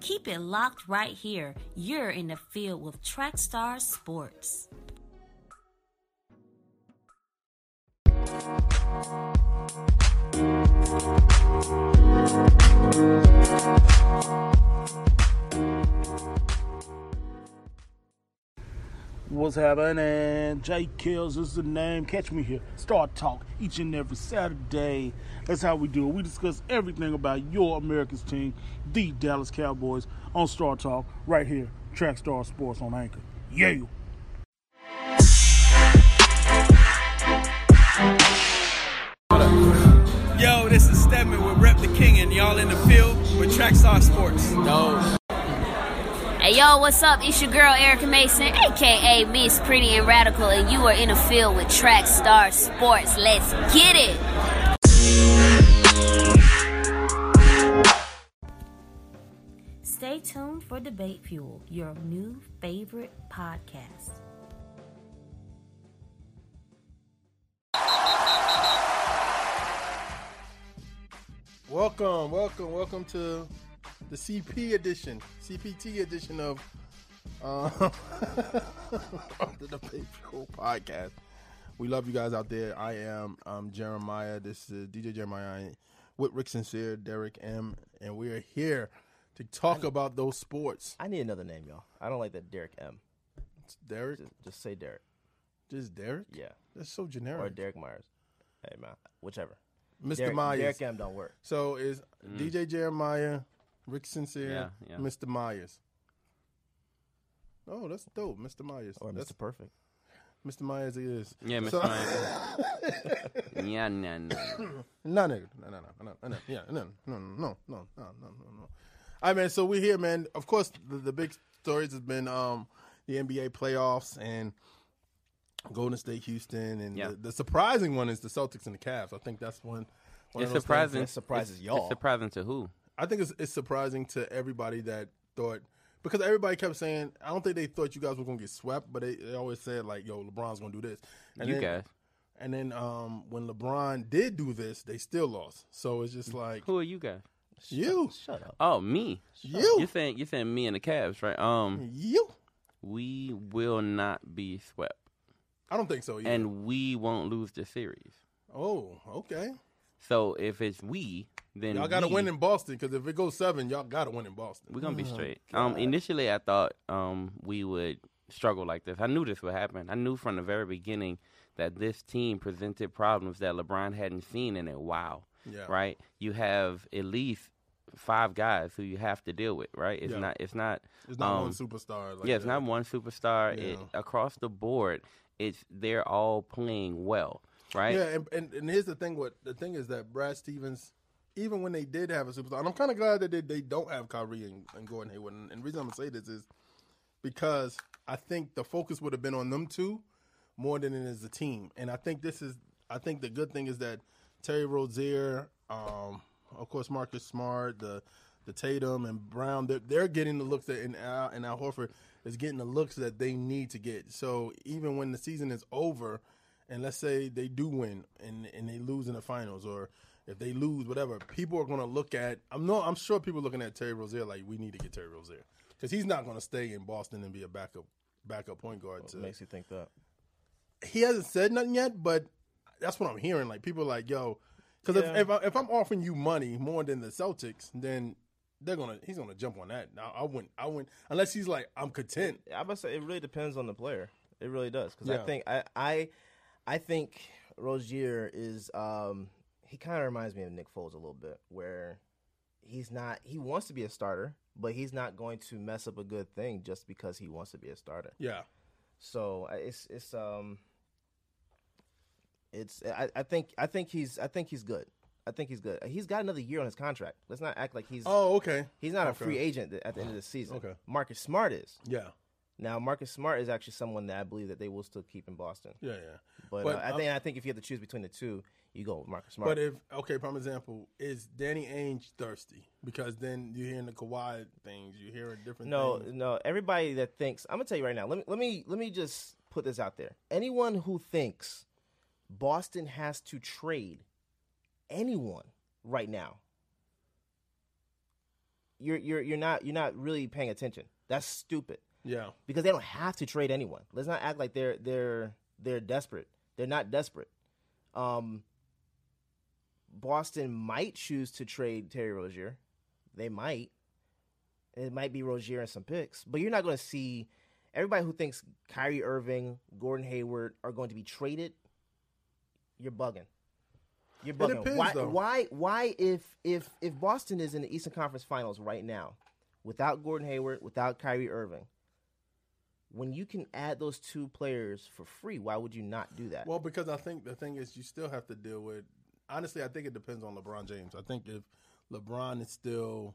Keep it locked right here. You're in the field with Trackstar Sports. What's happening? Jay Kills is the name. Catch me here. Start Talk each and every Saturday. That's how we do it. We discuss everything about your America's team, the Dallas Cowboys, on Star Talk right here. Track Star Sports on Anchor. Yeah. Yo, this is Stedman with Rep the King, and y'all in the field with Trackstar Sports. Hey yo, what's up? It's your girl Erica Mason, aka Miss Pretty and Radical, and you are in the field with Trackstar Sports. Let's get it. Stay tuned for Debate Fuel, your new favorite podcast. Welcome, welcome, welcome to the CP edition, CPT edition of uh, the Debate Fuel podcast. We love you guys out there. I am um, Jeremiah. This is DJ Jeremiah with Rick Sincere, Derek M, and we are here to talk about those sports. I need another name, y'all. I don't like that Derek M. Derek, Just, just say Derek. just Derek. Yeah. that's so Or generic. Derek Myers. Hey, man. Whichever. Mr. Derek, Myers. Derek M don't work. So is DJ Jeremiah, Rick Sincere, Mm. Yeah, yeah. Mr. Myers. Oh, that's dope, Mr. Myers. Or that's Mr. Perfect. Mr. Myers. It is. Yeah, Mr. So- Myers. yeah, no, no. No, nigga. No, no, no, no, no. Yeah, no, no, no, no, no, no, no, no. All right, man. So we're here, man. Of course, the, the big stories has been um the NBA playoffs and Golden State, Houston, and Yeah. the, the surprising one is the Celtics and the Cavs. I think that's one. one of those It's things surprising. That surprises it's, y'all. It's surprising to who? I think it's, it's surprising to everybody that thought because everybody kept saying I don't think they thought you guys were gonna get swept, but they, they always said like, "Yo, LeBron's gonna do this." And you then, guys. And then um, when LeBron did do this, they still lost. So it's just like Who are you guys? you, Shut up. Oh, me. you, Mm-hmm. You're saying you're saying me and the Cavs, right? Um, you. we will not be swept, I don't think so. Either. and we won't lose the series. oh, okay. So if it's we, then Y'all gotta we- win in Boston because if it Oh, goes seven, y'all gotta win in Boston. We're gonna be straight. Um, initially, I thought um we would struggle like this. I knew this would happen. I knew from the very beginning that this team presented problems that LeBron hadn't seen in a while. Yeah. Right. You have at least five guys who you have to deal with. Right. It's Yeah. not. It's not. It's not um, one superstar. Like yeah, it's that. not one superstar. It, Yeah. across the board, it's they're all playing well, right? Yeah, and, and and here's the thing. What the thing is that Brad Stevens, even when they did have a superstar, and I'm kind of glad that they, they don't have Kyrie and, and Gordon Hayward. And, and the reason I'm gonna say this is because I think the focus would have been on them two more than it is the team. And I think this is, I think the good thing is that Terry Rozier, um, of course, Marcus Smart, the the Tatum and Brown, they're, they're getting the looks that and Al, and Al Horford is getting the looks that they need to get. So even when the season is over, and let's say they do win and and they lose in the finals or if they lose, whatever, people are going to look at. I'm no, I'm sure people looking at Terry Rozier like we need to get Terry Rozier because he's not going to stay in Boston and be a backup backup point guard. What to- makes you think that? he hasn't said nothing yet, but that's what I'm hearing. Like people are like, yo, because Yeah. if if, I, if I'm offering you money more than the Celtics, then they're gonna he's gonna jump on that. Now I wouldn't I wouldn't unless he's like I'm content. I must say it really depends on the player. It really does because Yeah. I think I, I I think Rozier is um he kind of reminds me of Nick Foles a little bit where he's not he wants to be a starter but he's not going to mess up a good thing just because he wants to be a starter. Yeah, So I- it's it's um it's I, I think I think he's I think he's good. I think he's good. He's got another year on his contract. Let's not act like he's Oh, okay. he's not okay. a free agent th- at the end of the season. Okay. Marcus Smart is. Yeah, Now Marcus Smart is actually someone that I believe that they will still keep in Boston. yeah, yeah. But, But uh, I think I think if you have to choose between the two, you go with Marcus Smart. But if okay, prime example is Danny Ainge thirsty because then you're hearing the Kawhi things, you hear a different. no, things. no, everybody that thinks I'm gonna tell you right now, let me let me let me just put this out there. Anyone who thinks Boston has to trade anyone right now you're you're you're not you're not really paying attention. That's stupid Yeah. because they don't have to trade anyone. Let's not act like they're they're they're desperate. They're not desperate. Um, Boston might choose to trade Terry Rozier. They might. It might be Rozier and some picks, but you're not going to see everybody who thinks Kyrie Irving, Gordon Hayward are going to be traded. You're bugging. You're bugging. depends, why? though. Why? Why? If if if Boston is in the Eastern Conference Finals right now, without Gordon Hayward, without Kyrie Irving, when you can add those two players for free, why would you not do that? Well, because I think the thing is, you still have to deal with. Honestly, I think it depends on LeBron James. I think if LeBron is still,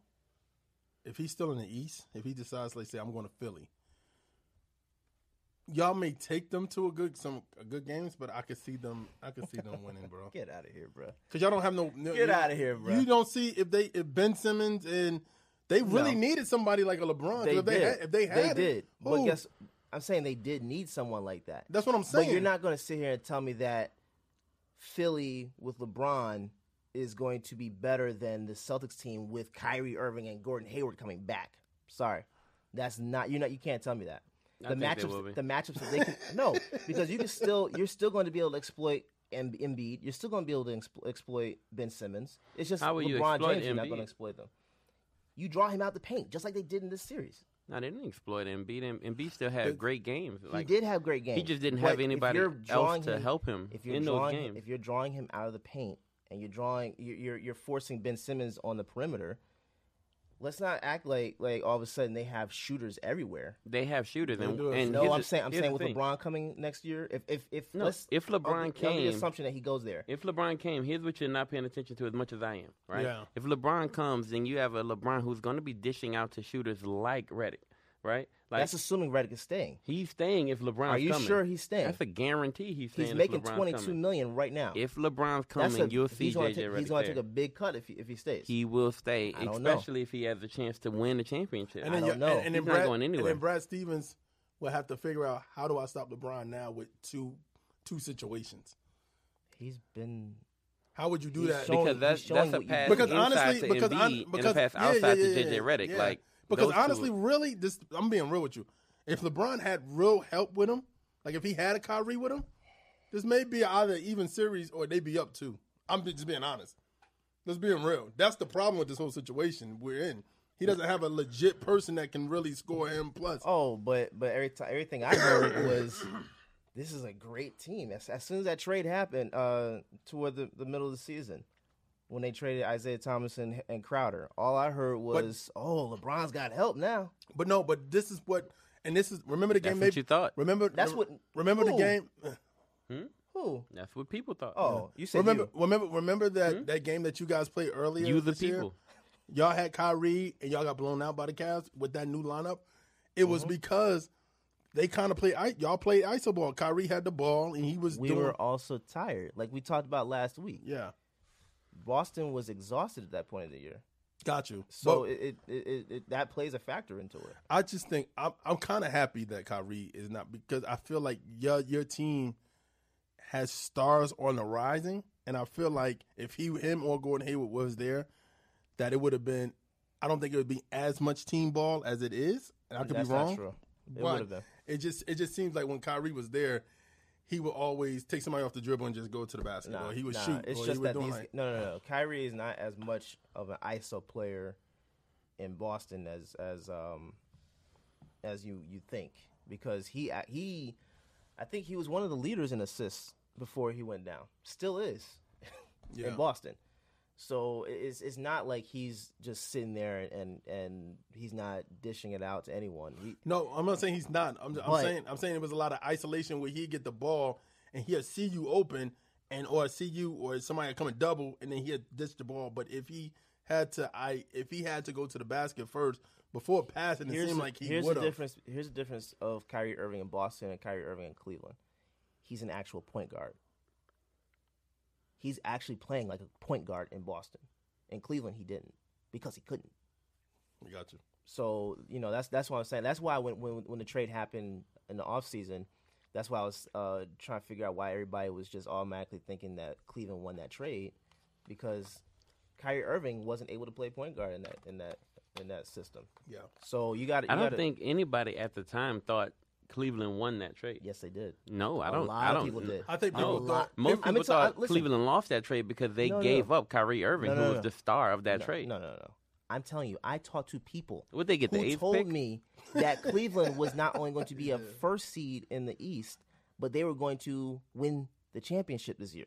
if he's still in the East, if he decides, like, say, I'm going to Philly, y'all may take them to a good some a good games, but I could see them. I could see them winning, bro. Get out of here, bro. Because y'all don't have no. no Get you- outta here, bro. You don't see if they if Ben Simmons and they really No. needed somebody like a LeBron. 'cause They if they did. had, if they had, did. it, But ooh, guess I'm saying they did need someone like that. that's what I'm saying. But you're not going to sit here and tell me that Philly with LeBron is going to be better than the Celtics team with Kyrie Irving and Gordon Hayward coming back. Sorry, that's not you're not you can't tell me that. The think they will be. matchups, the matchups that they can no because you can still you're still going to be able to exploit Em- Embiid. You're still going to be able to explo- exploit Ben Simmons. It's just How will you LeBron exploit James you're not going to Embiid? exploit them. You draw him out the paint just like they did in this series. No, they didn't exploit Embiid. Em- Embiid still had great games. Like he did have great games. just didn't but have if anybody you're else drawing to help him If you're in those drawing, games. if you're drawing him out of the paint and you're drawing, you're you're, you're forcing Ben Simmons on the perimeter. Let's not act like like all of a sudden they have shooters everywhere. they have shooters. And, do have and No, here's I'm the- saying I'm here's saying the with thing. LeBron coming next year, if if if No, let's, if oh, LeBron under the came- assumption that he goes there, If LeBron came, here's what you're not paying attention to as much as I am, right? Yeah. If LeBron comes, then you have a LeBron who's going to be dishing out to shooters like Reddick, right? Like that's assuming Redick is staying. he's staying if LeBron's Are you coming. sure he's staying? That's a guarantee he's staying. He's if making LeBron's twenty two coming. million right now. If LeBron's That's coming, a, you'll see he's gonna JJ take, Reddick he's gonna there. take a big cut if he, if he stays. he will stay, I don't know. especially if he has a chance to win the championship. I don't you- know. And, and then He's not Brad, going and anywhere. then Brad Stevens will have to figure out how do I stop LeBron now with two two situations. he's been How would you do He's that? shown- because that's he's showing that's a what you pass do. because inside honestly, to because Embiid hon- and because a pass yeah, yeah, outside yeah, to yeah, JJ Reddick. yeah. Like because those two- honestly, really, this I'm being real with you. If LeBron had real help with him, like if he had a Kyrie with him, this may be either even series or they be up two. I'm just being honest. Let's be real. That's the problem with this whole situation we're in. He doesn't have a legit person that can really score him. Plus, Oh, but but every time everything I heard was this is a great team. As, as soon as that trade happened, uh, toward the, the middle of the season, when they traded Isaiah Thomas and, and Crowder, all I heard was, "Oh, LeBron's got help now." But no, but this is what, and this is remember the That's game. what maybe- you thought. Remember That's what- Remember the Who? game. uh, Who? that's what people thought. Oh, you said Remember, you. remember, remember that that game that you guys played earlier. Hmm? you the this year? people. Y'all had Kyrie and y'all got blown out by the Cavs with that new lineup. It was Mm-hmm. because they kind of played. I- Y'all played iso ball. Kyrie had the ball and he was We doing. were also tired, like we talked about last week. yeah, Boston was exhausted at that point of the year, got you. so But- it, it, it, it that plays a factor into it. I just think I'm I'm kind of happy that Kyrie is not because I feel like your your team has stars on the rising, and I feel like if he him or Gordon Hayward was there, that it would have been. I don't think it would be as much team ball as it is, and I could That's be wrong. not true. It but would have been. it just it just seems like when Kyrie was there, he would always take somebody off the dribble and just go to the basket, Nah, or he would nah, shoot. It's or he just was that doing these like- no, no, no. Kyrie is not as much of an ISO player in Boston as as um as you you think because he a- he I think he was one of the leaders in assists before he went down. Still is Yeah. in Boston. So i- it's it's not like he's just sitting there and and he's not dishing it out to anyone. He, No, I'm not saying he's not. I'm, I'm But- saying I'm saying it was a lot of isolation where he'd get the ball and he'll see you open and or see you or somebody coming double and then he'd ditch the ball. But if he had to, I if he had to go to the basket first before passing, it here's seemed the- like he here's would the have. difference. Here's the difference of Kyrie Irving in Boston and Kyrie Irving in Cleveland. He's an actual point guard. He's actually playing like a point guard in Boston. In Cleveland, he didn't because he couldn't. We got you. So you know that's that's what I'm saying. That's why when when, when the trade happened in the offseason, that's why I was uh, trying to figure out why everybody was just automatically thinking that Cleveland won that trade because Kyrie Irving wasn't able to play point guard in that in that in that system. Yeah. So you got. I don't gotta, think anybody at the time thought Cleveland won that trade. Yes, they did. No, I A don't. lot I of don't. people did. I think A people lot. thought Most I people mean, so, I- thought uh, listen. Cleveland lost that trade because they No, no. gave up Kyrie Irving, No, no, who no. was the star of that no, trade. No, no, no. I'm telling you, I talked to people Would they get the who eighth told pick? me that Cleveland was not only going to be a first seed in the East, but they were going to win the championship this year.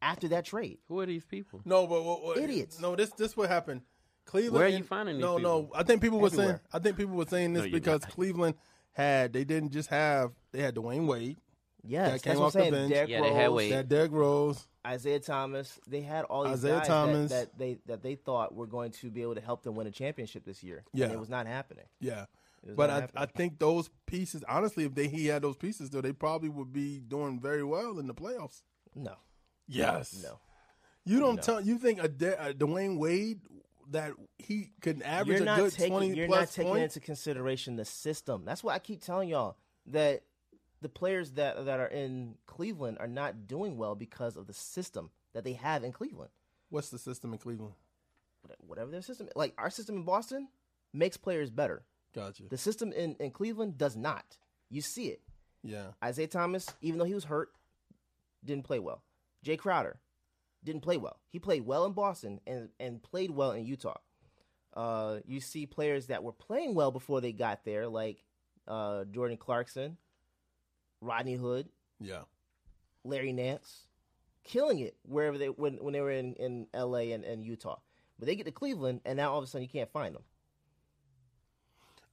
After that trade, Who are these people? No, but what, what, Idiots. No, this this what happened. Cleveland. Where are you finding these No, no. people? I think people were saying. Everywhere. I think people were saying this No, you're because not. Cleveland had. They didn't just have. They had Dwayne Wade. yes, That came that's what I'm off the saying. bench. Derrick Yeah, they had Rose, Wade. That Derrick Rose. Isaiah Thomas, they had all these Isaiah guys Thomas. That, that they that they thought were going to be able to help them win a championship this year. Yeah. and it was not happening. Yeah. was But not I, happening. I think those pieces. Honestly, if they he had those pieces, though, they probably would be doing very well in the playoffs. No, Yes. no. You don't tell. You think a, De- a Dwayne Wade that he could average you're a not good taking, twenty you're not plus taking points? into consideration the system. That's why I keep telling y'all that the players that that are in Cleveland are not doing well because of the system that they have in Cleveland. What's the system in Cleveland? What- Whatever their system, like our system in Boston, makes players better. Gotcha. The system in, in Cleveland does not. You see it. Yeah. Isaiah Thomas, even though he was hurt, didn't play well. Jay Crowder didn't play well. He played well in Boston and, and played well in Utah. Uh, you see players that were playing well before they got there, like uh, Jordan Clarkson, Rodney Hood, Yeah. Larry Nance, killing it wherever they when, when they were in, in LA and, and Utah. But they get to Cleveland, and now all of a sudden you can't find them.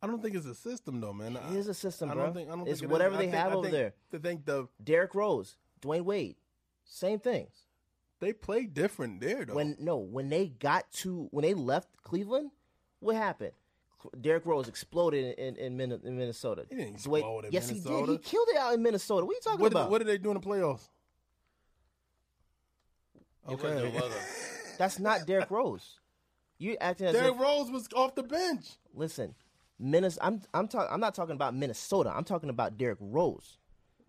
I don't think it's a system though, man. I- It is a system, I bro. don't think. I don't it's think it is. whatever I they think- have I over think- there. I think the Derrick Rose, Dwayne Wade, same things. they play different there though. When no, when they got to when they left Cleveland, what happened? Cl- Derrick Rose exploded in in, Min- in Minnesota. He didn't Dwayne- explode in yes, he did. Minnesota. He killed it out in Minnesota. What are you talking what did, about? what did they do in the playoffs? Okay. That's not Derrick Rose. You acting as Derrick if, Rose was off the bench. listen, Minnesota. I'm I'm talking. I'm not talking about Minnesota. I'm talking about Derrick Rose.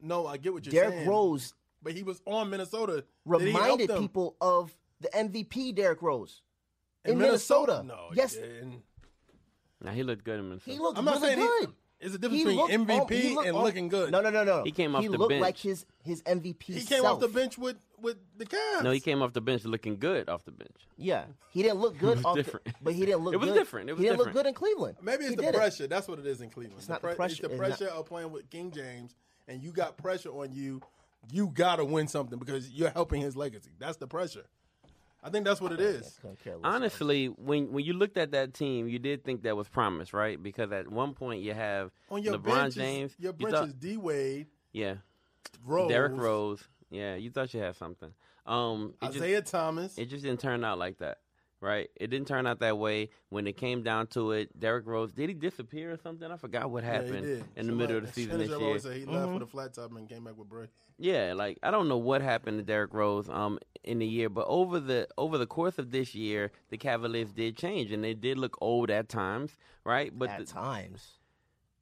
No, I get what you're Derrick saying. Rose but he was on Minnesota. Did he help reminded them? people of the MVP Derrick Rose in, No, he yes, didn't. Now he looked good in Minnesota. He looked I'm not really saying he- good. it's a difference between looked MVP he looked and looking good. No, no, no, no. He came off he the looked bench. like his his MVP. he came self. off the bench with with the Cavs. no, he came off the bench looking good off the bench. Yeah, he didn't look good. was off the- different. but he didn't look. It was good. different. It was he didn't look different. good in Cleveland. Maybe it's He the did it. pressure. That's what it is in Cleveland. It's not the pre- It's pressure. the It's pressure not- of playing with King James, and you got pressure on you. You gotta win something because you're helping his legacy. That's the pressure. I think that's what it is. Couldn't care less. Honestly, when when you looked at that team, you did think that was promise, right? Because at one point you have On your LeBron bench, James, is, your you bench thought- is D Wade, yeah, Rose, Derrick Rose, yeah. You thought you had something. Um, it just- Isaiah Thomas. It just didn't turn out like that, right? It didn't turn out that way. When it came down to it, Derrick Rose did he disappear or something? I forgot what Yeah, he happened did. in the Somebody- middle of the season Shanahan this year. Mm-hmm. always said he left with a flat top and came back with Bray. Yeah, like I don't know what happened to Derrick Rose um in the year, but over the over the course of this year, the Cavaliers did change and they did look old at times, right? But at the- times,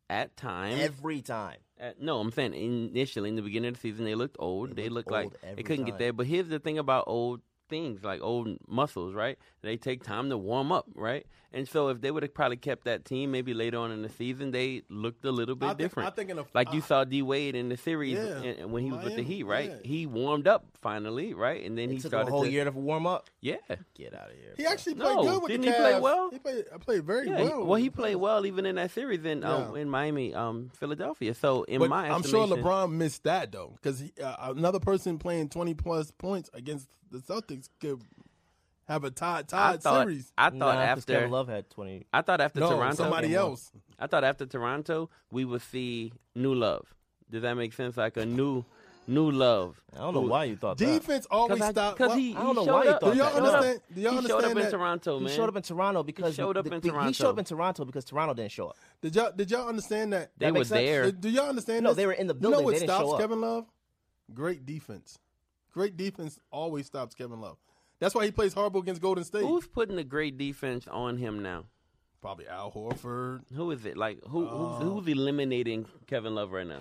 at times, every time. at- Uh, no, I'm saying initially in the beginning of the season they looked old. They They looked looked old like every they couldn't time. get there. But here's the thing about old things, like old muscles, right? They take time to warm up, right? And so if they would have probably kept that team maybe later on in the season, they looked a little bit think- different. I think in a- like you I- saw D Wade in the series Yeah, and- and when he was with the Miami, Heat, right? yeah. He warmed up finally, right? And then It he took him started a whole to- year to warm up. Yeah. Get out of here. He bro. actually played No, good with the didn't Cavs. he play well? He played, I played very Yeah, he- well. well, he played well even in that series in um, Yeah. in Miami, um, Philadelphia. So in But my, I'm sure estimation- LeBron missed that though, because uh, another person playing 20 plus points against the Celtics could have a tied I tied thought series. I thought Nah, 'cause after Kevin Love had twenty. I thought after no, Toronto, somebody else. I thought after Toronto, we would see new love. Does that make sense? Like a new, new love. I don't know why you thought that. Defense always stopped. Because he, I don't know he showed why you up. thought Do y'all that. Showed up. understand? Do y'all He showed up understand in that? Toronto, He man. showed up in Toronto because showed up the- in the- He showed up Toronto. in Toronto because Toronto didn't show up. Did y'all did y'all understand that? They were makes sense. there. Do- Do y'all understand? No, this? they were in the You building. know what They didn't stops show up. Kevin Love? Great defense. Great defense always stops Kevin Love. That's why he plays horrible against Golden State. Who's putting a great defense on him now? Probably Al Horford. Oh. Who is it? Like who? Who's, who's eliminating Kevin Love right now?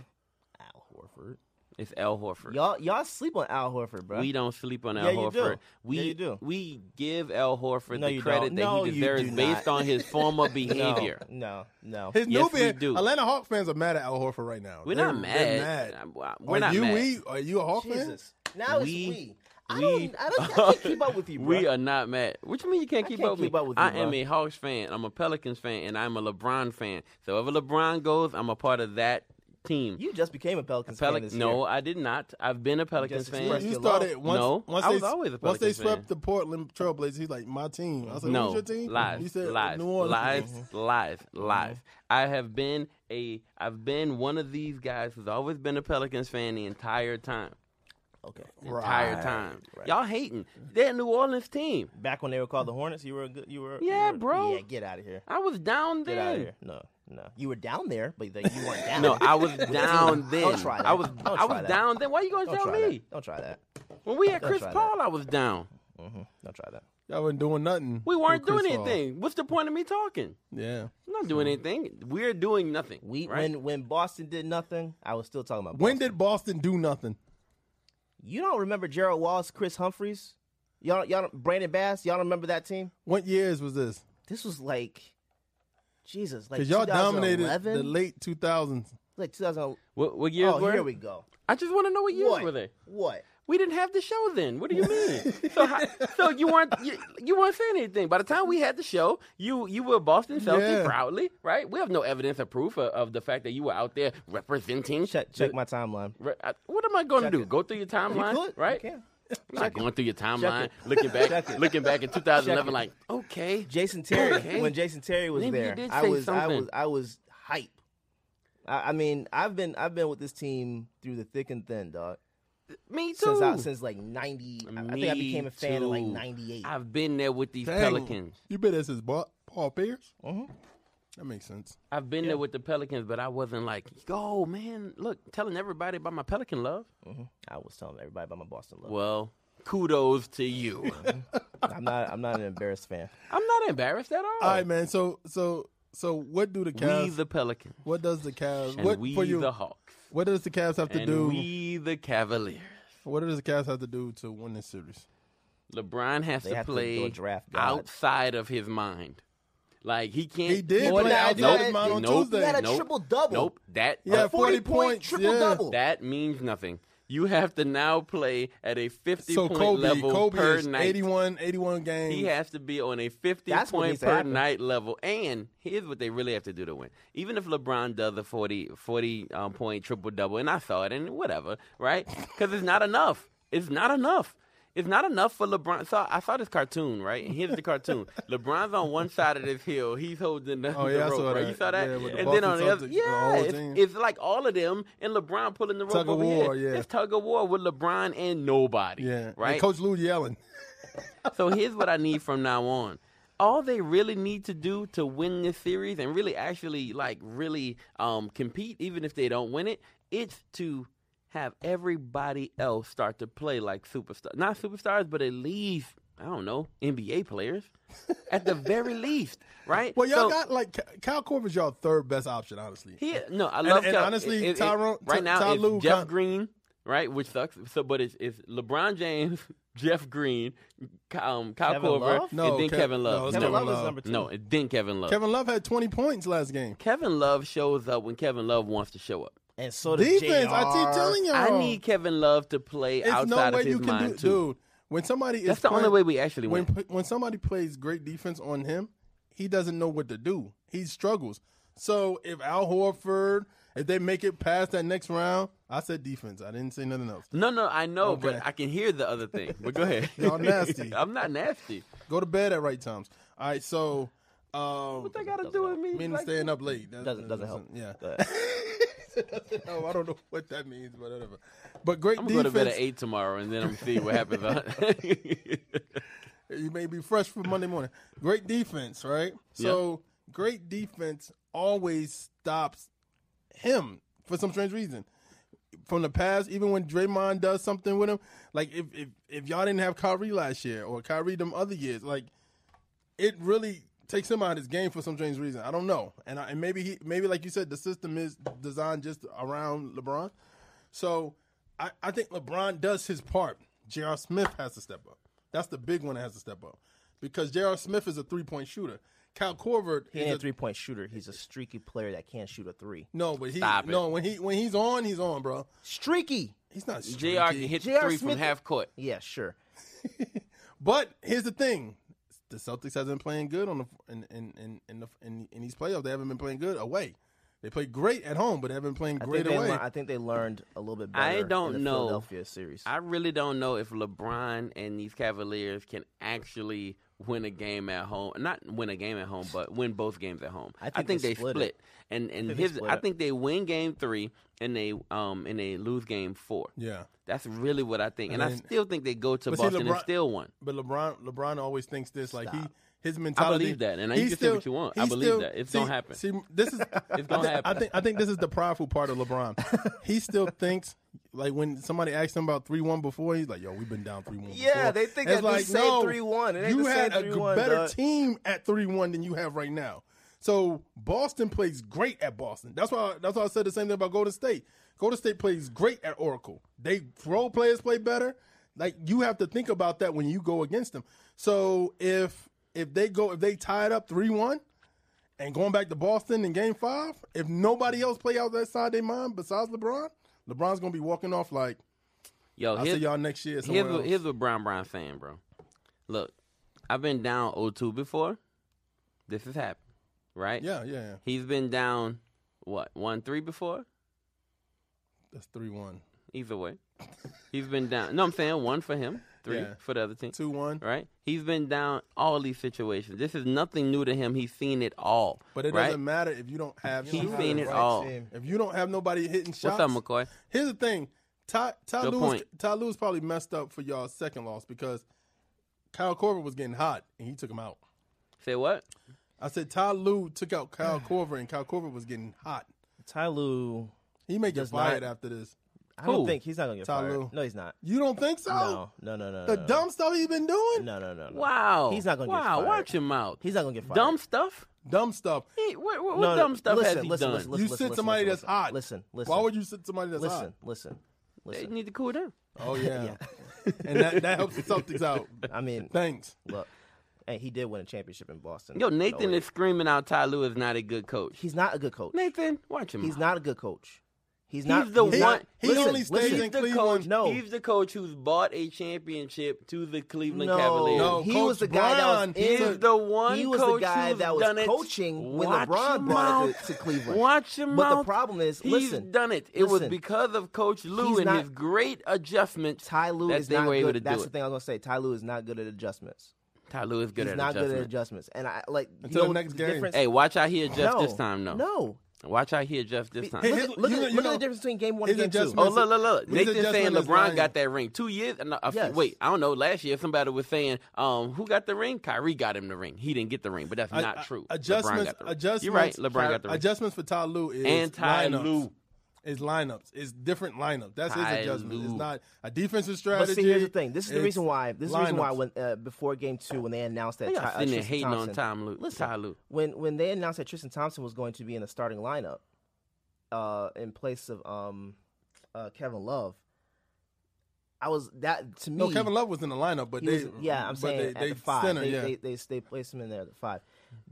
Al Horford. It's Al Horford. Y'all, y'all sleep on Al Horford, bro. We don't sleep on Al Yeah, you Horford. do. We Yeah, you do. we give Al Horford No, the you credit don't. that No, he you deserves do based not. on his former no, behavior. no, no. His Yes, new we bid- do. Atlanta Hawk fans are mad at Al Horford right now. We're They're- they're not mad. mad. Uh, We're are not you mad. we? Are you a Hawk fan? Jesus. Now it's We- we. I we- don't. I, don't, I can't keep up with you, bro. We are not mad. What you mean you can't I keep, can't up, keep with up with I you, am bro. a Hawks fan. I'm a Pelicans fan, and I'm a LeBron fan. So if LeBron goes, I'm a part of that team. You just became a Pelicans fan Pelic- this no, year. I did not. I've been a Pelicans Just fan. expressed You Your started love? once. No, once I they, was always a once they Pelicans fan. swept the Portland Trailblazers. He's like my team. I was like, no, who's your team? lies, He said lies, New Orleans. Mm-hmm. lies, lies, lies. I have been a, I've been one of these guys who's always been a Pelicans fan the entire time, Okay. entire Right, time. Y'all hating? They're a New Orleans team. Back when they were called the Hornets, you were a good. You were. Yeah, you were- bro. Yeah, get out of here. I was down Get out of there. here. No, no. You were down there, but like, you weren't down. No, I was down then. Don't try that. I was, Don't I try was that. down then. Why you gonna Don't tell try me? that. Don't try that. When we had Don't Chris try that. Paul, I was down. hmm Don't try that. Y'all weren't doing nothing. We weren't with doing Chris Paul. anything. What's the point of me talking? Yeah. I'm not doing anything. We're doing nothing. Hmm. We right? when when Boston did nothing, I was still talking about. Boston. When did Boston do nothing? you don't remember Gerald Wallace, Chris Humphreys, y'all y'all don't- Brandon Bass? Y'all don't remember that team? What years was this? This was like Jesus, like Because y'all dominated 2011? the late 2000s. like 2000. What, what years Oh, were? here we go. I just want to know what years What? were they. What? We didn't have the show then. What do you mean? so, how, so you weren't you, you weren't saying anything. By the time we had the show, you you were Boston Celtics Yeah. proudly, right? We have no evidence or proof of, of the fact that you were out there representing. Check check my timeline. Re- I- What am I going to Check do? it. Go through your timeline, You could, you right? can. I'm not going through your timeline, it. looking Check back, it. looking back at 2011, it. like okay, Jason Terry. Okay. When Jason Terry was Maybe you there, did I say was I something. was I was hype. I, I mean, I've been I've been with this team through the thick and thin, dog. me too. Since I, since like ninety, I, I think I Me became a fan in like too. ninety eight. I've been there with these Dang. Pelicans. You bet this is Ba- Paul Pierce? Mhm. That makes sense. I've been there with the Pelicans, but I wasn't like, yo, man, look, telling everybody about my Pelican love. I was telling everybody about my Boston love. Well, kudos to you. I'm not I'm not an embarrassed fan. I'm not embarrassed at all. All right, man. So, so, so, what do the Cavs? we the Pelicans what does the Cavs? and What we for you? the Hawks What does the Cavs have to and do? we the Cavaliers. What does the Cavs have to do to win this series? LeBron has They to have to play do a draft guide. outside of his mind. Like he can't. He did Well, play now- outside nope, his mind on nope, Tuesday. He had a nope, triple double. Nope. That Yeah, that- 40 point points, triple yeah. double. that means nothing. You have to now play at a fifty so point Kobe, level Kobe per is night. 81, 81 games. He has to be on a 50 That's what point needs to per happen. night level. And here's what they really have to do to win. Even if LeBron does a 40, 40 um, point triple double, and I saw it, and whatever, right? Because it's not enough. It's not enough. It's not enough for LeBron. So I saw this cartoon, right? And here's the cartoon. LeBron's on one side of this hill. He's holding the, Oh, the yeah, I rope, saw right? that. You saw that? Yeah, with the and then on Boston the other, Celtics, the yeah, whole team. it's, it's like all of them and LeBron pulling the rope Tug of over war, here. yeah. It's tug of war with LeBron and nobody. yeah. And right. Coach Lou yelling. So here's what I need from now on. All they really need to do to win this series and really actually like really um, compete, even if they don't win it, it's to have everybody else start to play like superstars. Not superstars, but at least I don't know NBA players. At the very least, right? Well, y'all So- got like Ky- Kyle Korver's y'all third best option, honestly. he no, I And- love and Cal- honestly, it- it- it- Tyrone- right Ty- now Ty it's Lue Jeff con- Green, right, which sucks. So, but it's, it's LeBron James, Jeff Green, Ky- um, Kyle Kevin Korver, Love? No, and then Kev- Kevin no, Love. it's Kevin Kevin Love Love. is number two. no, and then Kevin Love. Kevin-, Kevin Love had 20 points last game. Love shows up when Kevin Love wants to show up. And so did Defense, I keep JR. telling y'all. I need Kevin Love to play It's outside no way of his you can do mind it, too. dude. When somebody That's is the only playing- way we actually when win. p- when somebody plays great defense on him, he doesn't know what to do. He struggles. So if Al Horford, if they make it past that next round, I said defense. I didn't say nothing else. No, no, I know, Okay. but I can hear the other thing. But go ahead. Y'all nasty. I'm not nasty. Go to bed at right times. All right, so um, What that got to do with me? meaning Like, staying up late That- Doesn't- doesn't help. Yeah, But no, I don't know what that means, but whatever. But great I'm gonna go to defense. bed at eight tomorrow, and then I'm gonna see what happens. You may be fresh for Monday morning. Great defense, right? So great defense always stops him for some strange reason. From the past, even when Draymond does something with him, like if if, if y'all didn't have Kyrie last year or Kyrie them other years, like it really takes him out of his game for some strange reason. I don't know, and I, and maybe he maybe like you said, the system is designed just around LeBron. So I, I think LeBron does his part. J.R. Smith has to step up. That's the big one that has to step up. Because J.R. Smith is a three point shooter. Cal Corvert He is ain't a a three point shooter. He's a streaky player that can't shoot a three. No, but he Stop it. no when he when he's on, he's on, bro. Streaky. He's not Jr. streaky. can hit J.R. three from Smith- half court. Yeah, sure. But here's the thing: the Celtics hasn't been playing good on the in in in in, the, in, in these playoffs. They haven't been playing good away. They play great at home, but they haven't been playing I great think, they away. lear- I think they learned a little bit better. I don't in the know. Philadelphia series. I really don't know if LeBron and these Cavaliers can actually win a game at home. Not win a game at home, but win both games at home. I think they they, split split. it. And and think they his split I it. think they win game 3 and they um and they lose game 4. yeah, That's really what I think. And And, then- I still think they go to But see, Boston and LeBron- still won. but LeBron LeBron always thinks this like he Stop. his I mentality. believe that, and I- you he's can say what you want. I he's believe that. It's see- gonna happen. See, this is it's gonna I think, I happen. think I think this is the prideful part of LeBron. he still thinks. Like when somebody asked him about three one before, he's like, "Yo, we've been down three one." Yeah, they think it's that the like same no, 3-1. It ain't you the same had a 3-1, better dog. team at three one than you have right now. So Boston plays great at Boston. That's why that's why I said the same thing about Golden State. Golden State plays great at Oracle. They role players play better. Like you have to think about that when you go against them. So if if they go if they tie it up three one and going back to Boston in game five, if nobody else play out that side they mind besides LeBron, LeBron's gonna be walking off like Yo, I'll here's- see y'all next year. Here's Somewhere what, else. here's what Brown Brown's saying, bro. Look, I've been down 0-2 before. This has happened, right? yeah, yeah, yeah. He's been down what one three before. That's three one. Either way, he's been down. No, I'm saying one for him, three Yeah. for the other team. Two one. Right? He's been down all these situations. This is nothing new to him. He's seen it all. But it right? doesn't matter if you don't have He's shooters. seen it all. If you don't have nobody hitting shots. What's up, McCoy? Here's the thing. Ty Ty Good Lewis, point. Ty Lewis probably messed up for y'all's second loss because Kyle Corver was getting hot and he took him out. Say what? I said Ty Lue took out Kyle Corver and Kyle Corver was getting hot. Ty Lue, He may get Does fired not- after this. I don't Who? think he's not gonna get Ty fired. Lue. No, he's not. You don't think so? No, no, no, no. The no, no. dumb stuff he's been doing? No, no, no, no. Wow. He's not gonna get Wow, fired. watch him out. He's not gonna get fired. dumb stuff. Dumb stuff. He, what what, No, what no, dumb stuff listen, has he listen, done? Listen, you listen, sit listen, somebody listen, that's hot. Listen, Why listen. would you sit somebody that's listen, hot? listen, they listen. need to cool down. Oh yeah. and that, that helps the Celtics out. I mean, Thanks. look, and he did win a championship in Boston. Yo, No Nathan way. is screaming out Ty Lue is not a good coach. He's not a good coach. Nathan, watch him. He's out. not a good coach. He's not. the he's He, Not, one- he listen, only stays listen. in the Cleveland. coach. No. he's the coach who's bought a championship to the Cleveland no, Cavaliers. No, he Coach was the guy that Brown, was he's in, the- the one He was coach the guy who's that was done it. coaching when Watch LeBron him brought it out. to, to Cleveland. Watch him But the out. problem is, he's listen, done it. It was listen, because of Coach Lou he's and not- his great adjustments. Ty Lue that is they not were good. able to That's do the it. thing I was gonna say. Ty Lue is not good at adjustments. Ty Lue is good he's at not adjustment. good at adjustments. And I like you Until the know, next game. difference- Hey, watch out here, Jeff. no, this time, though. No, Watch out here, Jeff. This time. Look, his- at, look, you at, know- you look at know- the difference between game one and his game two. adjustment- Oh look, look, look! His Nathan saying adjustment is LeBron lying. got that ring two years. No, a few, Yes. wait, I don't know. Last year, somebody was saying, um, "Who got the ring?" Kyrie got him the ring. He didn't get the ring, but that's I- I- not true. LeBron Adjustments. got the ring. Adjustments. You're right. LeBron Ty- got the ring. Adjustments for Ty Lue is And Ty lineups. Lue. Is lineups. It's different lineups. That's Ty his adjustment. It's Lue. not a defensive But strategy. see, here's the thing. This is the It's reason why. This is the reason why lineups. when uh, before game two, when they announced that They Ty, are uh, sitting there Tristan hating Thompson, on Tom Lu- Listen, Ty Lue. when when they announced that Tristan Thompson was going to be in the starting lineup, uh, in place of um, uh, Kevin Love, I was that to me. No, Kevin Love was in the lineup, but he they. was- yeah, I'm but saying they, at they the five, center, they, yeah. they, they they placed him in there at the five.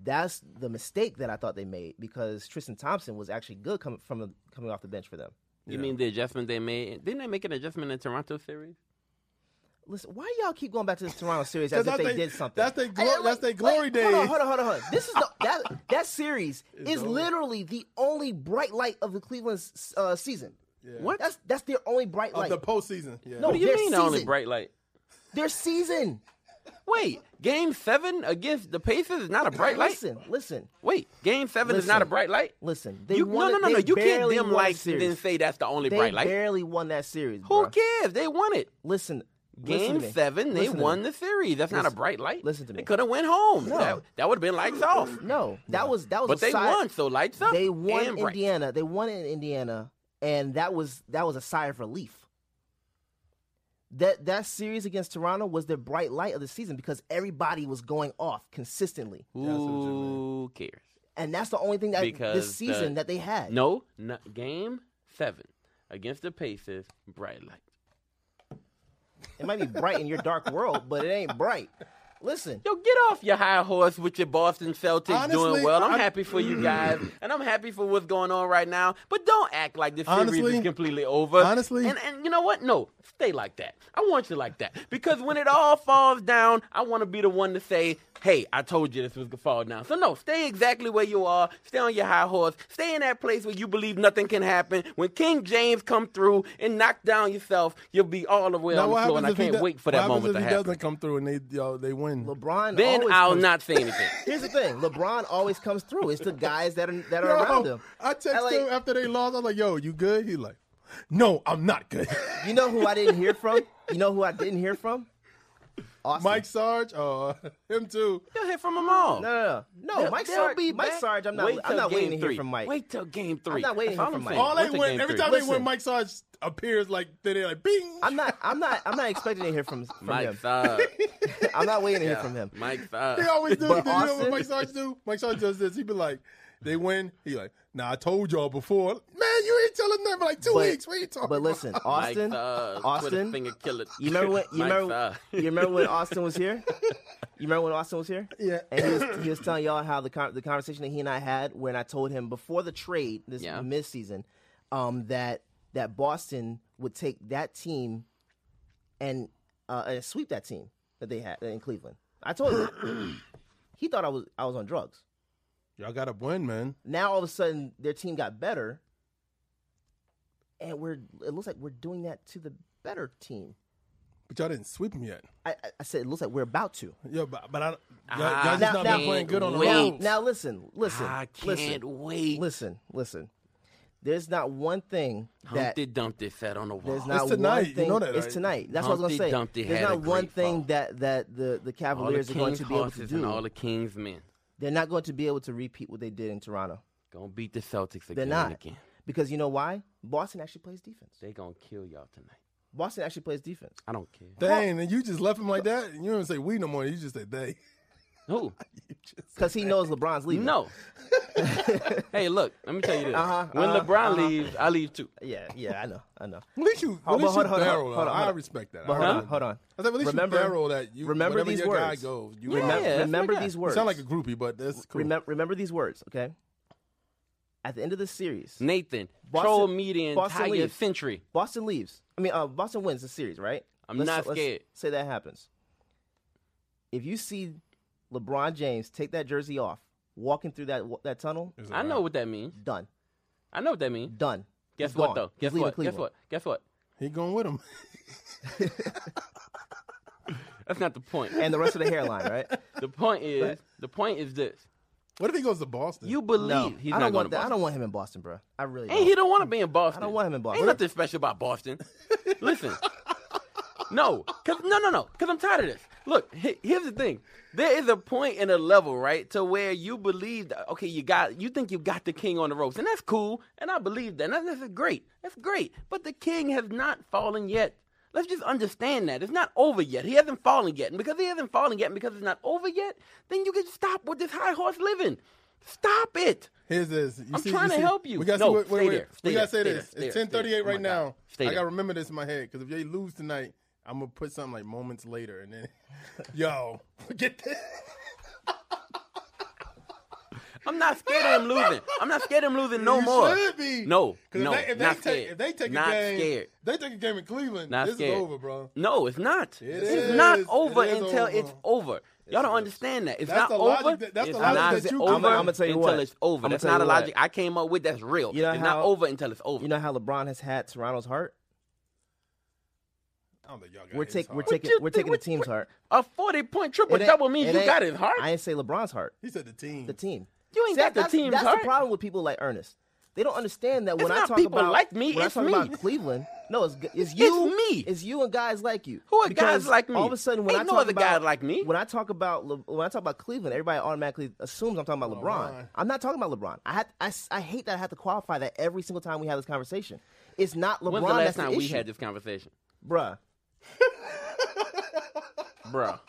That's the mistake that I thought they made because Tristan Thompson was actually good coming from the, coming off the bench for them. You mean the adjustment they made? Didn't they make an adjustment in Toronto series? Listen, why y'all keep going back to this Toronto series as if that's they, they- did something? that's they glo- Hey, wait, that's they wait, glory Hold on, days. hold on, hold on, hold on. This is the, that that series is over. literally the only bright light of the Cleveland uh, season. What? That's that's their only bright of light. the postseason. Yeah. No, what do you their mean the only Oh, season. bright light? Their season. Wait, Game Seven against the Pacers is not a bright light. Listen, listen, Wait, Game Seven is not a Listen. bright light. listen. They you, won no, it- no, no, no. they You can't barely dim won the lights and series. then say that's the only They bright light. barely won that series. Who bruh. cares? They won it. Listen, listen to Game me. seven, they Listen to me. won the series. That's not a Listen- bright light. listen to me. They could have went home. No. That, that would have been lights off. No, that was that was. But a they side- won, so lights up. They won and bright. Indiana. They won in Indiana, and that was that was a sigh of relief. That that series against Toronto was their bright light of the season because everybody was going off consistently, Who cares? and that's the only thing that Because this season the- that they had. No, no game seven against the Pacers. Bright light. It might be bright in your dark world, but it ain't bright. Listen, Yo, get off your high horse with your Boston Celtics Honestly, doing well. I'm, I'm- happy for you guys, and I'm happy for what's going on right now. But don't act like the series Honestly- is completely over. honestly- and and you know what? No, stay like that. I want you like that because when it all falls down, I want to be the one to say, "Hey, I told you this was gonna fall down." So no, stay exactly where you are. Stay on your high horse. Stay in that place where you believe nothing can happen. When King James come through and knock down yourself, you'll be all the way Now, on the what floor, and I happens if he can't do- wait for what that happens moment if to he happen. doesn't come through and they yo, they win? LeBron. Then always I'll comes- not say anything. Here's the thing: LeBron always comes through. It's the guys that are that are Yo, around him. I text LA him after they lost. I was like, "Yo, you good?" He like, "No, I'm not good." You know who I didn't hear from? You know who I didn't hear from? Austin. Mike Sarge, oh, him too. You'll hear from them all. No, no, no. Uh, No, They'll- Mike they'll Sarge. be Mike back. Sarge. I'm not. Wait I'm till not waiting game to hear three. from Mike. Wait till game three. not waiting to hear That's all from I'm Mike. saying. All they Wait till win game every three. time they win, Listen. Mike Sarge appears like they're like, "Bing." I'm not. I'm not. I'm not expecting to hear from, from Mike him. Thug. I'm not waiting to hear from him. Mike Thug. They always do. But Did you know Austin- what Mike Sarge do? Mike Sarge does this. He be like, "They win." He like, "Nah, I told y'all before." Man, you ain't telling them for like two But- weeks. What are you talking? But listen, about? Austin. Mike Thug. Twitter Austin. finger killer. You remember when? You Mike remember? Thug. You remember when Austin was here? You remember when Austin was here? Yeah. And he was, he was telling y'all how the con- the conversation that he and I had when I told him before the trade this Yeah. midseason, um, that that Boston would take that team, and uh, and sweep that team that they had in Cleveland. I told him. that. he thought I was I was on drugs. y'all gotta win, man. Now all of a sudden their team got better, and we're it looks like we're doing that to the better team. But y'all didn't sweep them yet. I, I- I said it looks like we're about to. Yeah, but but I y'all, Ah, y'all just now- not now- been playing good on the Wait. Now, road. now listen, listen, I can't listen, wait. listen, listen. There's not one thing that Humpty Dumpty sat on the wall. there's not tonight, one you thing. know that, it's right? tonight. That's what I was Humpty gonna say. Dumpty there's had a not one great thing fall. that that the the all the Cavaliers are king's going to be able to horses and all do. the king's men. They're not going to be able to repeat what they did in Toronto. Gonna beat the Celtics again They're and not again. because you know why? Boston actually plays defense. They gonna kill y'all tonight. Boston actually plays defense. I don't care. Dang, and you just left him like that. You don't say we no more. You just say they. Who? Because he knows LeBron's leaving. No. hey, look. Let me tell you this. Uh-huh, when uh-huh, LeBron uh-huh. leaves, I leave too. Yeah, yeah, I know, I know. At least you, Hold- at least hold you on, hold on, thorough. hold on, hold I on. respect that. But hold I on, really- hold on. I said, at least Remember- you thorough that you remember whatever these your guy words. goes. You Yeah. remember. that's my remember guy. these You words. You sound like a groupie, but that's cool. Remember, remember these words, okay? At the end of the series, Nathan, Boston- troll me the Boston entire leaves. century. Boston leaves. I mean, uh, Boston wins the series, right? I'm not scared. say that happens. If you see LeBron James take that jersey off, walking through that that tunnel, I know what that means. done, I know what that means. done. Guess He's what gone. though? He's Guess leaving what? Guess Cleveland. what? Guess what? he going with him. That's not the point. And the rest of the hairline, right? the point is the point is this. What if he goes to Boston? You believe No, he's I don't not going to want that. I Boston. don't want him in Boston, bro. I really and he don't. don't want to be in Boston. don't want him in Boston. Ain't nothing special about Boston. Listen. No, cause no, no, no, cause I'm tired of this. Look, he- here's the thing: there is a point and a level, right, to where you believe that okay, you got, you think you got the king on the ropes, and that's cool, and I believe that, and that's great, that's great. But the king has not fallen yet. Let's just understand that it's not over yet. He hasn't fallen yet, and because he hasn't fallen yet, and because it's not over yet, then you can stop with this high horse living. Stop it. Here's this. You I'm see, trying you to see- help you. We got No, wait, stay wait, there, wait. stay we gotta there, say stay this. there, it's stay 10:38 there, right stay there. Oh my now. God. Stay I there. gotta remember this in my head because if they lose tonight, I'm gonna put something like moments later, and then, yo, forget that. I'm not scared of him losing. I'm not scared of him losing no you more. Should be. No, 'Cause no, If they, if not they scared. Take, if they take not a game, scared. if they take a game in Cleveland. Not this scared. is over, bro. No, it's not. it's is. not It over is until over. it's over. Y'all don't understand that. It's That's not the over. logic that- that's the it's logic not that you over I'ma- I'ma tell you until what. it's over. I'ma that's tell not you a what. logic I came up with. That's real. You know it's how- not over until it's over. You know how LeBron has had Toronto's heart? I don't think y'all got We're his taking we're heart. taking you we're think- taking the what- team's what- heart. a forty point It triple ain't- double means it you ain't- got his heart. I ain't say LeBron's heart. He said the team. The team. You ain't See, got the that's, team's That's heart. the problem with people like Ernest. They don't understand that when not I talk people about like me, when it's I talk me. about Cleveland, no, it's, g- it's you, It's me. it's you and guys like you. Who are Because guys like me? All of a sudden, when Ain't I no talk other about guys like me. when I talk about Le- when I talk about Cleveland, everybody automatically assumes I'm talking about LeBron. LeBron. I'm not talking about LeBron. I, had, I s- I hate that I have to qualify that every single time we have this conversation. It's not LeBron. When's the last that's time the we issue. had this conversation, bruh? Bruh.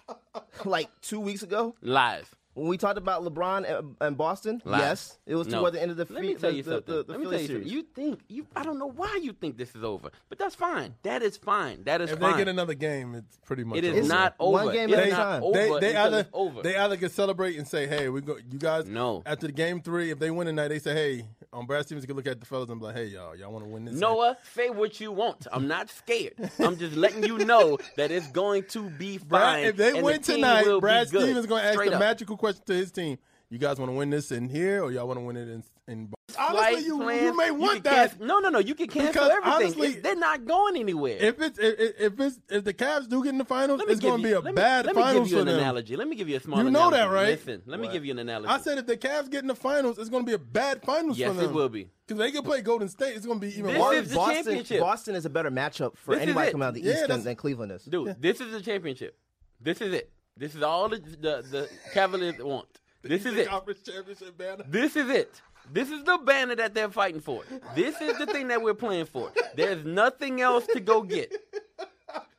Like two weeks ago, Live. When we talked about LeBron and, and Boston, Lies. yes, it was No. toward the end of the fe- Let me tell the- you the- something. the- the Let me Philly tell you something. series. You think you? I don't know why you think this is over, but that's fine. That is fine. That is If fine. they get another game, it's pretty much. it is over. not over. one game it's at a not time. over. They, they until either it's over. they either can celebrate and say, "Hey, we go." You guys, No. After the game three, if they win tonight, they say, "Hey," on Brad Stevens can look at the fellas and be like, "Hey, y'all, y'all want to win this?" Noah, say what you want. I'm not scared. I'm just letting you know that it's going to be fine. Brad, if they and the win team tonight, will be Brad good. Stevens going to ask Straight the up. magical question to his team: "You guys want to win this in here, or y'all want to win it in?" in honestly, Flight you, you plans, may can want that. cancel- no, no, no. You can cancel Because everything. honestly- It's- they're not going anywhere. If it's if, if- if it's if the Cavs do get in the finals, Let me it's give going to be you- a let me- bad Let me finals give you for an them. analogy. Let me give you a small You know that, analogy. right? Listen, let me give you an analogy. I said if the Cavs get in the finals, it's going to be a bad finals Yes, for them. it will be. because they can play Golden State. It's going to be even This worse. is the Boston, championship. Boston is a better matchup for This is anybody it. coming out of the Yeah, East than, that's- than Cleveland is. Dude, this is the championship. This is it. This is all the the, the Cavaliers want. This is it. Conference championship banner. This is it. This is the banner that they're fighting for. This is the thing that we're playing for. There's nothing else to go get.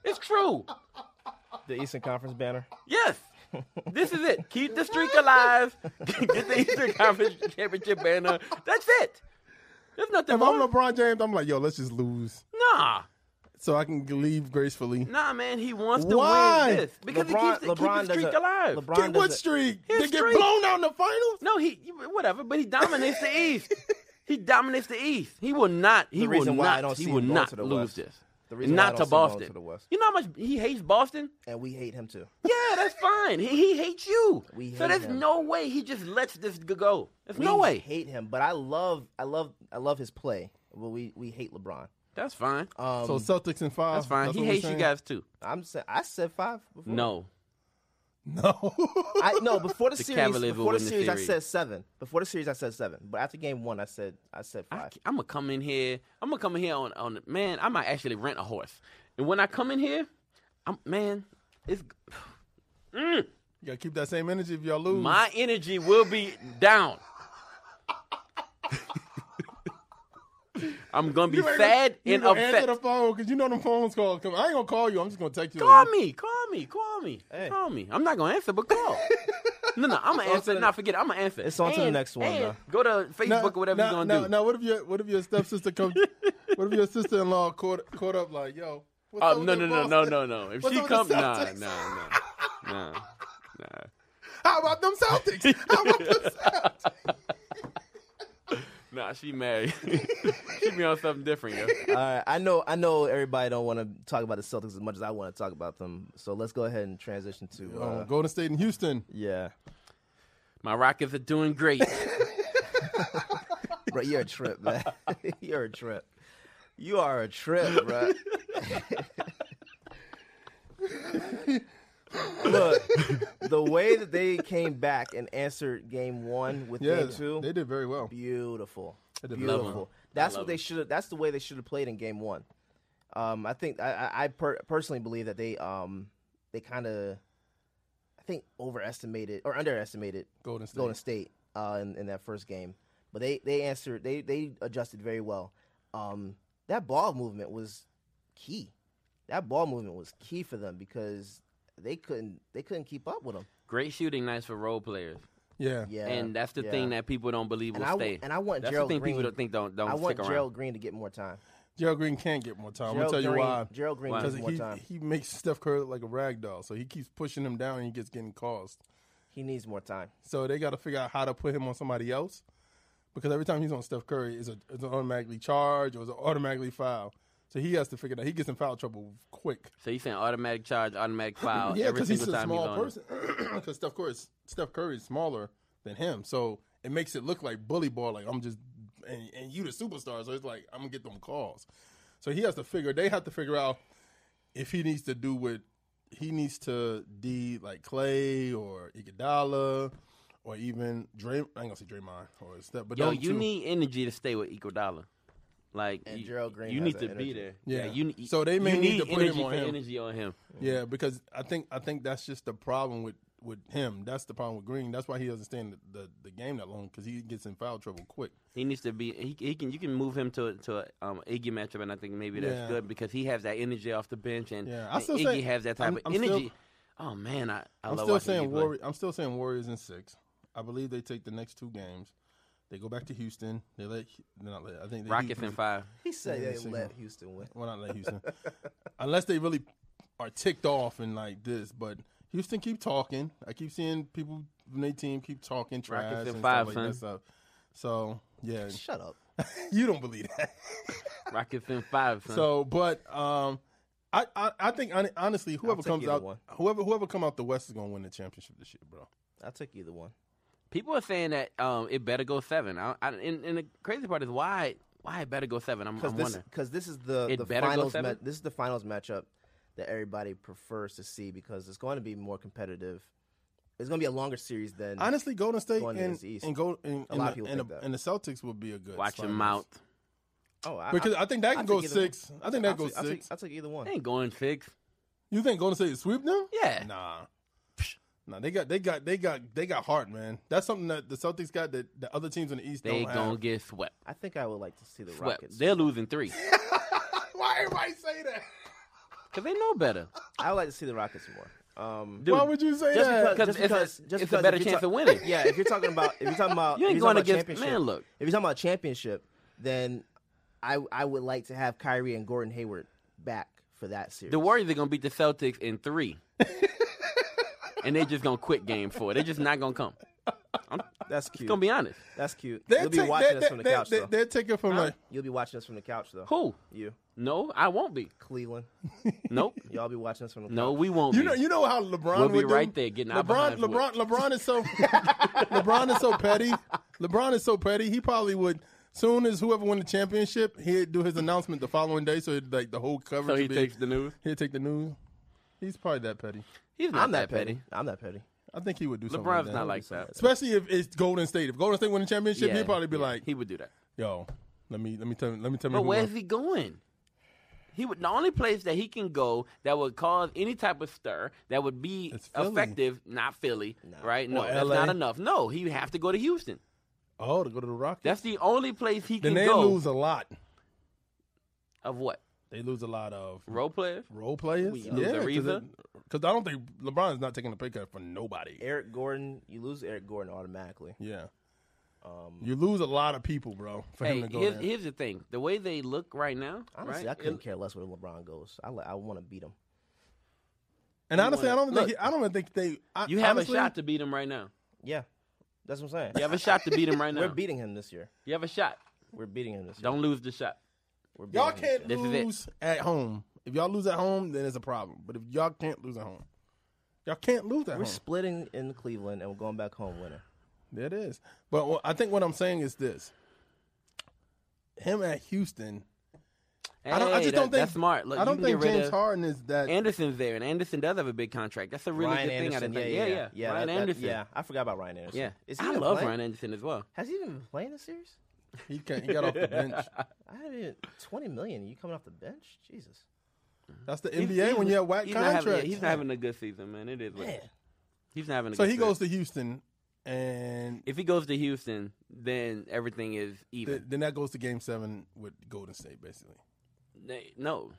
It's true. The Eastern Conference banner. Yes. This is it. Keep the streak alive. Get the Eastern Conference Championship banner. That's it. There's nothing If I'm more. LeBron James, I'm like, yo, let's just lose Nah. so I can leave gracefully. Nah, man. He wants to Why? win this. Because LeBron- he keeps, LeBron keeps the streak doesn't- alive. LeBron Get what doesn't- streak? His They get streak. blown out in the finals? No, he whatever, but he dominates the East. He dominates the East. He will not. He The will reason not. why I don't he see will him going not to the lose West. this. The reason why I don't not to see him going Boston. to the West. You know how much he hates Boston? And we hate him too. Yeah, that's fine. He, he hates you. We so hate there's him. no way he just lets this g- go. There's We no way. hate him, but I love, I love, I love his play. But we we hate LeBron. That's fine. Um, So Celtics in five. that's fine. he what we're hates you saying? guys too. I'm sa- I said five. Before. No. No. I no before the, The series. Cavaliers will Before the win the series, I series. said seven. Before the series, I said seven. But after game one, I said I said I, five. am gonna come in here. I'm gonna come in here on on man. I might actually rent a horse. And when I come in here, I'm man. It's you gotta keep that same energy if y'all lose. my energy will be down. I'm gonna be You ain't- sad you and gonna Answer the upset. phone because you know them phones call. Come, I ain't gonna call you. I'm just gonna text you. Call later. me, call me, call me, Hey. call me. I'm not gonna answer, but call. no, no, I'm gonna answer. the- Not forget, it, I'm gonna answer. It's on to the And- next one, and Go to Facebook Now- or whatever now, you're gonna now, do. Now, what if your what if your stepsister comes? what if your sister-in-law caught caught up like, yo? What's up Oh with no, the no, no, no, Boston? no, no. If What's she up with the comes, nah, nah, Celtics? nah, nah, nah. How about them Celtics? How about them Celtics? Nah, she married. she be on something different, yo. All right, I know I know everybody don't want to talk about the Celtics as much as I want to talk about them. So let's go ahead and transition to Oh, uh, Golden State and Houston. yeah. My Rockets are doing great. bro, you're a trip, man. you're a trip. You are a trip, bro. Look, the way that they came back and answered game one with Yeah, game two, they did very well. beautiful, did love beautiful. That's love what they it. should have. That's the way they should have played in game one. Um, I think I, I- I per- personally believe that they um they kind of I think overestimated or underestimated Golden State. Golden State uh, in, in that first game, but they they answered they they adjusted very well. Um, that ball movement was key. That ball movement was key for them because they couldn't they couldn't keep up with them. great shooting nights for role players. Yeah. Yeah, and that's the yeah. thing that people don't believe will and I w- stay. and I want that's Gerald the thing Green. people don't think don't don't I want stick around. Gerald Green to get more time. Gerald Green can't get more time. I'm gonna Gerald tell you Green, why. Gerald Green Why? gets Because more he, time. he makes Steph Curry look like a rag doll, so he keeps pushing him down and he gets getting calls. He needs more time. So they got to figure out how to put him on somebody else, because every time he's on Steph Curry, it's, a, it's an automatically charge or it's an automatically foul. So he has to figure that he gets in foul trouble quick. So you saying automatic charge, automatic foul yeah, every because single he's a time he's small on. it. person. Because Steph Curry, is, Steph Curry is smaller than him, so it makes it look like bully ball. Like I'm just and, and you the superstar, so it's like I'm gonna get them calls. So he has to figure. They have to figure out if he needs to do what he needs to d like Clay or Iguodala or even Dray. I ain't gonna say Draymond or Steph, but Yo, those you two. need energy to stay with Iguodala. Like And you, Gerald Green you has need that to be energy. there. Yeah. you need, So they may you need to put him energy on for him. energy on him. Yeah, because I think I think that's just the problem with with him. That's the problem with Green. That's why he doesn't stay in the, the, the game that long because he gets in foul trouble quick. He needs to be. He, he can. You can move him to to a, um, Iggy matchup, and I think maybe that's Yeah. good because he has that energy off the bench, and, Yeah, I and still Iggy say- has that type I'm- of I'm still- energy. Oh man, I, I I'm love still watching saying you play. Warriors. I'm still saying Warriors in six. I believe they take the next two games. They go back to Houston. They let they're not let. I think they Rockets Houston- in five. He said Yeah, they so- let Houston win. Well, not let Houston, unless they really are ticked off and like this. But Houston keep talking. I keep seeing people from their team keep talking trash Rockets in and five, stuff like that stuff. So yeah, Shut up. you don't believe that. Rockets in five. Son. So, but um, I, I I think hon- honestly, whoever take comes either out, one. whoever whoever come out the West is gonna win the championship this year, bro. I took either one. people are saying that um, it better go seven. I, I, and, and the crazy part is why why it better go seven. I'm, Because I'm this, wondering. 'cause this is the, It the better go finals. seven? ma- this is the finals matchup that everybody prefers to see because it's going to be more competitive. It's going to be a longer series than Honestly, Golden State Going and against the East. and go and, A and lot the, of people and, think the, that. and the Celtics would be a good Watch him out. finals. Oh, I, because I, think that I can go took either one. six. I think that I goes took- I took- six. I took either one. They ain't going six. You think Golden State sweep them? Yeah. Nah. Nah, they got they got they got they got heart, man. That's something that the Celtics got that the other teams in the East They don't gonna have. get swept. I think I would like to see the Swept. Rockets. They're losing three Why everybody say that? because they know better. I would like to see the Rockets more. Um, Dude, Why would you say just that? because, 'Cause just it's a- because, just it's a because better if you're chance ta- of winning. Yeah, if you're talking about, if you're talking about, You if ain't you're talking about going against championship, man. Look, if you're talking about championship, then I I would like to have Kyrie and Gordon Hayward back for that series. the Warriors are gonna beat the Celtics in three, and they just gonna quit game four. They're just not gonna come. That's cute. Gonna be honest. That's cute. They're You'll be take- watching they're- us from the they're- couch, they're- though. They're taking from like You'll be watching us from the couch, though. Who? You, No, I won't be. Cleveland. Nope. Y'all be watching us from the No, couch. we won't. You be. know, you know how LeBron We'll would be do? right there getting our LeBron, behinds LeBron, LeBron is so LeBron is so petty. LeBron is so petty. He probably would. Soon as whoever won the championship, he'd do his announcement the following day, so it'd, like the whole coverage. so he would be, takes the news. He'd take the news. He's probably that petty. He's not I'm that not petty. petty. I'm not petty. I think he would do something. LeBron's that. not like that. Especially if it's Golden State. If Golden State win the championship, Yeah, he'd probably be yeah, like, he would do that. "Yo, let me let me tell let me tell me But who where's won." he going? He would the only place that he can go that would cause any type of stir that would be It's Philly. effective, not Philly, right? No, Or that's LA. not enough. No, he would have to go to Houston. Oh, to go to the Rockets. That's the only place he then can they go lose a lot. of what They lose a lot of role players. role players. We lose Ariza. because I don't think LeBron's not taking a pay cut for nobody. Eric Gordon, you lose Eric Gordon automatically. Yeah, you lose a lot of people, bro, for Um, Hey, him to go here's, there. here's the thing: the way they look right now, Honestly, I right? couldn't care less where LeBron goes. I li- I want to beat him. and honestly, I don't Look. think he- I don't even think they. I, You have honestly, a shot to beat him right now. Yeah, that's what I'm saying. You have a shot to beat him right now. We're beating him this year. you have a shot. We're beating him this year. Don't lose the shot. We're beating Y'all him can't This is it. lose at home. If y'all lose at home, then it's a problem. But if y'all can't lose at home, y'all can't lose at We're home. splitting in Cleveland and we're going back home winning. There It is. But what, I think what I'm saying is this: him at Houston, I don't. I Hey, just that- don't think that's smart. Look, I you don't can think get rid James of- Harden is that. Anderson's there, and Anderson does have a big contract. That's a really Ryan good thing out of Anderson, think. yeah, yeah, yeah, yeah. Ryan that- that- Anderson. yeah, I forgot about Ryan Anderson. Yeah, Is he I even love playing? Ryan Anderson as well. Has he even been playing this series? He can't. He got off the bench. I haven't. even- Twenty million. You coming off the bench? Jesus. That's the He's- NBA he's- when you have whack he's contracts. Not having, yeah, he's not having a good season, man. It is. What it is. He's not having. A so good he season. goes to Houston, and If he goes to Houston, then everything is th- even. then that goes to Game Seven with Golden State, basically. They- no,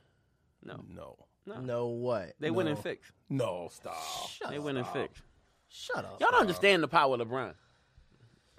no, No, No what? they win in No. six. no, stop. Shut They up. win in six. Shut up. Y'all don't understand the power of LeBron.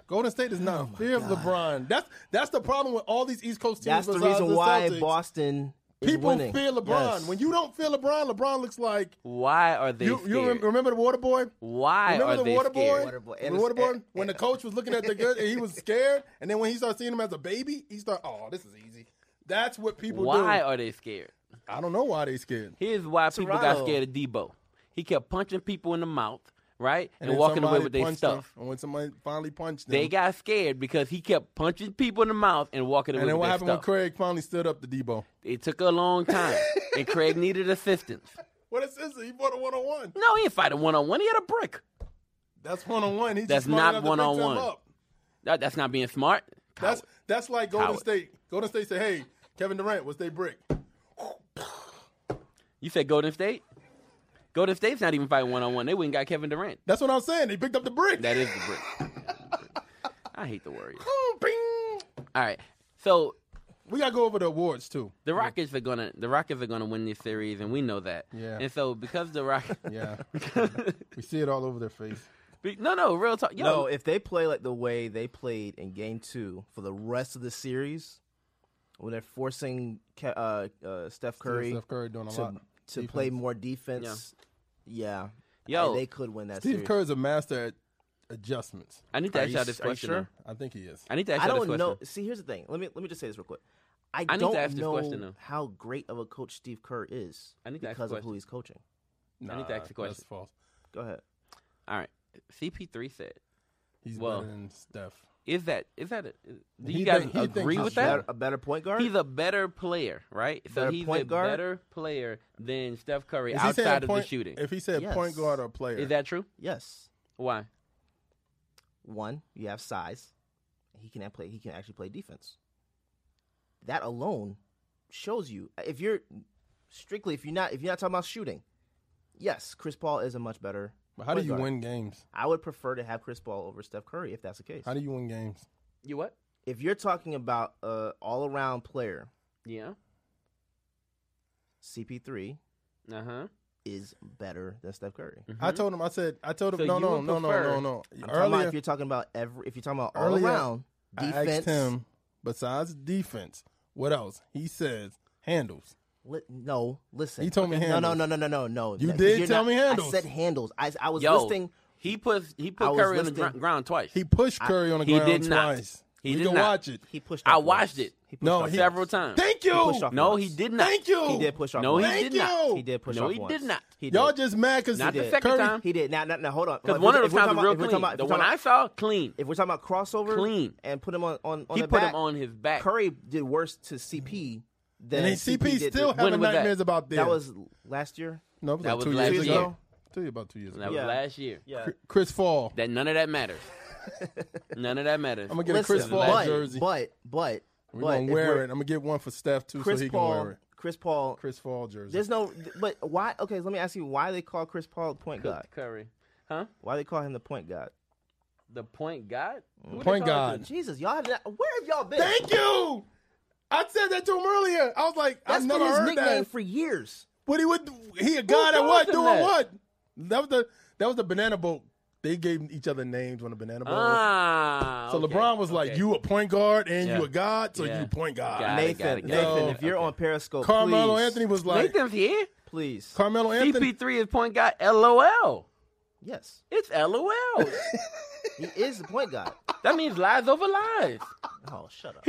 Golden State is Oh not fear of LeBron. That's that's the problem with all these East Coast teams. That's the besides reason why Celtics. Boston is people winning. fear LeBron. Yes. When you don't fear LeBron, LeBron looks like Why are they you. You scared? remem- remember the Water Boy? Why Remember are the they water boy? scared? Water boy. The water boy? And- When the coach was looking at the good and he was scared, and then when he started seeing him as a baby, he started, oh, this is easy. That's what people Why do. are they scared? I don't know why they scared. Here's why people got Toronto. scared of Debo. He kept punching people in the mouth, right, and, then walking away somebody with their punched him, stuff. and when somebody finally punched him, They got scared because he kept punching people in the mouth and walking away and then with what their happened stuff. when Craig finally stood up to Debo? It took a long time, and Craig needed assistance. What is this? He bought a one on one. No, he didn't fight a one on one. He had a brick. That's one on one. That's not one-on-one. That, that's not being smart. That's Coward. that's like Golden Coward. State. Golden State said, "Hey, Kevin Durant, what's they brick?" you said Golden State. Golden State's not even fighting one on one. They wouldn't got Kevin Durant. That's what I'm saying. They picked up the brick. That is the brick. I hate the Warriors. Boom, bing. All right. So We gotta go over the awards too. The Rockets are gonna the Rockets are gonna win this series, and we know that. Yeah. And so because the Rockets, Yeah, we see it all over their face. no, no, real talk. Yo, No, if they play like the way they played in game two for the rest of the series, when they're forcing Ke- uh, uh, Steph Curry, Steph Curry doing a to, lot. to play Defense. more defense, yeah. Yo. And they could win that Steve series. Kerr's a master at adjustments. I need to Are ask you y'all s- this are you question. sure? though. I think he is. I need to ask I y'all this don't question. know. See, here's the thing. Let me let me just say this real quick. I, I need to don't ask this know question, though. how great of a coach Steve Kerr is I need to ask because the of who question. he's coaching. I need to ask the Nah, That's question. false. Go ahead. All right, CP3 said, He's Well, better than Steph. "Is that is that? A, do He you guys think- he thinks agree he's with Better- that? better. a better point guard. He's a better player, right? so Better he's a point guard? better player than Steph Curry Is he saying outside of point, the shooting. If he said Yes. point guard or player, Is that true? yes. Why? One, you have size. He can act- play. He can actually play defense. That alone shows you if you're strictly if you're not if you're not talking about shooting. Yes, Chris Paul is a much better. but how do point you guard. win games? I would prefer to have Chris Paul over Steph Curry if that's the case. How do you win games? You what? if you're talking about a all around player, Yeah. CP3 Uh huh. is better than Steph Curry. I told him. I said. I told him. Mm-hmm. So no, you no, would no, no, no, prefer- no. I'm talking about Earlier, if you're talking about every if you're talking about all Earlier, around I defense. asked him. Besides defense, what else? He says handles. Li- no, listen. He told me No, no, handles. no, no, no, no, no. You no, 'cause did you're tell me I handles. said handles. I, I was Yo, listing. he put he I put was Curry on the listening. gr- ground twice. He pushed Curry on the he ground did not. twice. He we did can not. watch it. He pushed. I off watched once. it. He pushed No, off he- once. several times. Thank you. pushed off no, once. he did not. Thank you. He did push off. No, he once. Thank did not. you. He did push No, off he once. did not. He did. Y'all just mad because Not the Curry, second time. He did. Now, now, now hold on. Because If one we're- of if those we're times talking was real about- if we're clean. talking about- if the we're one talking I saw, clean. If we're talking about crossover, Clean. and put him on on, on He the put back, him on his back. Curry did worse to CP than and then CP did still to- having When was that? nightmares about this. That was last year. no, it was that like was two last years year. ago. Two about two years that ago. was Yeah. last year. Yeah. Chris Fall. That none of that matters. none of that matters. I'm gonna get a Chris Listen, Paul but, jersey. But but We're but gonna if wear we're- it. I'm gonna get one for Steph too, Chris so he can Paul. wear it. Chris Paul. Chris Paul jersey. There's no. But why? Okay, let me ask you why they call Chris Paul the point guard. Curry, huh? Why they call him the point guard? The point guard. Who they Point call it? guard. Jesus, y'all have not, where have y'all been? Thank you. I said that to him earlier. I was like, That's I've been never his heard nickname that. for years. What he would? He a god at calls what? him Doing that? what? That was the that was the banana boat. They gave each other names on the banana boat. Ah. so okay, LeBron was like, okay. "You a point guard and Yeah. you a god, so Yeah. you point guard." Got it, Nathan, got it, got it. Nathan, No. if you're on Periscope, Carmelo please, Anthony was like, Nathan's here. please, Carmelo Anthony. CP3 is point guard. LOL. yes, It's LOL. he is the point guard. that means lies over lies. Oh, shut up.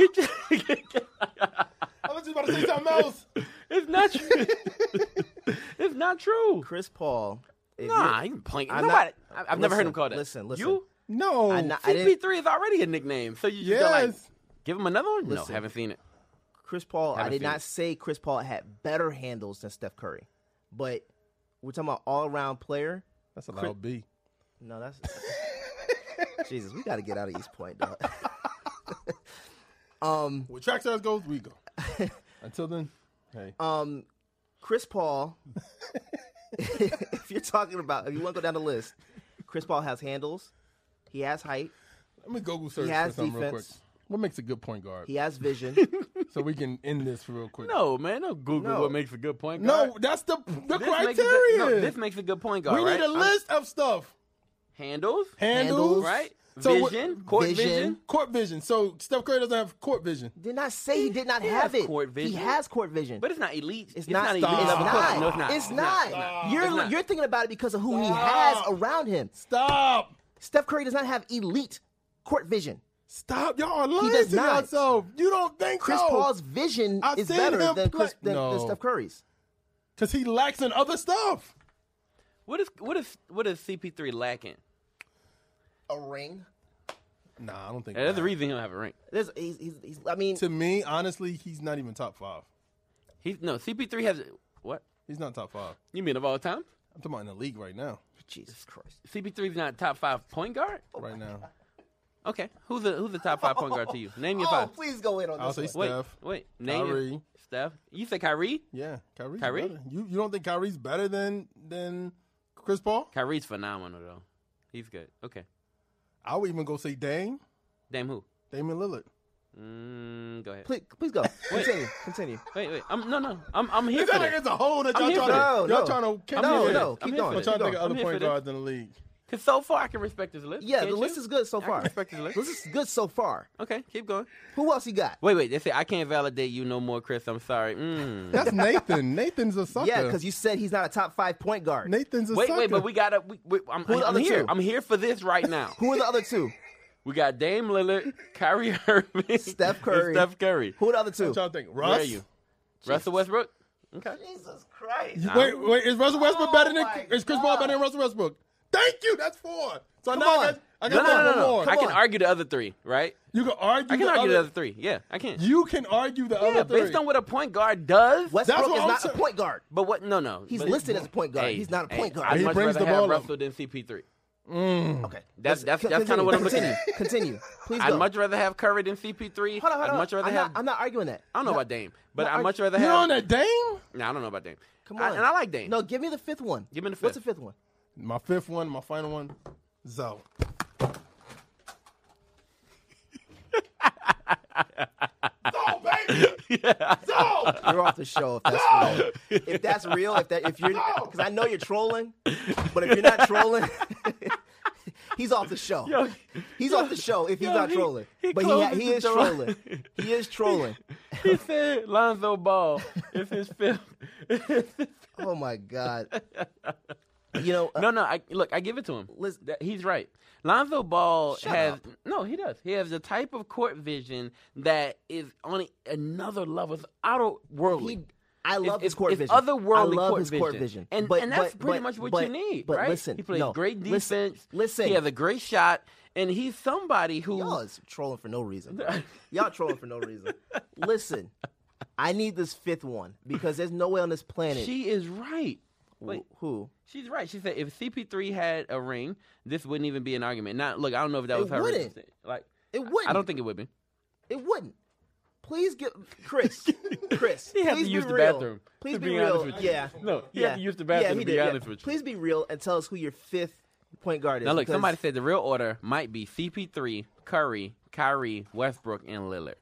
I was just about to say something else. it's not true. it's not true. Chris Paul. if Nah, you're- he's playing. I'm Nobody, not- I- I've never heard him listen, call that. listen, listen. You No, I not- I didn't- CP3 is already a nickname, so you just go like, yes. give him another one. Listen. no, haven't seen it. Chris Paul. I Haven't did seen not it. say Chris Paul had better handles than Steph Curry, but we're talking about all around player. That's a loud B. No, that's Jesus. We got to get out of East Point, dog. um, Where track stars goes, we go. Until then, hey. um, Chris Paul. if you're talking about, if you want to go down the list, Chris Paul has handles. He has height. Let me Google search He has for something real quick. defense. What makes a good point guard? He has vision. So we can end this real quick. No, man, no Google No. what makes a good point guard. no, that's the the this criteria. Makes a good, no, this makes a good point guard. we right? need a I'm- list of stuff. handles, Handles, Handles, right? So what- vision, court Vision. vision. Court vision. So Steph Curry doesn't have court vision. did not say he did not he have has it. court He vision. has court vision. but it's not elite. It's, not, elite. Stop. level It's court. not. No, it's not. It's not. You're It's not. you're thinking about it because of who he has Stop. around him. Stop. Steph Curry does not have elite court vision. Stop. Y'all are lying does to not. yourself. You don't think Chris so. Paul's vision I've is seen better him than, play- Chris, than, than No. Steph Curry's. Because he lacks in other stuff. What if what if what if CP3 lacking? A ring. Nah, I don't think Yeah, That's that. the reason he don't have a ring. There's, he's, he's, he's, I mean, To me, honestly, he's not even top five. He's no CP3 has what? He's not top five. You mean of all time? I'm talking about in the league right now. Jesus Christ. CP3 is not top five point guard. Right now. Okay, who's the who's the top five point guard to you? Name your oh, five. please go in on I'll this. say one. Wait, Steph. wait. Name your- Kyrie. Steph. You say Kyrie? Yeah, Kyrie's Kyrie? better. You you don't think Kyrie's better than than Chris Paul? Kyrie's phenomenal though. He's good. Okay. I would even go say Dame, Damn who? Damian Lillard. Mm, go ahead. Please, please go. Continue. continue. Wait, wait. I'm, no, no. I'm, I'm here It's for not like that. it's a hole that y'all I'm here trying to. for that. No, y'all no. trying to catch No, me. no. I'm Keep going. here for I'm this. trying to Keep think going. of other I'm here for point this. guards in the league. Cause so far I can respect this list. Yeah, can't the list you? is good so I far. can respect this list. This is good so far. Okay, keep going. Who else you got? Wait, wait. They say I can't validate you no more, Chris. I'm sorry. Mm. That's Nathan. Nathan's a sucker. Yeah, because you said he's not a top five point guard. Nathan's a Wait, sucker. wait. But we gotta. We, we, I'm, are the I'm other here. two? I'm here for this right now. Who are the other two? we got Dame Lillard, Kyrie Irving, Steph and Curry. Steph Curry. Who are the other I'm two? trying to think. Russ. Where are you? Russell Westbrook. Okay. Jesus Christ. Wait, wait. Is Russell Westbrook better than my is Chris Paul better than Russell Westbrook? Thank you. That's four. So now on. I got, I No, got no, no, one no. more. no. I can on. argue the other three, right? You can argue. I can the argue other- the other three. Yeah, I can. You can argue the yeah, other three. based on what a point guard does. Westbrook what is I'm not a saying. point guard. But what? No, no. He's But- listed as a point guard. Hey, He's not a hey, point I'd guard. He much brings rather the have ball up. Russell than CP3. Okay. That's that's Con- that's kind of what I'm looking continue, at. Continue. Please I'd go. much rather have Curry than CP3. Hold on, hold I'd on. much rather I'm, have. not, I'm not arguing that. I don't know about Dame, but I'd I- much rather You have. on that Dame? Nah, I don't know about Dame. Come I- on. and I like Dame. No, give me the fifth one. Give me the What's the fifth. fifth one? My fifth one, my final one, Zoe. Zoe, baby. Zoe. You're off the show if that's real. If that's real, if that if you're because I know you're trolling, but if you're not trolling, he's off the show. Yo, he's off the show if he's yo, not he- trolling. he but he, ha- closes he the is door. trolling. He is trolling. he said Lonzo Ball is his fifth. Oh my god. You know, uh, no, no. I look. I give it to him. Listen- That- he's right. Lonzo Ball Shut has up. no. He does. He has the type of court vision that is on another level. It's out worldly. he. I love It's- his court it's vision. otherworldly I love court his court vision. vision. And- but, and that's but- pretty but- much what but- you need, But right? listen, he plays no, great listen- defense. Listen, he has a great shot, and he's somebody who. Y'all is trolling for no reason. bro. Y'all trolling for no reason. Listen, I need this fifth one because there's no way on this planet She is right. wh- Wait, who she's right. She said if CP3 had a ring, this wouldn't even be an argument. Now, look, I don't know if that It was her. original wouldn't. sta- Like, it I- wouldn't. I don't think it would be. it wouldn't. Please give Chris. Chris, He had to please be use the real. bathroom, Please to be, be honest real. with you. Yeah. No, he yeah. had to use the bathroom, Yeah, he to be did, yeah. honest with you. Please be real and tell us who your fifth point guard is. Now, look, because somebody said the real order might be CP3, Curry, Kyrie, Westbrook, and Lillard.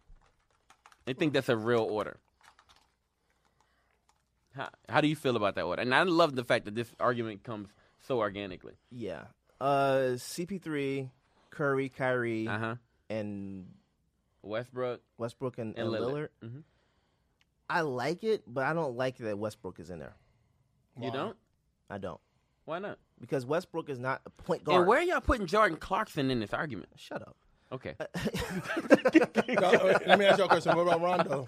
They think that's a real order. How, how do you feel about that order? And I love the fact that this argument comes so organically. Yeah. Uh, CP3, Curry, Kyrie, Uh huh. and Westbrook Westbrook and, and, Lillard. Lillard. hmm I like it, but I don't like that Westbrook is in there. You don't? I don't. Why not? because Westbrook is not a point guard. And where are y'all putting Jordan Clarkson in this argument? Shut up. Okay. Uh, Let me ask you a question. What about Rondo?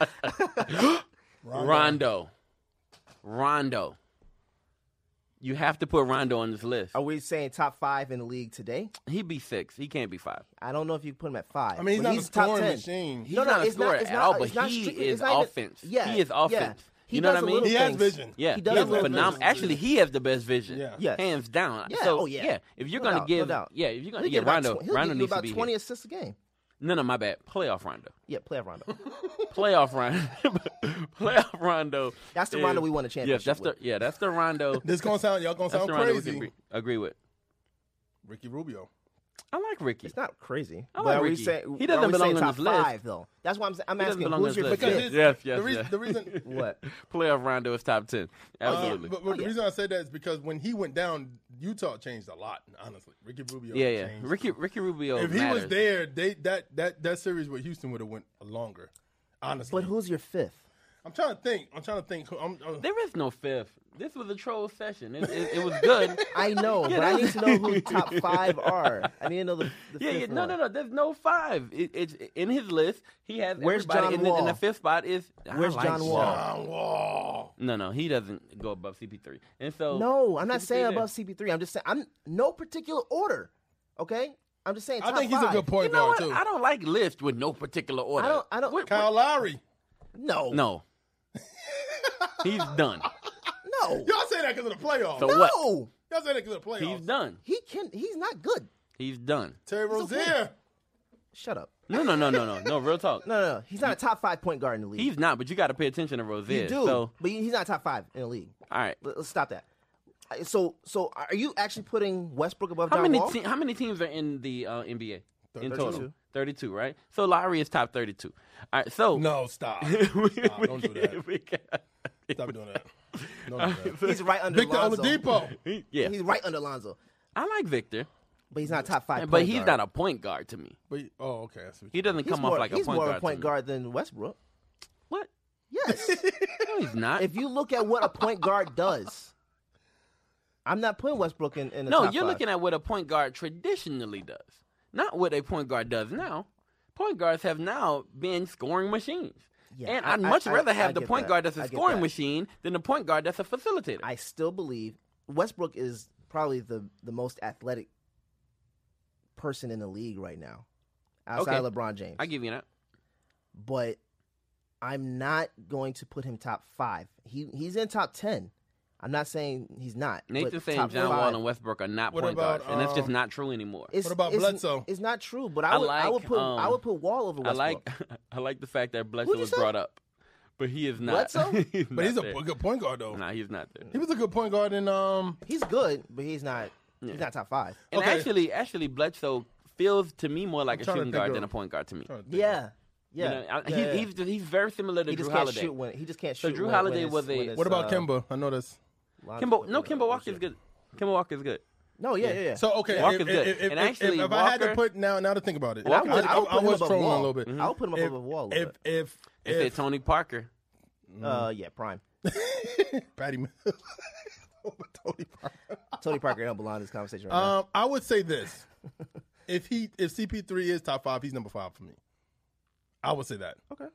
Rondo. Rondo. You have to put Rondo on this list. Are we saying top five in the league today? He'd be six. He can't be five. I don't know if you put him at five. I mean, he's but not a he's top scoring 10. machine. He's No, no, not a it's not- scorer it's at not- all, but it's not he strictly- is it's not even- offense. yeah, He is yeah. offense. He you know does what a I mean? little He has things. vision. yeah, he does he have is little phenomenal. things. Actually, he has the best vision. Yeah. Yes. hands down. Yeah, So, oh, yeah. if you're No gonna doubt, no give, doubt. yeah, if you're gonna He'll yeah, get about Rondo, tw- he'll Rondo get you needs about to be 20 here. assists a game. No, no, my bad. Playoff Rondo. Yeah, play at Rondo. Playoff Rondo. Playoff Rondo. That's the is- Rondo we won a Yeah, championship that's the with. yeah, that's the Rondo. This gonna sound y'all gonna that's sound the Rondo we crazy. can agree, agree with. Ricky Rubio. I like Ricky. It's not crazy. I like but are we Ricky. saying He doesn't are we belong saying on top this list. five though? That's why I'm, sa- I'm doesn't asking belong on who's this your list. Because Yeah. fifth? this, Yes, yes, the reason, yes. the reason What? Playoff Rondo is top ten. Absolutely. Uh, But, but the yeah. reason I said that is because when he went down, Utah changed a lot. Honestly, Ricky Rubio. yeah, yeah. changed. Ricky Ricky Rubio. If he matters. was there, they that that that series with Houston would have went longer. Honestly, But who's your fifth? I'm trying to think. I'm trying to think. who- I'm, uh, I'm, There is no fifth. This was a troll session. It, it, it was good. I know, but I need to know who top five are. I need to know the, the yeah, fifth yeah, no, one. no, no. There's no five. It, it's in his list. He has Where's everybody, John and, then- and Wall? the fifth spot is I Where's like John Wall? John Wall. No, no, he doesn't go above CP3. And so No, I'm not CP3 saying there. above CP3. I'm just saying I'm no particular order. Okay, I'm just saying. I Top think he's a five. good You point know guard what? too. I don't like lists with no particular order. I don't. I don't. Kyle Lowry. no. No, he's done. No. Y'all say that because of the playoffs. So No. what? Y'all say that because of the He's playoffs. done. He can. He's not good. He's done. Terry okay. Rozier. Shut up. No, no, no, no, no, no. Real talk. No, no, no. He's not a top five point guard in the league. He's not. But you got to pay attention to Rozier. you do, So all but he- he's not top five in the league. right. Let- Let's stop that. I- So, so are you actually putting Westbrook above How John many Wall? te- how many teams are in the uh, NBA in Thirty-two. total? 32, right? So Lowry is top 32. All right, so No, stop. we, Nah, don't do that. we got- Stop doing that. Don't do that. He's right under Victor Lonzo. Oladipo. yeah, He's right under Lonzo, I like Victor, but he's not top five. but he's not a point guard to me. But oh, okay. I see what He you- doesn't He's come more, off like a he's point more guard. a point to me. guard than Westbrook. What? Yes. No, he's not. if you look at what a point guard does, I'm not putting Westbrook in. in the no, top you're five. looking at what a point guard traditionally does, not what a point guard does now. Point guards have now been scoring machines. Yeah, and I- I'd I- much I- rather I have the get point that. guard that's I a get scoring that. machine than the point guard that's a facilitator. I still believe Westbrook is probably the the most athletic person in the league right now, outside Okay. of LeBron James. I give you that. but I'm not going to put him top five. He he's in top ten. I'm not saying he's not. but Nathan's saying top John five. Wall and Westbrook are not What point about, guards, and that's just uh, not true anymore. It's, What about it's, Bledsoe? It's not true, but I I would I, like, would put I um, would put Wall over I Westbrook. like I like the fact that Bledsoe Who'd you was say? brought up, but he is not. Bledsoe? But he's a there. good point guard though. Nah, he's not there. He was a good point guard in um. he's good, but he's not Yeah. he's not top five. And Okay. actually, actually, Bledsoe feels to me more like I'm a trying to shooting think guard of- than a point guard to me. trying to think. Yeah. Yeah. You know, I- yeah, he, yeah. He's just- he's very similar to he Drew just can't Holiday. shoot when he just can't So shoot. Drew when- when Holiday it's- was a- when it's, What about uh, Kimba? I know that's Lonzo- Kimbo, no, uh, Kimbo Walker's good. Kimbo Walker's good. No, yeah, yeah, yeah. so okay. Walker's if, good. If, if, And if- actually, if I had to Walker- put now, now to think about it, And I would, I, I would put I him was above trolling Wall. a little bit. I would put him If- above Wall. A If little if Mm-hmm. They said if Tony Parker. bit. Uh, yeah, prime. Patty Mills over Tony Parker. Tony Parker don't belong in this conversation right Um, I would say this: if he if CP3 is top five, he's number five for me. I would say that. now. Okay.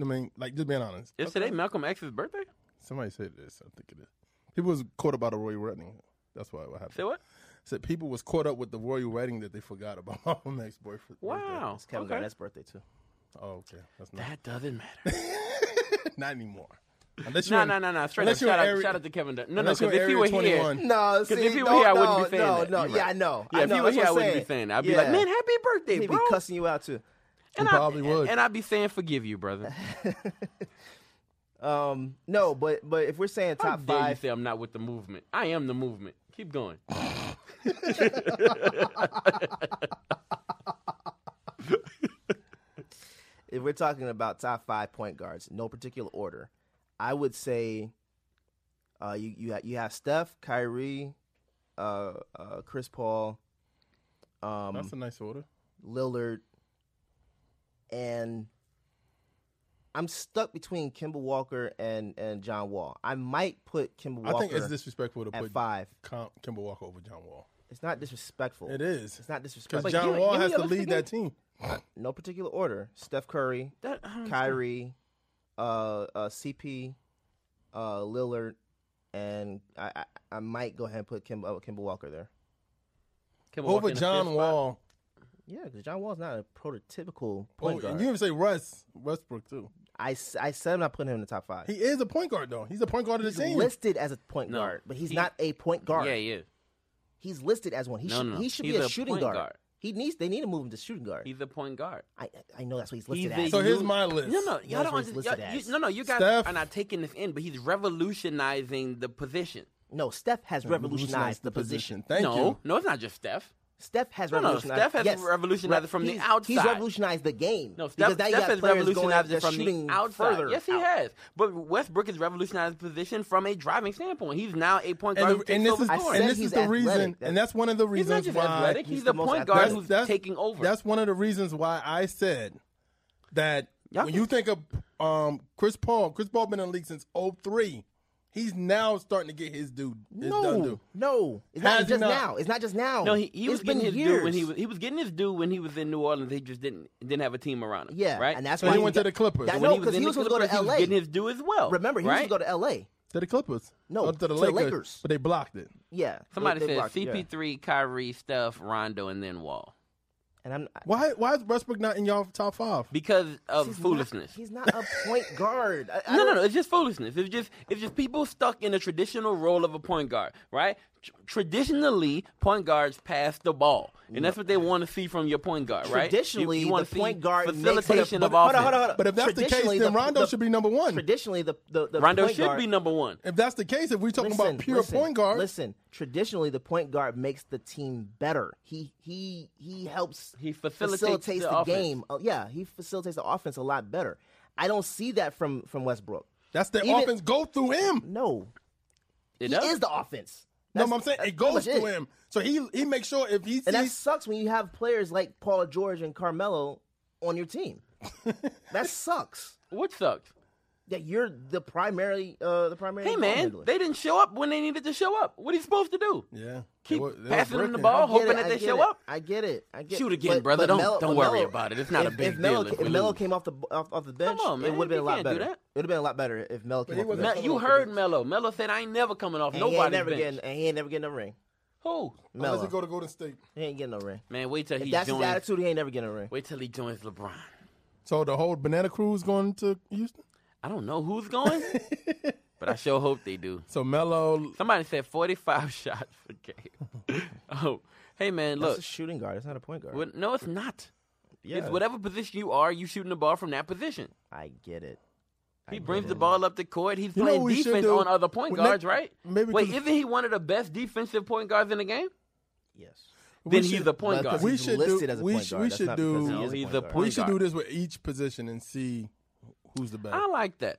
I mean, like just being honest. Is today Malcolm X's birthday? Somebody said this. I think it is. People was caught about the royal wedding. That's why what happened. Say what? Said people was caught up with the royal wedding that they forgot about my ex boyfriend. Wow. It's Kevin okay. Garnett's birthday too. Oh, okay. That's not That doesn't matter. not anymore. Unless no, in- no, no, no. Straight up. unless you're Shout in out, area- shout out to Kevin. Dar- No, no, unless because you're if he Area were here, 21. No, because see, if he were no, here, I wouldn't no, be saying no, that. No, You're yeah, right. I know. Yeah, I if know. he were That's here, what I I'm wouldn't be saying. saying that. I'd be Yeah. like, man, happy birthday, He'd be bro. cussing you out too. and He I, probably would. And I'd be saying, forgive you, brother. Um, no, but but if we're saying How top dare you five, say I'm not with the movement? I am the movement. Keep going. if we're talking about top five point guards, no particular order, I would say, uh, you you have, you have Steph, Kyrie, uh, uh, Chris Paul, um, That's a nice order. Lillard, and I'm stuck between Kimball Walker and and John Wall. I might put Kimball Walker I think it's disrespectful to at put five. Com- Kimber Walker over John Wall. It's not disrespectful. It is It's not because disrespectful. John give me- Wall give me has your to list lead that team. no particular order. Steph Curry, That, I don't Kyrie, uh, uh, CP, uh, Lillard, and I, I, I might go ahead and put Kimba, uh, Kimba Walker there. Kemba Walker Over in the John fifth spot. Wall. Yeah, because John Wall's not a prototypical Oh, point and guard. you even say Russ Westbrook too. I, s- I said I'm not putting him in the top five. He is a point guard though. He's a point guard of the he's team. listed as a point No, guard, but he's he- not a point guard. Yeah, yeah. He's listed as one. He No, should no, no. he should He's be a, a shooting point guard. guard. He needs they need to move him to shooting guard. He's a point guard. I I know that's what he's listed He's a- as. So here's You- my list. No, no, y'all That's what don't he's understand. listed y'all- you- as. No, no, you guys Steph- are not taking this in, but he's revolutionizing the position. no, Steph has revolutionized the position. Thank no, you. no, it's not just Steph. Steph has No, no, revolutionized. Steph has yes, revolutionized re- it from the he's- He's outside. revolutionized the game. No, Steph, because now you Steph got has players revolutionized going, it from shooting the outside. Further yes, he out. has. But Westbrook has revolutionized the position from a driving standpoint. He's now a point guard And, the, who takes and this over is scoring. scoring. and I this said is he's the reason, athletic. and that's one of the he's not reasons just why athletic. He's, the the most point guard athletic. who's taking over. That's one of the reasons why I said that Y'all when can- you think of um, Chris Paul, Chris Paul been in the league since 03. He's now starting to get his dude. His done No, due. no, it's Has not he just not? now. It's not just now. no, he, he It's was getting been his years. due when he was he was getting his due when he was in New Orleans. He just didn't didn't have a team around him. yeah, right. and that's So why he went got- to the Clippers. That, And when no, he was because in he the was supposed to go to Clippers, he was L.A. getting his due as well. Remember, he right? was supposed to go to L.A. To the Clippers. No, Or to the, to the Lakers, Lakers. But they blocked it. Yeah, they- Somebody they said blocked, yeah. CP3, Kyrie, Steph, Rondo, and then Wall and I'm Why Why is Westbrook not in y'all top five? because of he's not- foolishness. he's not a point guard. I, I no, no, don't- no. It's just foolishness. It's just it's just people stuck in a traditional role of a point guard, right? tr- traditionally point guards pass the ball, and that's what they want to see from your point guard, right? You- Traditionally, you, want the point guard makes- facilitation but- of but- hold offense. on, hold on, hold on. But if that's the case, Traditionally, then the- Rondo the- should be number one. Traditionally, the the, the Rondo point should guard, be number one. If that's the case, if we're talking about pure listen, point guard, Listen, traditionally the point guard makes the team better. He he he helps. He facilitates the the, offense. game. Uh, yeah, he facilitates the offense a lot better. I don't see that from from Westbrook. that's the even- offense. Go through him. No, It he does. is the offense. No, That's- but I'm saying that's it pretty goes much through him. So he he makes sure if he and that sees sucks when you have players like Paul George and Carmelo on your team. that sucks. what sucks? That you're the primary, uh, the primary. Hey ball man, handler. they didn't show up when they needed to show up. What are you supposed to do? Yeah. Keep were- were passing him the bricking. I ball. get hoping it, that I they get show it. up. I get it. I get Shoot it. again, But- brother. but Don't- Melo- but don't worry Melo- about it. It's not a if, big if Melo, deal if we If Melo lose. came off the off, off the bench, on, it man. would have been You a lot can't do better. that. It would have been a lot better if Melo came he off wasn't the bench. Now, That's you what heard it is. Melo. Melo said, "I ain't never coming off And he ain't nobody's never bench." getting, and he ain't never getting a ring. Who? Unless Melo, he go to Golden State. he ain't getting no ring. Man, wait till If he that's his joins. attitude. He ain't never getting a ring. Wait till he joins LeBron. So the whole banana crew is going to Houston. I don't know who's going, but I sure hope they do. So Melo, Somebody said 45 shots per game. oh, hey man, That's look. a shooting guard. It's not a point guard. what- no, it's not. yeah, It's whatever position you are, you shooting the ball from that position. I get it. He brings the ball up the court. He's You know playing what we should defense do? on other point Well, ne- guards, right? maybe Wait, 'cause- isn't he one of the best defensive point guards in the game? Yes. Then should- he's a point Well, 'cause guard. we he's should do- listed as a we point should- guard. we That's should not because do- he is No, he's a guard. point we should guard. do this with each position and see who's the better. I like that.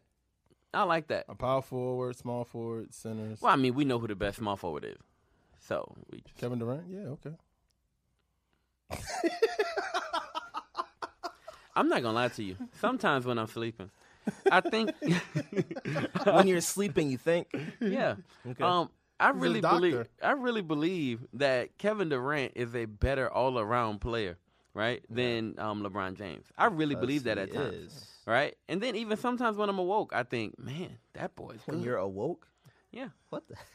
I like that. a power forward, small forward, centers. Well, I mean, we know who the best small forward is. So we just, Kevin Durant. Yeah, okay. I'm not gonna lie to you. Sometimes when I'm sleeping, I think, when you're sleeping, you think. yeah. Um, I a really doctor. believe I really believe that Kevin Durant is a better all around player, right, than um, LeBron James. I really believe that at he times, is. right? And then even sometimes when I'm awoke, I think, man, that boy's When good. you're awoke, yeah. what the?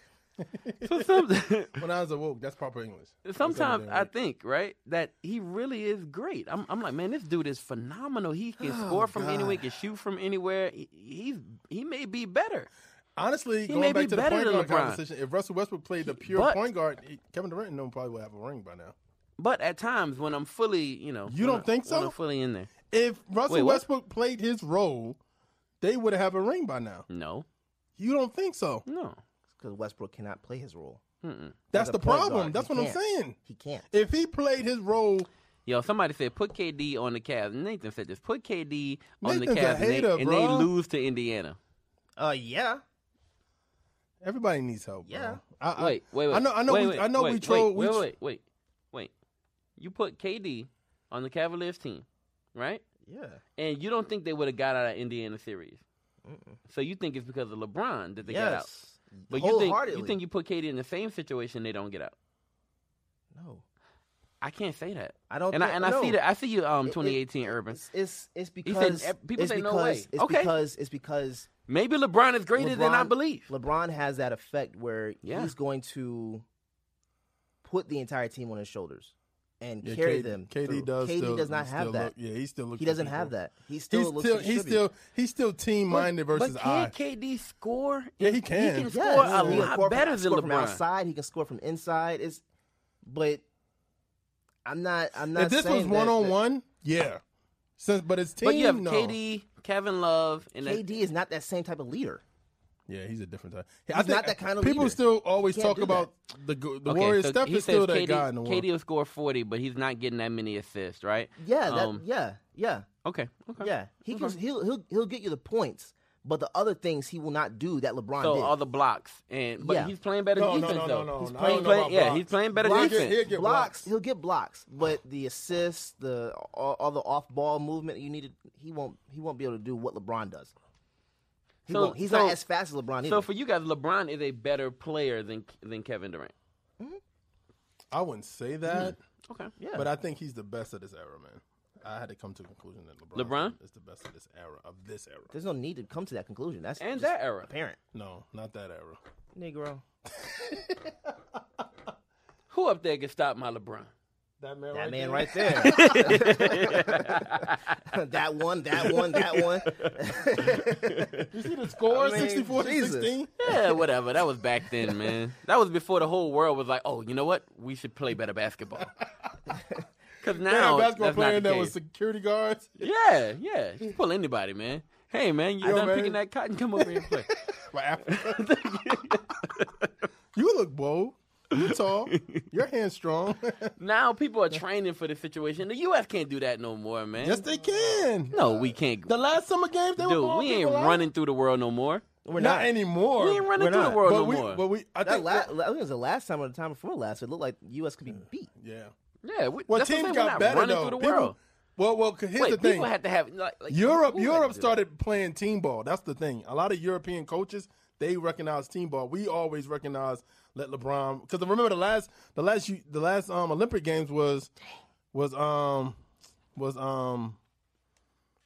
So some, When I was awoke, that's proper English. sometimes Kevin I Durant. think, right, that he really is great. I'm, I'm like, man, this dude is phenomenal. He can Oh, score from anywhere, can shoot from anywhere. He, he's he may be better. Honestly, He may going be back to the better point than guard LeBron. conversation, if Russell Westbrook played the pure but- point guard, he- Kevin Durant no probably would have a ring by now. But at times when I'm fully, you know, You when don't I- think when so? I'm fully in there. If Russell Wait, what? Westbrook played his role, they would have a ring by now. No, You don't think so? no. Because Westbrook cannot play his role. That's As a the point problem. guard, That's he what I'm can't. saying. He can't. If he played his role, Yo, somebody said put KD on the Cavs. Nathan said this. Put KD on Nathan's the a Cavs, and, hater, they, and they bro. lose to Indiana. Uh, yeah. everybody needs help. bro. Yeah. I, I, Wait, wait, wait. I know. I know. Wait, we, wait, I know. wait, we troll. Wait, we wait, tr- wait, wait, wait. You put KD on the Cavaliers team, right? Yeah. And you don't think they would have got out of Indiana series. So you think it's because of LeBron that they got out. yes. But you think you Wholeheartedly. think you put KD in the same situation they don't get out. No. I can't say that. I don't And I think- and I see no. that I see you um It- it- 2018 Urban. It's it's, it's said, because eh, people it's say no because, way. It's Okay. because it's because Maybe LeBron is greater than I LeBron- believe. LeBron has that effect where Yeah. he's going to put the entire team on his shoulders and Yeah, K- carry them. KD through. does. KD still- does not still have that. Look, yeah, he still looks. he for doesn't people. have that. He still He's looks still. to He's distribute. still. He's still team minded versus but I. can KD score? Yeah, he can. He can Yes, score he a can lot score from- better than score from LeBron. outside. He can score from inside. It's, but I'm not. I'm not. If this was saying that- one on that- one, yeah. Since but it's team. But you have no. KD, Kevin Love, and that- KD is not that same type of leader. Yeah, he's a different type. He's not that kind of People leader. still always He can't talk do about the go- the Okay, Warriors. so Steph he is still says that KD, guy in the world. KD will score 40, but he's not getting that many assists, right? Yeah. That, Um, yeah. Yeah. Okay. Okay. Yeah. He can. He'll he'll he'll get you the points, but the other things he will not do that LeBron So did. all the blocks and but Yeah. he's playing better No, no, defense no, though. no, no, He's no, I playing, don't know playing- about yeah, blocks. he's playing better Blocks- defense. he'll get blocks. He'll get blocks, but the assists, the all, all the off-ball movement you needed, he won't. He won't be able to do what LeBron does. He So- won't, he's so- not as fast as LeBron. Either. So for you guys, LeBron is a better player than than Kevin Durant. I wouldn't say Mm-hmm. that, Okay. Yeah. but I think he's the best of this era, man. I had to come to the conclusion that LeBron, LeBron? is the best of this era of this era. There's no need to come to that conclusion. That's And just that era. apparent, No, not that era. Negro. Who up there can stop my LeBron? That man, That right man there. right there. that one, that one, that one. You see the score? I mean, 64 to Jesus. 16? Yeah, whatever. That was back then, man. That was before the whole world was like, oh, you know what? We should play better basketball. Because now, Now, basketball that's not player the that case. was security guards. yeah, yeah. You can pull anybody, man. Hey, man, you Yo, done man. picking that cotton? Come over here and play. Like, Africa. you look bold. You tall. Your hands strong. now people are training for the situation. The U.S. can't do that no more, man. yes, they can. no, we can't. The last summer games, they were Dude, blowing we ain't people out. running through the world no more. We're not, not. anymore. We ain't running we're through not. the world but no we, more. but we, I That think, la- I think it was the last time or the time before last. It looked like the U.S. could be beat. yeah. yeah, we, Well, that's what teams I'm saying, we're got not better running though. through the People- world. well, well, 'cause here's Wait, the thing. people had to have like, like Europe, who had Europe to do that? started playing team ball. That's the thing. A lot of European coaches they recognize team ball. We always recognize let LeBron because remember the last the last you- the last um Olympic games was was um was um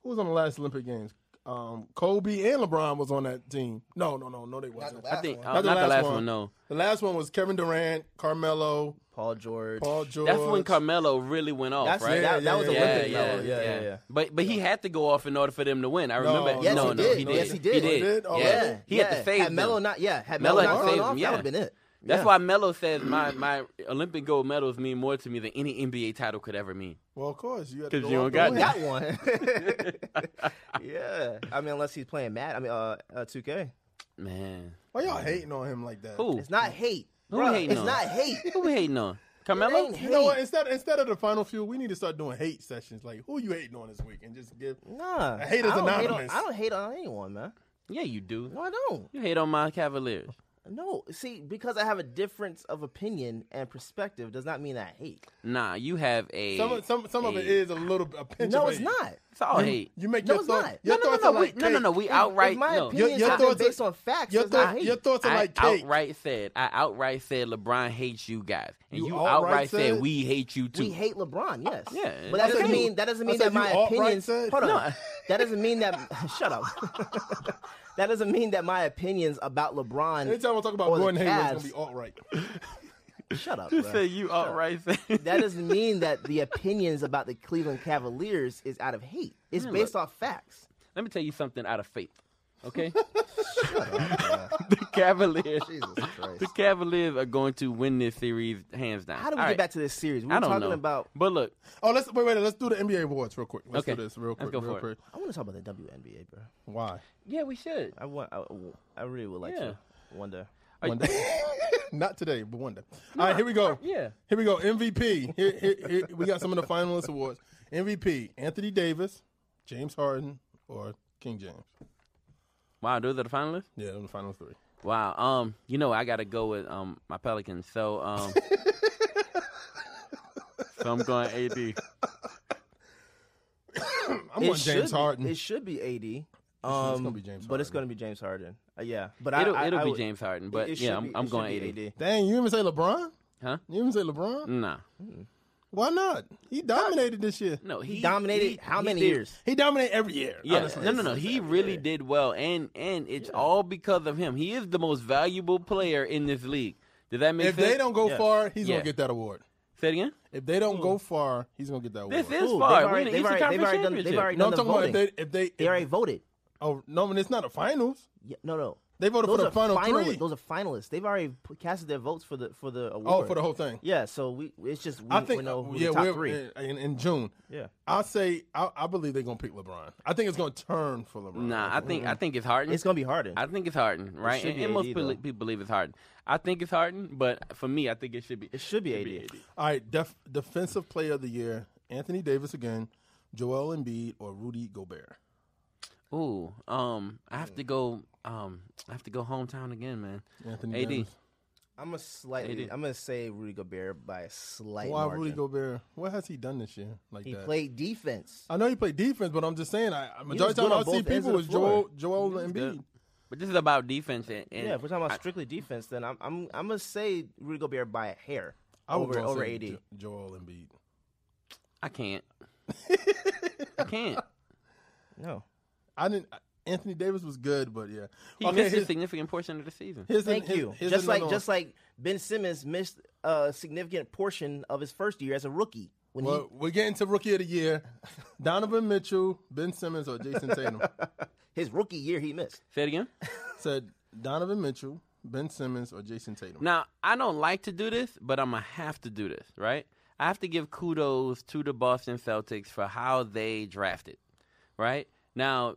who was on the last Olympic games? Um, Kobe and LeBron was on that team. No, no, no, no, they wasn't. I think uh, Not the last one. one. No, The last one was Kevin Durant, Carmelo, Paul George. Paul George. that's when Carmelo really went off, That's right? that, that Yeah, was yeah, Olympic yeah, level. Yeah, yeah, yeah. But but he had to go off in order for them to win. I remember. No, No, Yes, no, he did. he did. Yes, he did. He He did? did. Oh, yeah. really? he had to save Had Melo them. not, yeah, had Melo Melo, had not saved gone off, him, that yeah. would have been it. That's Yeah. why Melo says my my Olympic gold medals mean more to me than any NBA title could ever mean. Well, of course, you had to go 'Cause you out don't the got way. We got one. yeah, I mean, unless he's playing Mad. I mean, uh, uh 2K. Man, Why y'all hating on him like that? who It's not hate. Who Bruh, hating it's on? not hate. who we hating on? It Carmelo. ain't You know what? hate. Instead, instead of the final few, we need to start doing hate sessions. Like, who you hating on this week? And just give. Nah, Hate is I don't hate on- anonymous. I don't hate on anyone, man. Yeah, you do. No, I don't. You hate on my Cavaliers. No, see, because I have a difference of opinion and perspective does not mean I hate. Nah, you have a Some, some, some of it a- is a little a pinch. no, of it's hate. not. It's all hate. You make No, your it's thoughts. not. Your no, no, thoughts no, are no, like we, no, no, cake. no. We If outright my no. opinions Your- your have been thoughts are- based on facts. Your, does not thoughts, hate. your thoughts are I like cake. outright said, I outright said LeBron hates you guys, and You you, outright outright, said, said- we hate you too. we hate LeBron, yes. yeah. But I that doesn't said you- mean that doesn't I mean said that you my alt-right opinions. said- Hold on. No. That doesn't mean that. Shut up. that doesn't mean that my opinions about LeBron. Anytime I talk about or the Gordon Hayward, it's Cavs- gonna be alt right. Shut up. You bruh. said you outright said That doesn't mean that the opinions about the Cleveland Cavaliers is out of hate. It's Man, based look. off facts. Let me tell you something out of faith. Okay? the Cavaliers. Jesus The Christ. Cavaliers are going to win this series hands down. How do we All get right. back to this series? We were I don't talking know. about. But look, Oh, let's wait, wait. Let's do the NBA awards real quick. Let's Okay. do this real Let's quick. go real for it. quick. I want to talk about the WNBA, bro. Why? yeah, we should. I want. I, I really would like Yeah. to one day. Are One you- day. Not today, but one day. All right, here we go. yeah. Here we go. MVP. Here, here, here, we got some of the finalist awards. MVP: Anthony Davis, James Harden, or King James. Wow, those are the finalists? Yeah, them the final three. Wow. Um, you know, I gotta go with um my Pelicans. So um So I'm going A D. I'm going should James be- Harden. It should be AD. Um, gonna be James but it's Harden. going to be James Harden. Uh, yeah, but It'll, I, I, it'll I be would- James Harden, it- but it yeah, should I'm, be- I'm it should going be AD. Dang, you even say LeBron? Huh? Mm. You even say LeBron? Nah, Why not? He dominated this year. no, he, He dominated he- how he many did- years? He dominated every year. Yeah, honestly. no, no, no. He really did well, and and it's all because of him. He is the most valuable player in this league. Does that make If sense? they don't go Yes. far, he's Yeah. gonna get that award. Say it again. If they don't go far, he's gonna get that award. This is Ooh, far. they've We're already- in the they've already- Eastern they've Conference already done- Championship. they've already no, I'm done the talking about if voting. they if they, if They already voted. oh no, I mean, it's not a finals. Yeah, no, no. They voted those for the are final finali- three. Those are finalists. They've already p- casted their votes for the for the Oh, award. for the whole thing. Yeah, so we it's just we, I think we know who yeah, the top we're, three. In, in June. Yeah. I say I, I believe they're gonna pick LeBron. I think it's gonna turn for LeBron. Nah, I think I think it's Harden. Mm-hmm. it's gonna be Harden. I think it's Harden, right? should and, be and AD most people, though. people believe it's Harden. I think it's Harden, but for me, I think it should be. it should be AD. All right, def, defensive player of the year, Anthony Davis again, Joel Embiid or Rudy Gobert. Ooh, um, I have to Mm. go. Um, I have to go hometown again, man. Anthony AD. Davis. I'm a slightly. AD. I'm gonna say Rudy Gobert by a slight Why margin. Rudy Gobert? What has he done this year? Like he that? played defense. I know he played defense, but I'm just saying. I I- majority of good the time I on see both ends people of was the Joel floor. Joel good. Embiid. But this is about defense, and, and yeah, if we're talking about strictly defense, then I'm I'm I'm gonna say Rudy Gobert by a hair I would over go over say AD. Jo- Joel Embiid. I can't. I can't. No, I didn't. I- Anthony Davis was good, but yeah, He Okay, missed a here's- significant portion of the season. here's an- Thank here's- you. here's just like another just like Ben Simmons missed a significant portion of his first year as a rookie when Well, we're getting to rookie of the year. Donovan Mitchell, Ben Simmons, or Jason Tatum. he, his rookie year he missed. Say it again. Said Donovan Mitchell, Ben Simmons, or Jason Tatum. Now, I don't like to do this, but I'm going to have to do this, right? I have to give kudos to the Boston Celtics for how they drafted, right? Now,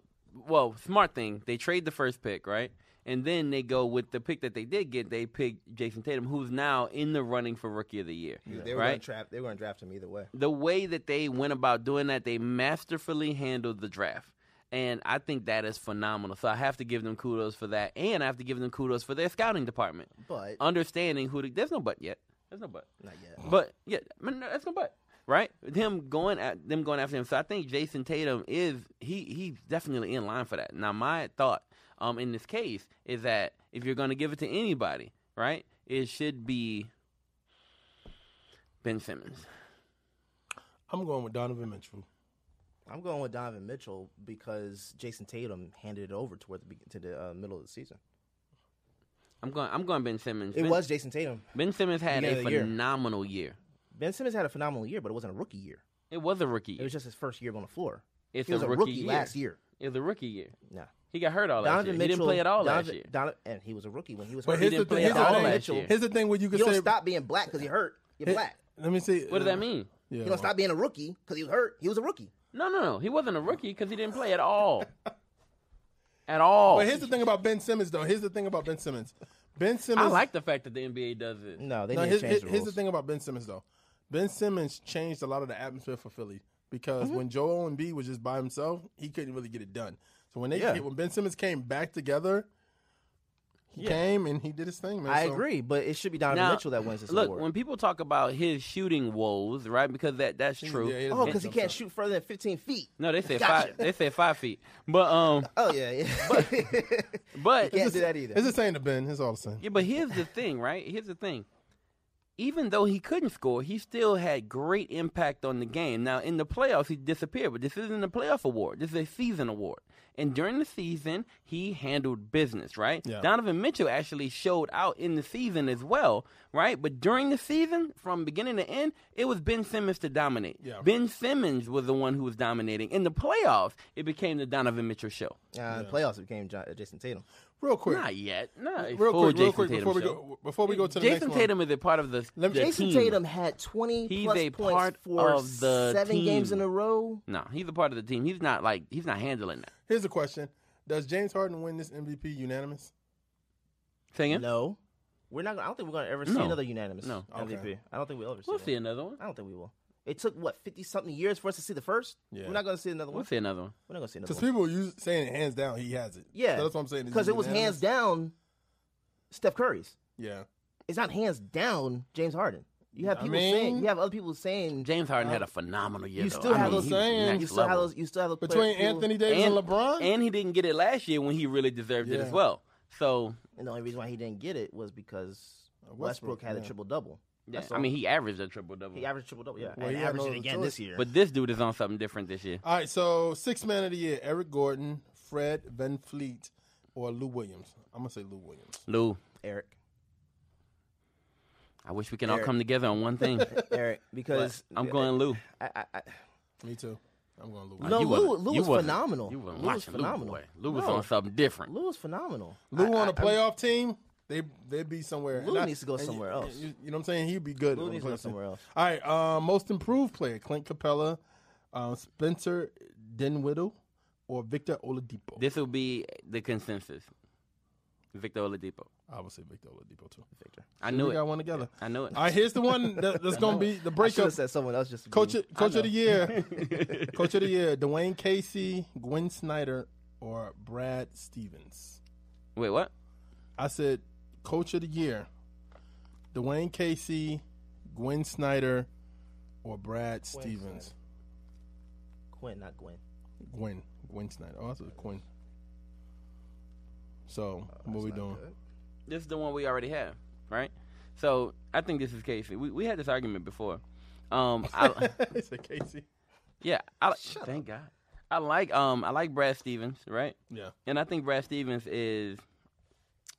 well, smart thing. They trade the first pick, right? And then they go with the pick that they did get. They picked Jason Tatum, who's now in the running for Rookie of the Year. They were gonna right? trap they were gonna draft him either way. the way that they went about doing that, they masterfully handled the draft. And I think that is phenomenal. So I have to give them kudos for that. And I have to give them kudos for their scouting department. But Understanding who the, there's no but yet. There's no but. not yet. But yeah, I mean, that's no but. Right? Him going at them going after him. So I think Jason Tatum is he he's definitely in line for that. Now my thought um in this case is that if you're gonna give it to anybody, right, it should be Ben Simmons. I'm going with Donovan Mitchell. I'm going with Donovan Mitchell because Jason Tatum handed it over toward the be- to the uh, middle of the season. I'm going. I'm going Ben Simmons. It ben, was Jason Tatum. Ben Simmons had Beginning a of the year. phenomenal year. Ben Simmons had a phenomenal year, but it wasn't a rookie year. It was a rookie. It Year. was just his first year on the floor. It's he was a a rookie rookie, year. last year. it was a rookie year. Nah. He got hurt all last year. Donovan he didn't play at all Donovan, last year. Donovan- and he was a rookie when he was But hurt. here's didn't the, play thing, here's, at all the last thing, year. here's the thing where you can You don't say stop being black because you're hurt. You're Here- black. Let me see. What does that mean? Yeah, You don't stop being a rookie because he was hurt. He was a rookie. No, no, no. He wasn't a rookie because he didn't play at all. at all. But here's the thing about Ben Simmons, though. Here's the thing about Ben Simmons. Ben Simmons. I like the fact that the NBA does this. No, they No, need here's, to change here's- the here's rules. the thing about Ben Simmons, though. Ben Simmons changed a lot of the atmosphere for Philly because Mm-hmm. when Joel Embiid was just by himself, he couldn't really get it done. So when they Yeah. when Ben Simmons came back together, he came and he did his thing, man. I So- agree, but it should be Donovan Now, Mitchell that wins this look, award. when people talk about his shooting woes, right? Because that that's true. Yeah, he doesn't oh, make because he no can't sense. shoot further than 15 feet. No, they said Gotcha. five. They said five feet. But um, Oh yeah, yeah. but can't do that either. Uh, It's the same to Ben. It's all the same. Yeah, but here's the thing, right? Here's the thing. Even though he couldn't score, he still had great impact on the game. Now in the playoffs, he disappeared, but this isn't a playoff award. This is a season award. And during the season, he handled business, right? Yeah. Donovan Mitchell actually showed out in the season as well, right? But during the season, from beginning to end, it was Ben Simmons to dominate. Yeah. Ben Simmons was the one who was dominating. In the playoffs, it became the Donovan Mitchell show. Uh, Playoffs it became John, Jason Tatum. Real quick, Not yet. No, real full quick, real Jason quick Tatum before we show. go before we go to the Jason next Tatum is a part of the, Let me- the Jason team. Tatum had 20 He's plus a points part for of the seven team. games in a row. No, he's a part of the team. He's not like he's not handling that. One. Here's a question: Does James Harden win this MVP unanimous? Say again? No, we're not. Gonna, I don't think we're gonna ever see No. another unanimous No. MVP. Okay. I don't think we'll ever see. We'll one. see another one. I don't think we will. It took what 50 something years for us to see the first. Yeah. We're not gonna see another We'll one. see another one. We're not gonna see another Because one. people are us- saying it hands down, he has it. Yeah, So that's what I'm saying. Is Because it was unanimous? hands down. Steph Curry's. Yeah, It's not hands down. James Harden. You have I people mean- saying. You have other people saying. James Harden Uh, had a phenomenal year. you though. still I have mean, those he was saying- next you still have level. those. You still have those. between players who- Anthony Davis and, and, LeBron. and he didn't get it last year when he really deserved it Yeah. as well. So And the only reason why he didn't get it was because Westbrook, Westbrook, had a yeah. triple double. yeah, I mean, he averaged a triple double. He averaged triple double. Yeah, Well, and he had averaged no it other again choice. this year. But this dude is on something different this year. All right, so sixth man of the year, Eric Gordon, Fred Van Fleet, or Lou Williams. I'm gonna say Lou Williams. Lou, Eric, I wish we can all Eric. come together on one thing. Eric, because I'm going Lou. I, I, I, Me too. I'm going Lou. Williams. no, You Lou, wasn't- Lou you was wasn't- phenomenal. You wasn't Lou was watching phenomenal. Lou, boy. Lou was No. on something different. Lou was phenomenal. Lou I- on I- a playoff team, they they'd be somewhere. Lou needs to go and somewhere you, else. You, you know what I'm saying? He'd be good. Lou on a needs to go playoff team. somewhere else. All right, uh, most improved player, Clint Capella, uh, Spencer Dinwiddie, or Victor Oladipo. This will be the consensus. Victor Oladipo. I would say Victor Oladipo too. Victor. I knew we got it. one together. I knew it. All right, here's the one that, that's gonna be the I should breakup. have said someone else just to be- Mm-hmm. Coach, coach of the year, coach of the year, Dwayne Casey, Gwen Snyder, or Brad Stevens. Wait, what? I said, coach of the year, Dwayne Casey, Gwen Snyder, or Brad Stevens. Quinn, not Gwen. Gwen, Gwen Snyder. Oh, I said Quinn. So what we doing? this is the one we already have, right? So I think this is Casey. We we had this argument before. Um, I, It's a Casey. yeah, I, thank God. I like um I like Brad Stevens, right? Yeah. And I think Brad Stevens is,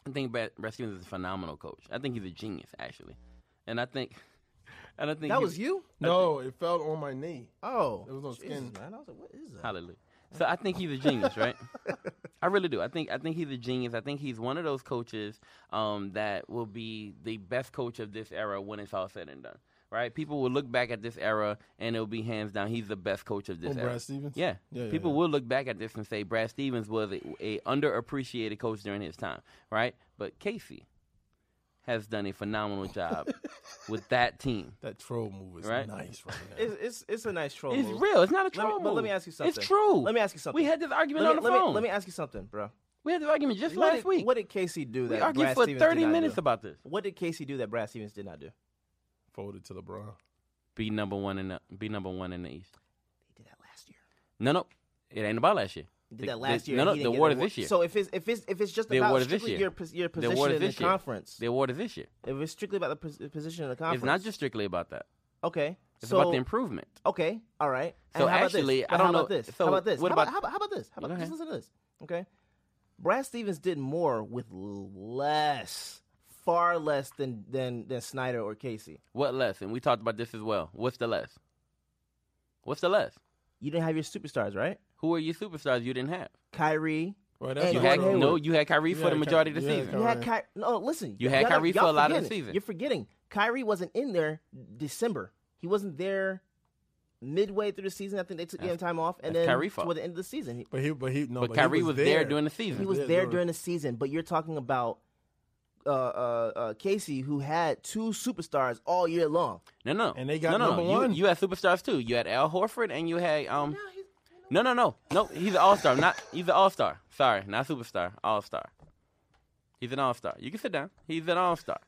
I think Brad, Brad Stevens is a phenomenal coach. I think he's a genius actually, and I think, and I think That he- was you? No, it fell on my knee. Oh, It was on Jesus, skin. man. I was like, what is that? Hallelujah. So I think he's a genius, right? I really do. I think I think he's a genius. I think he's one of those coaches um, that will be the best coach of this era when it's all said and done. Right? People will look back at this era and it'll be hands down he's the best coach of this Oh, era. Brad Stevens? Yeah. Yeah, yeah, People yeah. will look back at this and say Brad Stevens was a, a underappreciated coach during his time, right? But Casey has done a phenomenal job with that team. That troll move is Right. nice right now. It's, it's, it's a nice troll. It's move. real. It's not Let a me- troll. but let move. me ask you something. It's true. Let me ask you something. We had this argument Let on me, the let me- phone. let me ask you something, bro. We had this argument just What last did- week. What did Casey do that we argued Brad for Stevens 30 did not minutes do? about this. What did Casey do that Brad Stevens did not do? Folded to LeBron. Be number one in the be number one in the East. He did that last year. No, no, it ain't about last year. He The- did that the- last year. No, and no, he the didn't get award is award. this year. So if it's if it's if it's just The about award is this strictly year. your pos- your the position award is in the this year. conference, The award is this year. if it's strictly about the pos- position in the conference, It's not just strictly about that. okay. It's so about the improvement. okay, all right. And So how about this? actually, I But don't how About know- this? so how about this? what how about- how about, how about this? How about Go just ahead. listen to this? Okay, Brad Stevens did more with less, far less than than than Snyder or Casey. What less? And we talked about this as well. What's the less? What's the less? You didn't have your superstars, right? Who are your superstars you didn't have? Kyrie. Right, that's And You not Gordon had true. Hayward. no. You had Kyrie for Yeah, the Ky- majority of the yeah, season. You had Alright. Kyrie. No, listen. You had y'all- Kyrie for y'all a lot of the forgetting. season. You're forgetting. Kyrie wasn't in there December. He wasn't there midway through the season. I think they took him time off, and that's then Kyrie's fault. toward the end of the season, he, But he, but he, no. But, he Kyrie was, there during the he season. was Yeah, there during- during the season. But you're talking about uh, uh, uh, Casey, who had two superstars all year long. No, no, And they got no, no. number you, one. You had superstars too. You had Al Horford, and you had um. No, no, no, no. He's an all star. Not he's an all star. Sorry, not superstar. All star. He's an all star. You can sit down. He's an all star.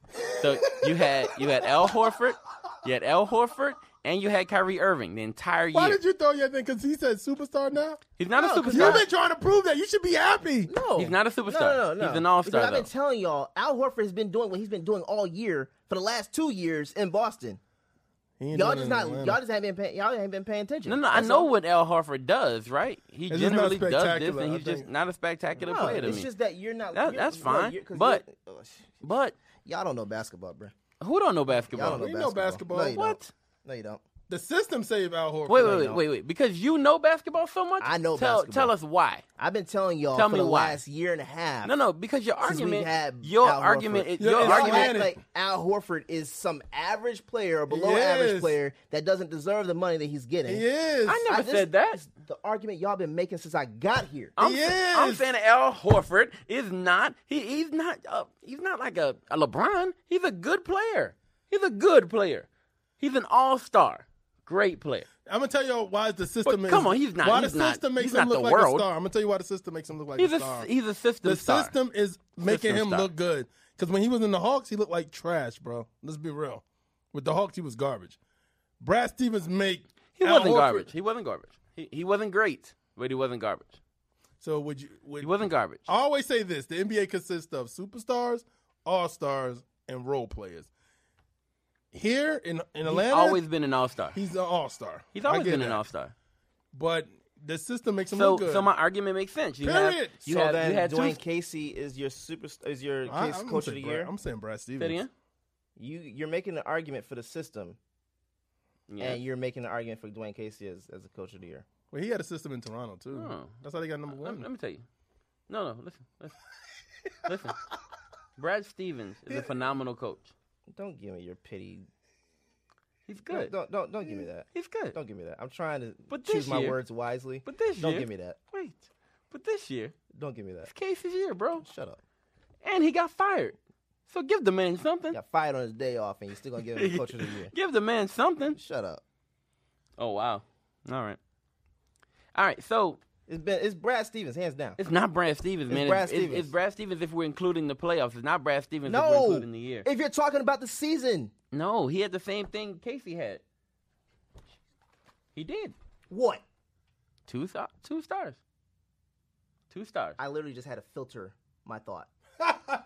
So you had you had Al Horford, you had Al Horford, and you had Kyrie Irving the entire year. Why did you throw your thing? Because he said superstar now. Oh, he's not a You've superstar. been trying to prove that. You should be happy. No, He's not a No, superstar. no, no, no. He's an all Because star I've been though. telling y'all, Al Horford has been doing what he's been doing all year for the last two years in Boston. He ain't Y'all doing it just not, in y'all Atlanta. just haven't been, pay, y'all ain't been paying attention. no, no, I That's know all. what Al Horford does, right? He It's just not generally does this, spectacular, and I he's just think. not a spectacular No, player to it's me. just that you're not. That- you're- that's no, fine, you're- 'cause but- you're- oh, sh- but y'all don't know basketball, bro. who don't know Y'all basketball? don't know We know basketball. basketball. No, you don't. what? No, you don't. The system saved Al Horford. Wait, wait, No, wait, no. wait, wait. Because you know basketball so much. I know tell, basketball. Tell us why. I've been telling y'all Tell for me the why. last year and a half. No, no. Because your since we've argument, had your Al argument, Horford. is, You're your Y'all insolent. argument. act like Al Horford is some average player or below Yes. average player that doesn't deserve the money that he's getting. He is. I never just- said that. it's The argument y'all been making since I got here. I'm, He I'm is. saying Al Horford is not. He, he's not. Uh, he's not like a, a LeBron. He's a good player. He's a good player. He's an all star. Great player. I'm gonna tell you why the system. But is, come on, he's not- Why he's the not- system makes he's him not look the like world. a star. I'm gonna tell you why the system makes him look like He's a a star. he's a system the star. system is making System him star. look good. Because when he was in the Hawks, he looked like trash, bro. Let's be real. With the Hawks, he was garbage. Brad Stevens make He Al wasn't Horford- garbage. He wasn't garbage. He, he wasn't great, but he wasn't garbage. So would you? Would, He wasn't garbage. I always say this: the NBA consists of superstars, all stars, and role players. Here in in He's Atlanta, always been an all star. he's an all star. He's always been an all star. But the system makes him So, look good. so my argument makes sense. You have, Period. you so have, then you had Dwayne two. Casey is your super is your I, case I'm coach of saying the Brad- year. I'm saying Brad Stevens. Say it again? You you're making an argument for the system, Yeah. and you're making an argument for Dwayne Casey as as the coach of the year. Well, he had a system in Toronto too. Oh. That's how they got number Let, me- let one. me tell you. No, no, listen, listen, listen. Brad Stevens is a phenomenal coach. Don't give me your pity. He's Don't good. don't don't, don't give me that. He's good. Don't give me that. I'm trying to But this choose my year- words wisely. But this don't year- give me that. Wait, but this year Don't give me that. it's Casey's year, bro, Shut up. and he got fired. So give the man something. Got fired on his day off, and you're still gonna give him the coach of the year. give the man something. Shut up. Oh wow. All right. All right. So It's been it's Brad Stevens, hands down. it's not Brad Stevens, man. Brad it's, It's, Stevens. Brad Stevens if we're including the playoffs. It's not Brad Stevens if we're no. including the year. If you're talking about the season, No, he had the same thing Casey had. He did. what? Two th- two stars. Two stars. I literally just had to filter my thought.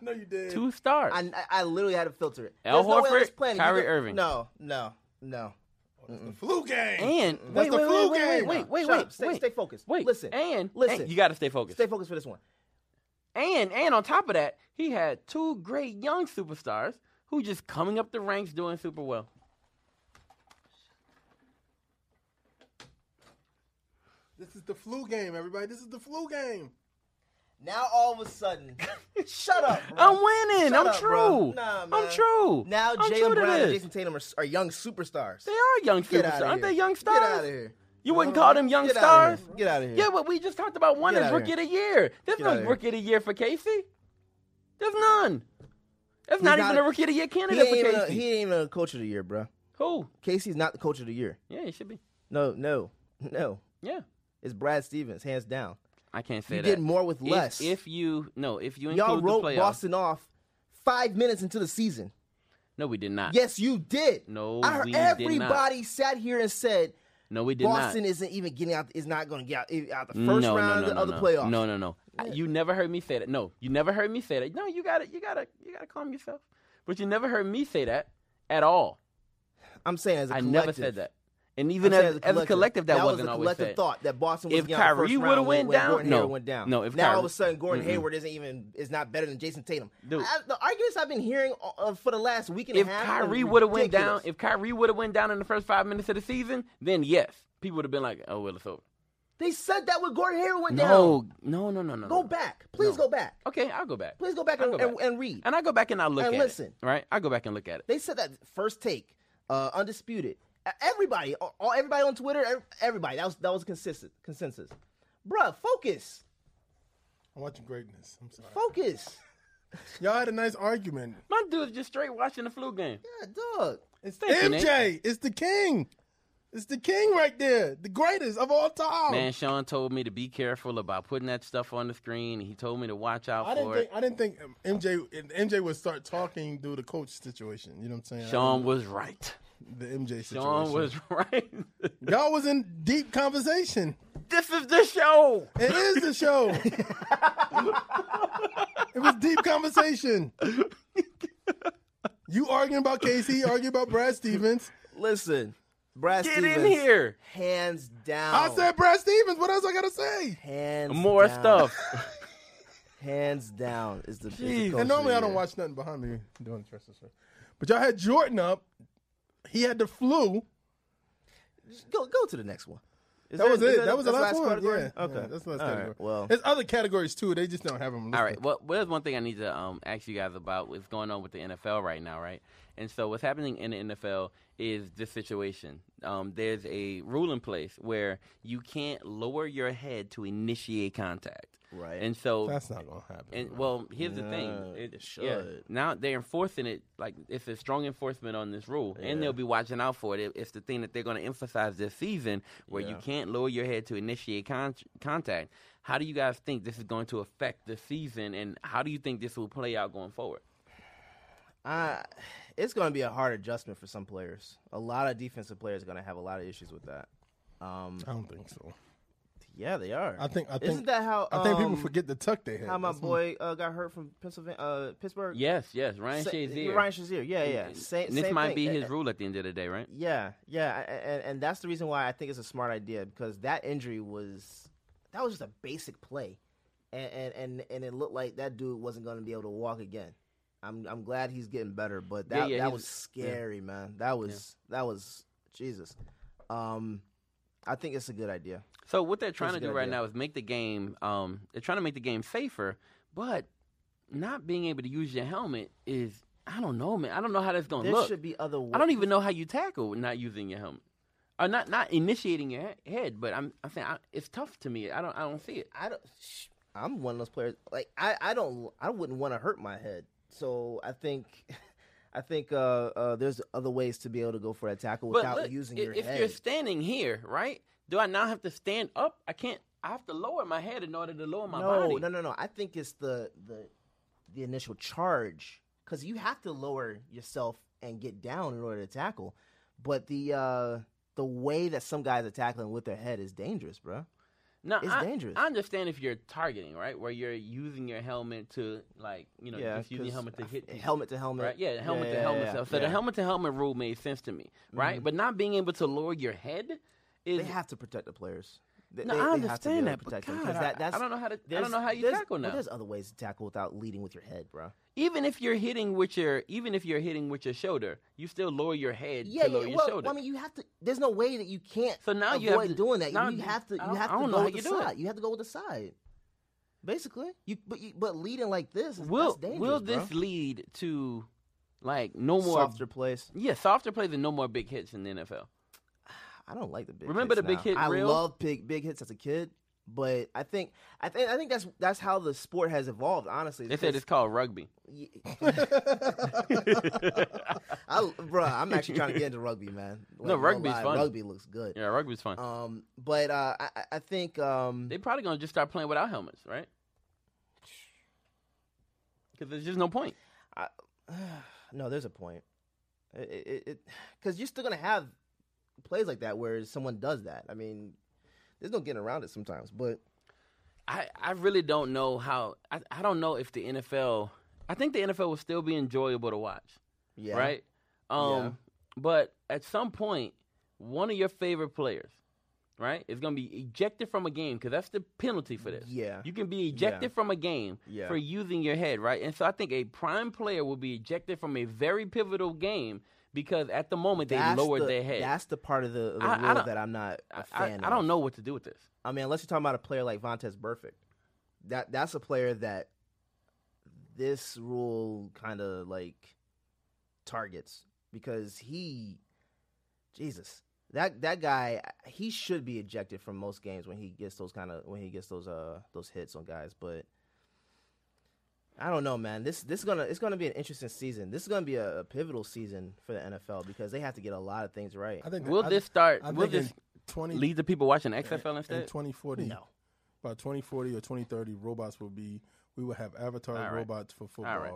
no, you did. two stars. I, I- I literally had to filter it. Al There's no way on Horford, this planet you Kyrie could- Irving. No, no, no. the flu game. And That's wait, the wait, flu wait, wait, wait, game. wait, wait, Shut wait, up. Stay- wait. stay focused. Wait, Listen. and Listen. and you got to stay focused. Stay focused for this one. And and on top of that, he had two great young superstars who just coming up the ranks doing super well. This is the flu game, everybody. This is the flu game. Now all of a sudden, shut up. bro. I'm winning. Shut I'm up, true. bro. Nah, man. I'm true. Now I'm Jalen true to Brown and this. Jason Tatum are, are young superstars. They are young Get superstars. outta Aren't here. they young Get out of stars? here. You wouldn't call them young Get outta stars? here. Get out of here. Yeah, but we just talked about one Get as outta rookie here. of the year. There's Get no outta here. rookie of the year for Casey. There's none. That's He's not, not even a- a rookie of the year he candidate ain't, even for a, Casey. he ain't even a coach of the year, bro. Who? Casey's not the coach of the year. Yeah, he should be. No, no, no. Yeah. It's Brad Stevens, hands down. I can't say You that. did more with If- less. If, you no, if you Y'all include wrote the playoffs, Boston off five minutes into the season. no, we did not. Yes, you did. No, I heard we did not. everybody sat here and said no, we did Boston not. isn't even getting out. Is not going to get out, out the first no, round no, no, of no, the no. playoffs. No, no, no. I- You never heard me say that. No, you never heard me say that. No, you got to You got to You got to calm yourself. But you never heard me say that at all. I'm saying as a I collective. never said that. And I'm even saying as, as a collective, that, was wasn't a always collective said. thought that Boston was If getting out the Kyrie first would've round went when down, Gordon no. Hayward went down. No, if now all Kyrie- of a sudden Gordon Mm-mm. Hayward isn't even is not better than Jason Tatum. Dude. I- the arguments I've been hearing uh, for the last week and If a half. are Kyrie would have went down, ridiculous. if Kyrie would have went down in the first five minutes of the season, then yes, people would have been like, "Oh, well, it's over." they said that when Gordon Hayward went down. No, no, no, no, no. Go no. back, please No. go back. Okay, I'll go back. Please go back I'll and, and, and read. And I go back and I look And at listen. it. Right? I go back and look at it. They said that first take, uh, undisputed. E- Everybody, all- all everybody on Twitter, ev- everybody. That was that was consistent consensus. Bruh, focus, I'm watching greatness. I'm sorry. focus. Y'all had a nice argument. My dude's just straight watching the flu game. Yeah, dog. It's Thank you, MJ. It's the king. It's the king right there. The greatest of all time. Man, Sean told me to be careful about putting that stuff on the screen. He told me to watch out I didn't for it. think I didn't think um, MJ MJ would start talking through the coach situation. You know what I'm saying? I Sean was right. didn't- the MJ situation. Sean was right. Y'all was in deep conversation. this is the show. It is the show. it was deep conversation. You arguing about Casey, you arguing about Brad Stevens. Listen, Brad Get Stevens, in here. hands down. Oh. I said Brad Stevens. What else I gotta say? hands More down, stuff. Hands down is the. is the Jeez. coach And normally of I the don't year. watch nothing behind me doing the rest of the show. But y'all had Jordan up. He had the flu. Go go to the next one. Is That there- was is it. there- That was the that's last one. Yeah. Okay, Yeah, that's the last All right, category. Well, There's other categories too. They just don't have them. All right. Well, there's one thing I need to um, ask you guys about what's going on with the NFL right now, right? And so, what's happening in the NFL is this situation. Um, there's a rule in place where you can't lower your head to initiate contact. Right. And so, That's not gonna happen. and well, here's the thing. No, It, it yeah, should. now they're enforcing it like it's a strong enforcement on this rule, and they'll be watching out for it. It- It's the thing that they're going to emphasize this season, where you can't lower your head to initiate con- contact. How do you guys think this is going to affect the season, and how do you think this will play out going forward? I, it's going to be a hard adjustment for some players. A lot of defensive players are going to have a lot of issues with that. Um, I don't think so. yeah, they are. I think. I think. Isn't that how? I think people um, forget the tuck they had. how my That's boy uh, got hurt from Pennsylvania, uh, Pittsburgh. Yes, yes, Ryan Sa- Shazier. Ryan Shazier. Yeah, yeah. Same, and this same might thing. be Uh, his uh, rule at the end of the day, right? Yeah, yeah, a- a- and, and that's the reason why I think it's a smart idea because that injury was that was just a basic play, and and and, and it looked like that dude wasn't going to be able to walk again. I'm I'm glad he's getting better, but Yeah, that yeah, that he's- was scary, man. That was that was Jesus. Um, I think it's a good idea. So what they're a trying to do good right idea. now is make the game. Um, they're trying to make the game safer, but not being able to use your helmet is. I don't know, man. I don't know how that's gonna There Oh, look. should be other. I don't wa- even know how you tackle with not using your helmet, or not not initiating your he- head. But I'm I'm saying I, it's tough to me. I don't I don't see it. I don't. Sh- I'm one of those players. Like I, I don't. I wouldn't want to hurt my head. So I think, I think uh, uh, there's other ways to be able to go for a tackle But without look, using i- your if head. you're standing here, right? Do I now have to stand up? I can't. I have to lower my head in order to lower my no, body. no, no, no. I think it's the the the initial charge because you have to lower yourself and get down in order to tackle. But the uh, the way that some guys are tackling with their head is dangerous, bro. No, It's I, dangerous. I understand if you're targeting, right? Where you're using your helmet to, like, you know, just using 'cause your helmet to I- hit people. helmet to helmet. Right? Yeah, the helmet to helmet stuff. So the yeah. Mm-hmm. helmet to helmet rule made sense to me, right? But not being able to lower your head is. They have to protect the players. They, No, they- they I have to be understand able to that, but protect them, God, 'cause I- I don't know how to- I don't there's- know how you there's- tackle well, now. there's other ways to tackle without leading with your head, bro. even if you're hitting with your, even if you're hitting with your shoulder, you still lower your head Yeah, to lower yeah. your Well, shoulder. I mean, you have to. There's no way that you can't. So now avoid you have to- doing that. now you you- have to. You I don't- have I to don't know go how with you the do it. side. You have to go with the side. Basically, you but you, but leading like this is that's will dangerous, will this bro. lead to, like, no more? softer place? Yeah, softer plays and no more big hits in the NFL. I don't like the big. Remember hits the big now. hit I reel? love big big hits as a kid, but I think I think I think that's that's how the sport has evolved. Honestly, They said it's called rugby. I, bro, I'm actually trying to get into rugby, man. Like, no rugby's lie, fun. Rugby looks good. Yeah, rugby's fun. Um, but uh, I, I- I think um, they probably gonna just start playing without helmets, right? Because there's just no point. no, there's a point. It because you're still gonna have plays like that where someone does that. I mean, there's no getting around it sometimes. But I, I really don't know how. I, I don't know if the NFL. I think the NFL will still be enjoyable to watch, yeah, right? Um, Yeah. But at some point, one of your favorite players, right, is gonna be ejected from a game because that's the penalty for this. Yeah. you can be ejected from a game Yeah. for using your head, right? And so I think a prime player will be ejected from a very pivotal game because at the moment That's they lowered the, their head. That's the part of the, of the I- I rule don't- that I'm not a I, fan. I of. don't know what to do with this. I mean, unless you're talking about a player like Vontez Burfict, that that's a player that this rule kind of like targets because he, Jesus, that that guy, he should be ejected from most games when he gets those kind of when he gets those uh those hits on guys, but. I don't know, man. This this is gonna it's gonna be an interesting season. This is gonna be a, a pivotal season for the NFL because they have to get a lot of things right. I think Will I- this start- I will think in this 20 Lead to people watching XFL in instead. 2040. No. By 2040 or 2030, robots will be. We will have avatar right. robots for football. All right.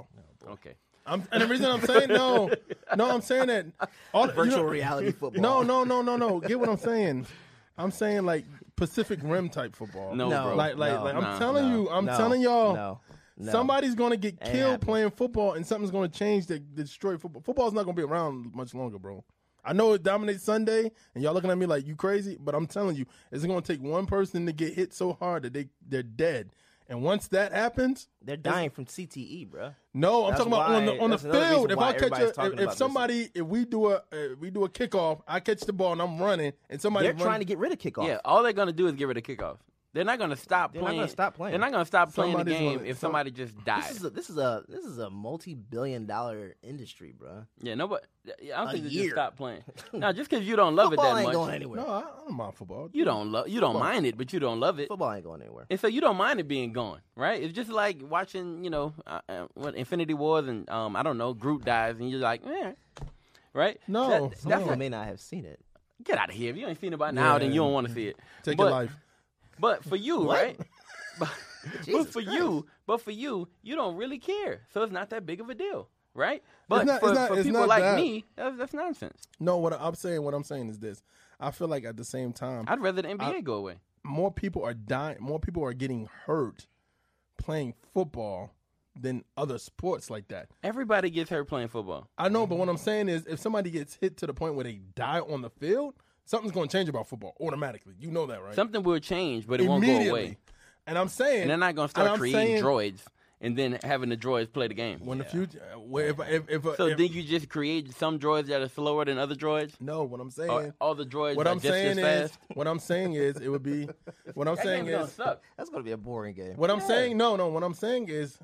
okay. I'm, and the reason I'm saying no, no, I'm saying that all, you Virtual know- reality football. No, no, no, no, no. Get what I'm saying? I'm saying like Pacific Rim type football. No, No, bro. like, like, no, like no, I'm telling no, you, I'm no, telling y'all, no, no. somebody's gonna get Ain't killed happening. playing football, and something's gonna change that that destroy football. Football's not gonna be around much longer, bro. I know it dominates Sunday, and y'all looking at me like you crazy, but I'm telling you, it's gonna take one person to get hit so hard that they they're dead. And once that happens, They're dying from E, CTE, bro. no, I'm That's talking about on why- the on the that's another field. reason If why I catch everybody's a, talking if- about if this. somebody, if we do a if we do a kickoff, I catch the ball and I'm running, and somebody They're run- trying to get rid of kickoff. Yeah, all they're gonna do is get rid of kickoff. They're not gonna stop They're not playing. gonna stop playing. They're not gonna stop playing Somebody's the game gonna- if some- somebody just dies. This is a, this is a this is a multi-billion dollar industry, bro. yeah, nobody. I don't A think they year. just stop playing. now, just because you don't love Football it ain't that much, going anywhere. No, I, I don't mind football. you don't love. You don't mind it, but you don't love it. Football ain't going anywhere. And so you don't mind it being gone, right? It's just like watching, you know, uh, uh, what Infinity Wars and um, I don't know, Groot dies, and you're like, eh, right? No, That- that's Some people not- may not have seen it. get out of here. If you ain't seen it by now, then Yeah. you don't want to see it. Take but, your life. But for you, right? but but Jesus for you, but for you, you don't really care, so it's not that big of a deal, right? But not- for, it's not- for it's people not like that. me, that's, that's nonsense. No, what I'm saying, what I'm saying is this: I feel like at the same time, I'd rather the NBA go away. more people are dying, more people are getting hurt playing football than other sports like that. Everybody gets hurt playing football. I know, but what I'm saying is, if somebody gets hit to the point where they die on the field, something's going to change about football automatically. You know that, right? Something will change, but it won't go Immediately. away. And I'm saying, And they're not going to and start I'm creating saying droids and then having the droids play the game. When the future, uh, where if if, if, so if- then you just create some droids that are slower than other droids. no, what I'm saying, Or all the droids what are I'm just as saying is, fast. what I'm saying is, it would be, what I'm That saying game's gonna is, suck. That's gonna be a boring game. What I'm saying, no, no. What I'm saying is,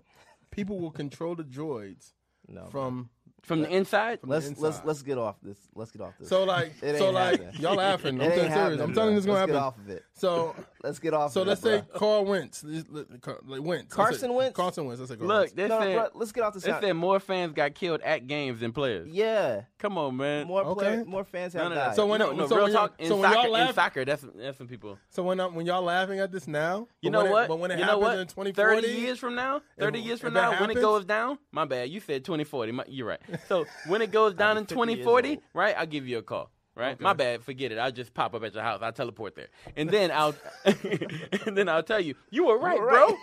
people will control the droids No, from. From the inside, let's inside. let's let's get off this. Let's get off this. So like, It so ain't like, happening. y'all laughing. It I'm ain't telling serious. happening, I'm telling you, it's bro. gonna Let's happen. get off of it. So, let's get off. so of let's it, say bruh. Carl Wentz, Let's- let- Car- like Wentz, Let's Carson say- Wentz? Carson Wentz. Let's say Carl look, Wentz. they No, no, said bruh, let's get off this. they out- said more fans got killed at games than players. yeah, Come on, man. more Okay. player, more fans have no, no, no. died. So when- no, no, so real when y'all- talk in so when soccer, y'all laugh- in soccer, that's that's some people. so when I, when y'all laughing at this now, but You know when it- what? but when it you know happens what? in 2040, Thirty years from now, thirty years if from it now, when it happens- goes down, my bad. You said twenty forty. My, you're right. So when it goes down in 50 years twenty forty, old. right? I'll give you a call. right? My bad, forget it. I'll just pop up at your house. I'll teleport there. And then I'll and then I'll tell you, you were right, bro.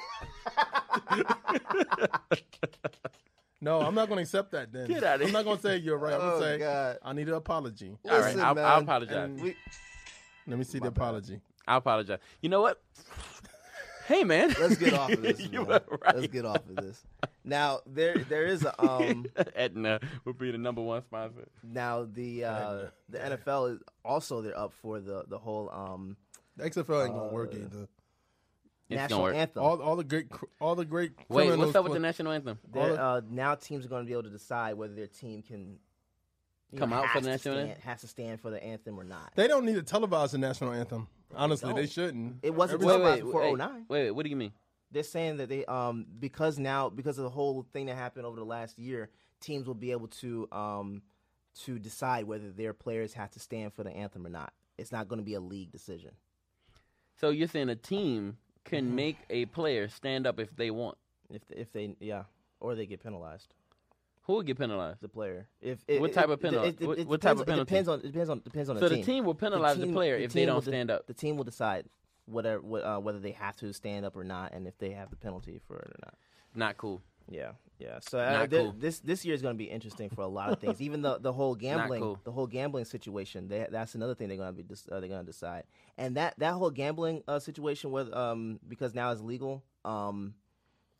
No, I'm not going to accept that. Then Get outta I'm not going to say you're right. I'm going Oh, to say God. I need an apology. All right, I'll- I'll man. apologize. And we- Let me see the apology. I apologize. You know what? Hey man. let's get off of this. you man. were right. Let's get off of this. Now there there is a um Aetna would be the number one sponsor. now the uh the NFL is also they're up for the the whole um The XFL ain't going to Uh, work either. It's gonna national work. anthem. All, all the great, cr- all the great. Wait, criminals what's up with play- the national anthem? They're, all the- uh, now teams are going to be able to decide whether their team can you Come out for has the to national stand- anthem? has to stand for the anthem or not. They don't need to televise the national anthem. Honestly, they don't. shouldn't. It wasn't Every- wait, wait, before wait, 09. wait, wait, what do you mean? They're saying that they um because now because of the whole thing that happened over the last year, teams will be able to um to decide whether their players have to stand for the anthem or not. It's not going to be a league decision. So you're saying a team can Mm-hmm. make a player stand up if they want. If if they yeah, or they get penalized. Who would get penalized? The player. If What type of penal- It, it, what- it what type depends- of It penalty? depends on it depends on depends on So the the team. team will penalize the player if they team don't will de- stand up. The team will decide whatever what, uh, whether they have to stand up or not, and if they have the penalty for it or not. Not cool. Yeah, yeah. So uh, Not thi- cool. this this year is going to be interesting for a lot of things. Even the the whole gambling, cool. the whole gambling situation. They, that's another thing they're going to be dis- uh, they're going to decide. And that that whole gambling uh, situation with um because now it's legal um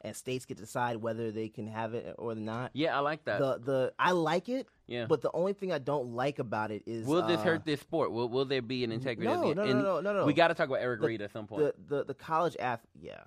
and states get to decide whether they can have it or not. Yeah, I like that. The the I like it. Yeah. But the only thing I don't like about it is Will this uh, hurt this sport? Will Will there be an integrity? of no, the- no, no, and no, no, no. We got to talk about Eric the- Reed at some point the the the college ath yeah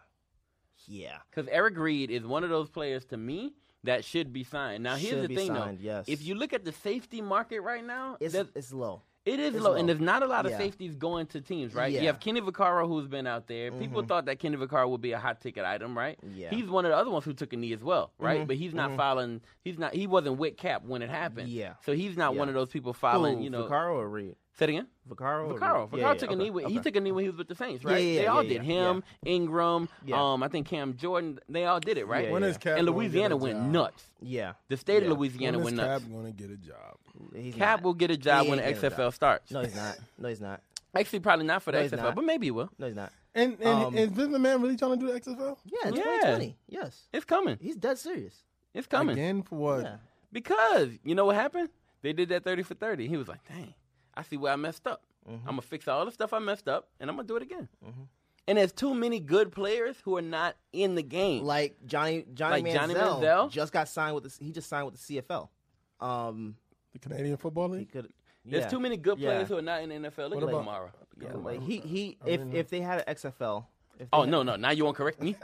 yeah because Eric Reed is one of those players to me that should be signed. Now here's Should the be thing, signed, though. yes. If you look at the safety market right now, it's there's- it's low. It is It's low, low. and there's not a lot of Yeah. safeties going to teams, right? Yeah. Mm-hmm. You have Kenny Vaccaro, who's been out there. People thought that Kenny Vaccaro would be a hot ticket item, right? Yeah. Mm-hmm. He's one of the other ones who took a knee as well, right? But he's not filing. He's not. He wasn't with Cap when it happened. Yeah. So he's not Yeah. one of those people filing. you know. Vaccaro or Reed? Say it again. Vaccaro. or Vaccaro. Reed? Vaccaro took a knee. With, He took a knee when he was with the Saints, Yeah, right? yeah, they yeah, all yeah, did. yeah. Him, Ingram, Yeah. um, I think Cam Jordan. They all did it, right? Yeah, When yeah. is Cap and gonna get Louisiana a went job? nuts. Yeah. The state Yeah. of Louisiana When went is nuts. Cap going to get a job? He's Cap not. will get a job He when the ain't getting a XFL job. starts. No, he's not. No, he's not. Actually, probably not for the No, he's XFL, not. but maybe he will. No, he's not. And and, Um, and Vince McMahon really trying to do the XFL Yeah, in Yeah. 2020. Yes, It's coming. he's dead serious. It's coming. again for what? Yeah. Because you know what happened? They did that 30 for 30. He was like, dang, I see where I messed up. Mm-hmm. I'm going to fix all the stuff I messed up and I'm going to do it again. And there's too many good players who are not in the game. Like Johnny Johnny, Like Johnny Manziel Manziel? just got signed with the he just signed with the CFL. Um, The Canadian Football he League. could. there's yeah. too many good Yeah. players who are not in the NFL. Look What at about- Kamara. Yeah, like he he if if they had an XFL. If they Oh had- no no! Now you won't correct me.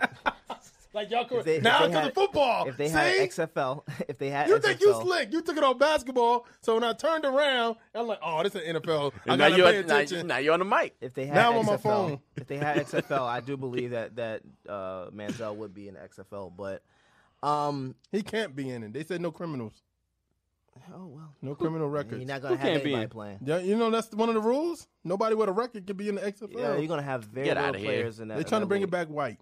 Like y'all If they, if now they because had- of football. If they See? had XFL, if they had you XFL, think you slick? You took it on basketball. So when I turned around, I'm like, oh, this is NFL. I And now gotta you're pay now, attention. now you're on the mic. if they had Now XFL, I'm on my phone. if they had XFL, I do believe that that uh, Manziel would be in the XFL. But um, He can't be in it. They said no criminals, oh well, no criminal records. you're not gonna have can't be anybody in? playing. Yeah, you know that's one of the rules. Nobody with a record can be in the XFL. Yeah, you're gonna have very Get little outta here. players in that. They're in trying to that bring it league. back white.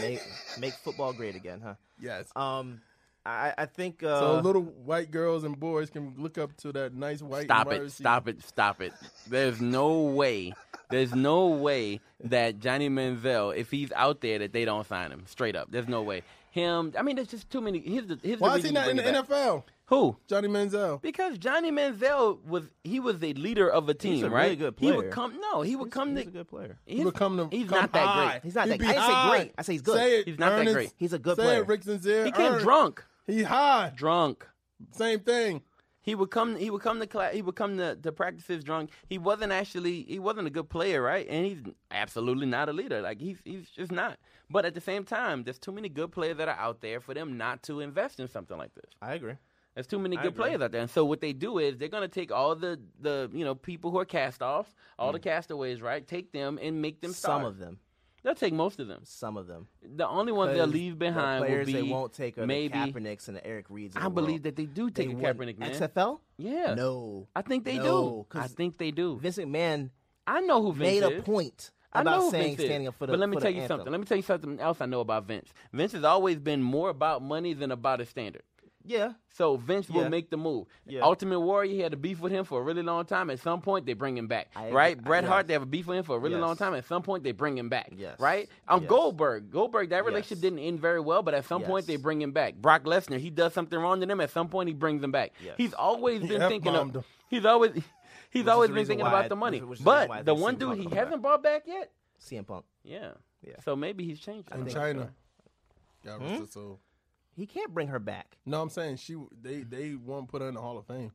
Make, make football great again, huh? Yes. Um, I I think uh, So little white girls and boys can look up to that nice white. Stop it! Stop it! Stop it! There's no way. There's no way that Johnny Manziel, if he's out there, that they don't sign him straight up. There's no way. Him. I mean, there's just too many. Here's the. Here's Why the is he reason not you in the bring it back. NFL? Who? Johnny Manziel. Because Johnny Manziel was he was a leader of a team, a really right? good He player. would come. No, he would come he's to. a good player. he's, He would come to. he's come not that high. great. He's not He'd that be great. I didn't say high. great. I say he's good. Say it, He's not that Ernest. great. He's a good Say player. It, Rick Sincere. He came Ernest. drunk. He high. Drunk. Same thing. He would come. He would come to class. He would come to, to practices drunk. He wasn't actually. He wasn't a good player, right? And he's absolutely not a leader. Like he's he's just not. But at the same time, there's too many good players that are out there for them not to invest in something like this. I agree. There's too many good players out there. And so what they do is they're gonna take all the the you know people who are cast offs, all the castaways, right? Take them and make them Mm. Some stars. of them, They'll take most of them. some of them. The only ones they'll Because leave the behind will players be they won't take are maybe. the Kaepernicks and the Eric Reeds. of I the believe world. that they do take They a won Kaepernick man. XFL. Yeah. No, I think they No, do. I 'cause think they do. Vincent Mann I know who Vince made a is. point I about know who saying Vince is. standing up for the. But let me for the tell you anthem. something. Let me tell you something else I know about Vince. Vince has always been more about money than about his standard. Yeah, So Vince Yeah. will make the move. Yeah. Ultimate Warrior, he had a beef with him for a really long time. At some point, they bring him back. I right? agree. Bret Yes. Hart, they have a beef with him for a really long Yes. time. At some point, they bring him back. Yes. Right? Um, Yes. Goldberg. Goldberg, that relationship Yes. didn't end very well, but at some point, Yes. they bring him back. Brock Lesnar, he does something wrong to them. At some point, he brings them back. Yes. He's always He been thinking F-bombed of. him. He's always. He's the always been reason thinking why about I- the money, which- which is the reason why I but the think one CM Punk dude he come back. hasn't brought back yet. CM Punk. Yeah. Yeah. So Hmm? maybe he's changed. in China. Yeah, Rasta, so He can't bring her back. no, I'm saying she they they won't put her in the Hall of Fame.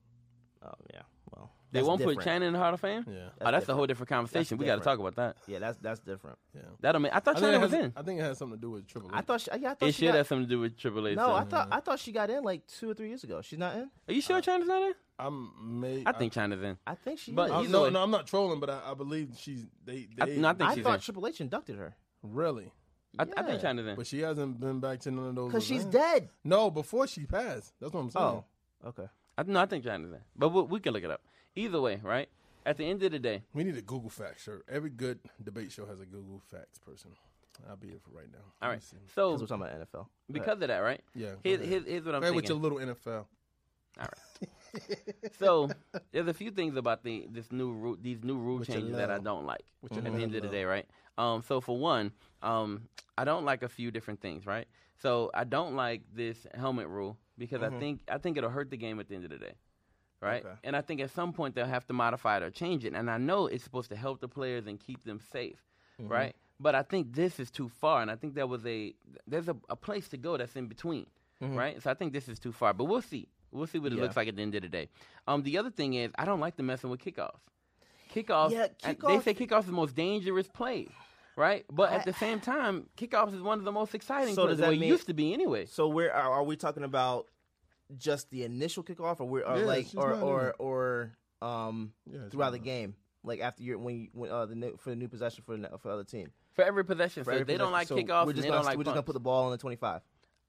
Oh yeah, well They that's won't different. put China in the Hall of Fame. Yeah. oh, that's a whole different conversation. That's we got to different. talk about that. Yeah, that's that's different. That'll make. I thought I think, China it was has, in. I think it has something to do with Triple I H. thought she, yeah, I thought It she should got, have something to do with Triple H. No, so- I thought I thought she got in like two or three years ago. She's not in. Are you sure China's not in? I'm may I think China's in. I think she. But is. I, either no, way. no, I'm not trolling, but I, I believe she's they I- they no, I think I she's thought in. Triple H inducted her really, I, I think Yeah. China's in. but she hasn't been back to none of those because she's events. dead. No, before she passed. That's what I'm saying. Oh, okay. I, no, I think China's in. But we, we can look it up. Either way, right? At the end of the day, We need a Google fact shirt. Every good debate show has a Google facts person. I'll be here for right now. Let all me right. see. So Because we're talking about NFL. because of that, right? Yeah, go Here's, ahead. here's, here's what I'm Go ahead with your thinking. little NFL. All right. so there's a few things about the this new rule, these new rule With your changes that I love. don't like. With At your the love, end of the love. day, right? Um, so for one, um, I don't like a few different things, right? So I don't like this helmet rule because Mm-hmm. I think I think it'll hurt the game at the end of the day. right? Okay. And I think at some point they'll have to modify it or change it. And I know it's supposed to help the players and keep them safe, Mm-hmm. right? But I think this is too far, and I think there was a there's a, a place to go that's in between, right? So I think this is too far, but we'll see. We'll see what it Mm-hmm. Yeah. looks like at the end of the day. Um, the other thing is I don't like the messing with kickoffs. Kickoffs, Yeah, and kickoff- they say kickoffs is the most dangerous play. Right, but I- at the same time, kickoffs is one of the most exciting. So plays. does that well, it mean- used to be anyway? So where are, are we talking about? Just the initial kickoff, or we're or Yeah, like she's or not in or, it. or um Yeah, she's throughout the not. game, like after you when you when uh the new, for the new possession for the, for the other team. For every possession, For so every if they don't like possession. So kickoffs. We're and just they gonna, don't like we're just gonna punts. put the ball on the twenty five.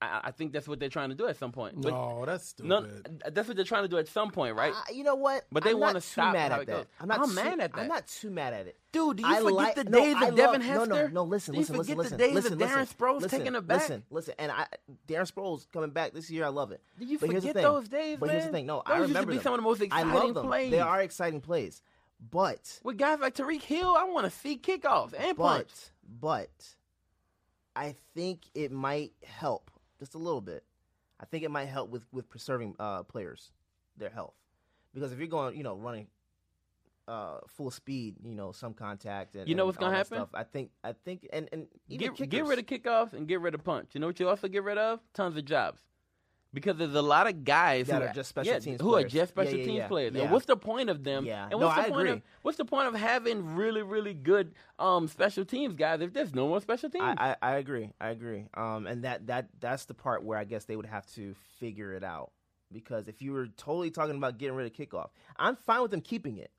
I, I think that's what they're trying to do at some point. But No, that's stupid. No, that's what they're trying to do at some point, right? I- Uh, you know what? But they I'm wanna not too stop mad how at it that. goes. I'm not I'm too, mad at that. I'm not too mad at it. Dude, do you I forget like- the no, days I of Devin love- No, no, Hester? no. Listen, Do you listen, listen, forget the listen. days of listen, Darren listen, Sproles listen, taking it back? Listen, listen, and I, Darren Sproles coming back this year. I love it. Do you but here's the forget thing. those days, But here's the man? thing. No, Those I used to remember be them. some of the most I love exciting them. plays. They are exciting plays, but With guys like Tariq Hill, I want to see kickoffs and but punts. but I think it might help just a little bit. I think it might help with with preserving uh, players their health because if you're going, you know, running uh, full speed, you know, some contact and You know and what's gonna all that happen? Stuff, I think I think and and even Get, get kickers. rid of kickoffs and get rid of punts. You know what you also get rid of? Tons of jobs. Because there's a lot of guys That who are just special yeah, teams who players. are just Yeah, special yeah, teams yeah. players. And Yeah. what's the point of them? Yeah. And No, what's the I point of agree. what's the point of having really really good um special teams guys if there's no more special teams? I, I I agree. I agree. Um, and that that that's the part where I guess they would have to figure it out because if you were totally talking about getting rid of kickoff, I'm fine with them keeping it.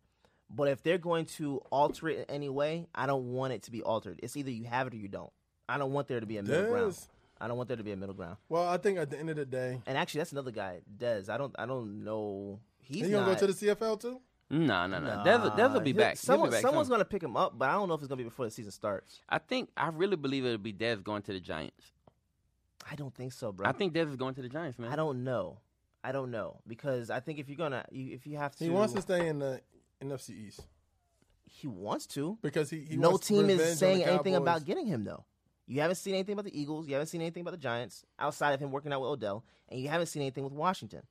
But if they're going to alter it in any way, I don't want it to be altered. It's either you have it or you don't. I don't want there to be a middle ground. Yes. I don't want there to be a middle ground. Well, I think at the end of the day, And actually, that's another guy, Dez. I don't I don't know. He's you gonna not. go to the CFL too? no, no, no. Dez, Dez will be He'll- back. He'll be Someone, back someone's soon. going to pick him up, but I don't know if it's going to be before the season starts. I think I really believe it'll be Dez going to the Giants. I don't think so, bro. I think Dez is going to the Giants, man. I don't know. I don't know because I think if you're gonna, you, if you have to, He wants to stay in the NFC East He wants to. because he, he no wants team revenge on is the saying anything Cowboys. about getting him though. You haven't seen anything about the Eagles. You haven't seen anything about the Giants outside of him working out with Odell, and you haven't seen anything with Washington.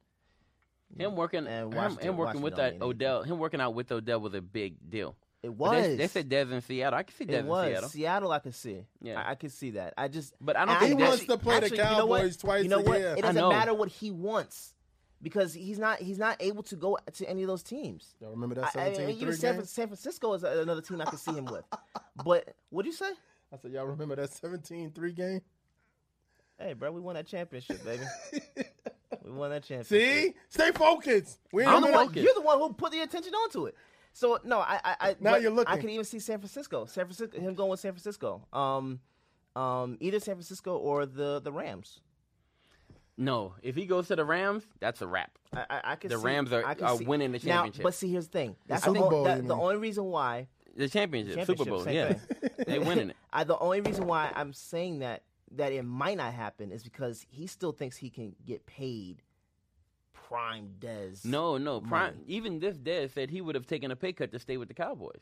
him working And him, Washington- him working Washington with don't that mean anything. Odell, him working out with Odell was a big deal. It But was. They, they said Dez in Seattle. I can see Dez it was in Seattle. I could see. Yeah. I, I could see that. I just, But I don't and think actually- He wants to play the actually, you know what? Cowboys twice You know a what? year. It I doesn't know. matter what he wants because he's not he's not able to go to any of those teams. Y'all remember that I- I mean, 17 even San, Fran- San Francisco is a- another team I could see him with. But what'd you say? I said, y'all remember that 17-3 game? Hey, bro, we won that championship, baby. we won that championship. See, stay focused. We ain't You're I'm the, in that- the one, focused. you're the one who put the attention onto it. So no, I, I, I Now but you're looking. I could even see San Francisco, San Francisco, him going with San Francisco. Um, um, either San Francisco or the the Rams. No, if he goes to the Rams, that's a wrap. I, I, I could The see, Rams are- I could are see- winning the championship. Now, but see, here's the thing. That's Super the, Bowl, Bowl, you that, the mean. only reason why The championship, Super Championship, Bowl, same yeah, thing. they winning it. I, the only reason why I'm saying that that it might not happen is because he still thinks he can get paid prime Dez. No, no. Prime, Money. even this Dez said he would have taken a pay cut to stay with the Cowboys.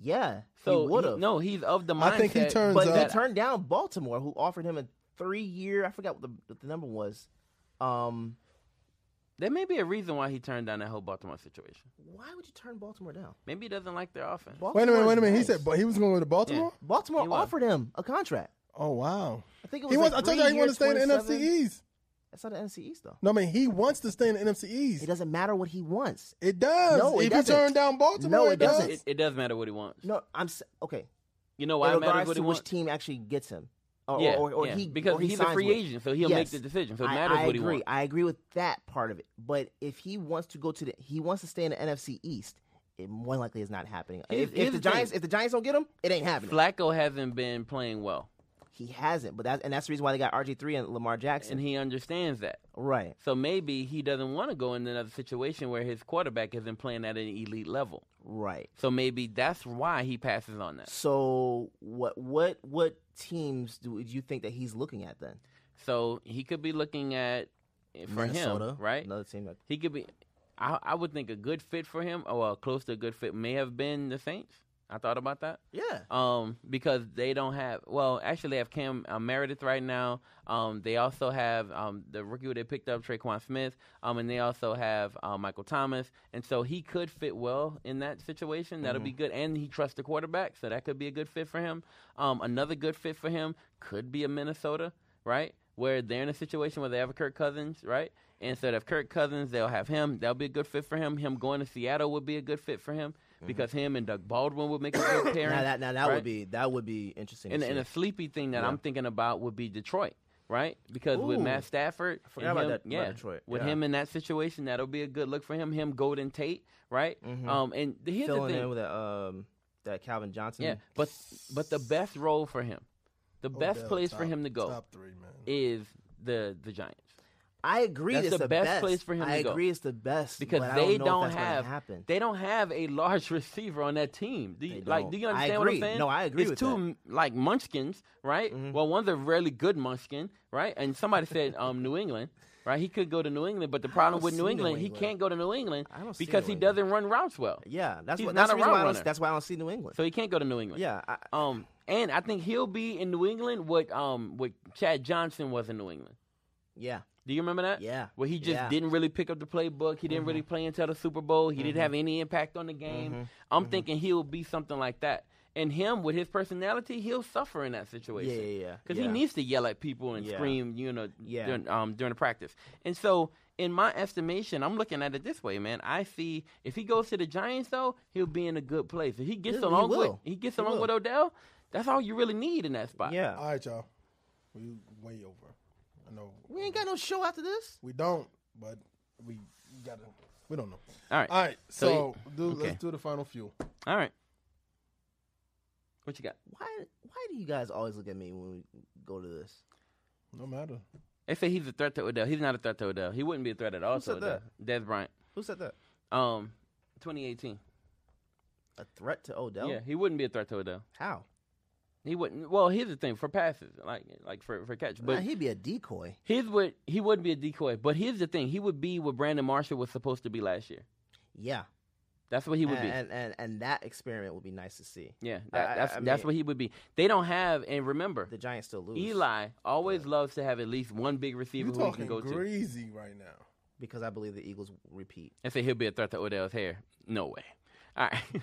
Yeah. So he would he- have. no, he's of the mindset. I think he turns But up. he turned down Baltimore, who offered him a three year. I forgot what the, what the number was. Um, There may be a reason why he turned down that whole Baltimore situation. why would you turn Baltimore down? Maybe he doesn't like their offense. Baltimore Wait a minute, is wait a minute. He nice. said but he was going to Baltimore. Baltimore He was. offered him a contract. Oh wow. I think it was. He like wants. I told you he three-year, wanted to stay in the NFC 27. East. That's not the NFC East though. No, I mean he wants to stay in the NFC East. It doesn't matter what he wants. It does. No, it if doesn't. you turn down Baltimore, No, it, it does. doesn't. It, it does matter what he wants. No, I'm s- okay. You know In why it matters regards Oh, what to he which wants? team actually gets him, or, yeah, or, or yeah, he because or he he's a signs free with. agent, so he'll Yes. make the decision. So it I- matters I, what he agree. wants. I agree with that part of it. But if he wants to go to the, he wants to stay in the NFC East. It more than likely is not happening. Here's- if, here's if the the thing. Giants, if the Giants don't get him, it ain't happening. Flacco hasn't been playing well, He hasn't. But that's and that's the reason why they got RG three and Lamar Jackson. and he understands that. right. So maybe he doesn't want to go in another situation where his quarterback isn't playing at an elite level. Right. So maybe that's why he passes on that. So what what what teams do you think that he's looking at then? So he could be looking at for Minnesota, him, right? Another team that He could be. I, I would think a good fit for him, or well, close to a good fit, may have been the Saints. I thought about that. yeah. Um, because they don't have. Well, actually, they have Cam uh, Meredith right now. Um, they also have um the rookie they picked up, Traquan Smith. Um, and they also have uh, Michael Thomas, and so he could fit well in that situation. That'll be good, and he trusts the quarterback, so that could be a good fit for him. Um, another good fit for him could be a Minnesota, right? Where they're in a situation where they have a Kirk Cousins, right? Instead of Kirk Cousins, they'll have him. That'll be a good fit for him. Him going to Seattle would be a good fit for him because him and Doug Baldwin would make a good pairing. Now that now that right? would be that would be interesting. to And, see. and a sleepy thing that Yeah. I'm thinking about would be Detroit, right? Because with Ooh. Matt Stafford, forgot and about him- that- about yeah, Detroit, With yeah. him in that situation, that'll be a good look for him. Him, Golden Tate, right? Um, and th- here's Mm-hmm. filling the thing, in with that um that Oh, Calvin Johnson. yeah. But but the best role for him, the best Odell, place for top- him to go Top three, man. is the the Giants I agree. That's it's the best place for him I to go. agree. It's the best because but I they don't, know if that's gonna have happen. they don't have a large receiver on that team. Do you, They like, don't. do you I understand what I'm agree. saying? No, I agree It's with two that. Mm-hmm. m- like munchkins, right? Well, one's a really good munchkin, right? And somebody said um, New England, right? He could go to New England, but the problem don't with see New New England, he England. can't go to New England I don't see because New he England. doesn't run routes well. yeah, that's He's what. not That's a the reason why I route don't. runner. That's why I don't see New England. So he can't go to New England. yeah, I, Um, and I think he'll be in New England what um what Chad Johnson was in New England. yeah. Do you remember that? Yeah. Where he just Yeah. Mm-hmm. didn't really pick up the playbook. He didn't really play until the Super Bowl. He didn't have any impact on the game. I'm Mm-hmm. thinking he'll be something like that. And him, with his personality, he'll suffer in that situation. Yeah, yeah, yeah. Because he Yeah. needs to yell at people and Yeah. scream, you know, Yeah. during, um, during the practice. And so, in my estimation, I'm looking at it this way, man. I see if he goes to the Giants, though, he'll be in a good place. If he gets He- he along with will. he gets He along will. with Odell, that's all you really need in that spot. Yeah. All right, y'all. We way over. I know We ain't got no show after this. we don't, but we gotta. We don't know. All right. All right, so, So do, okay. let's do the final few. All right. What you got? Why? Why do you guys always look at me when we go to this? No matter. They say he's a threat to Odell. He's not a threat to Odell. He wouldn't be a threat at all to said Odell. Dez Bryant. Who said that? Um, 2018. A threat to Odell? Yeah, he wouldn't be a threat to Odell. How? He wouldn't. Well, here's the thing for passes, like like for for catch. But But he'd be a decoy. here's what he wouldn't be a decoy. But here's the thing: he would be what Brandon Marshall was supposed to be last year. Yeah, That's what he would and, be. and and and that experiment would be nice to see. yeah, I- that, I- that's I that's mean- what he would be. They don't have. And remember, The Giants still lose. Eli always loves to have at least one big receiver You're who he talking can go to. greasy right now. because I believe the Eagles repeat. And say he'll be a threat to Odell's hair. No way. All right.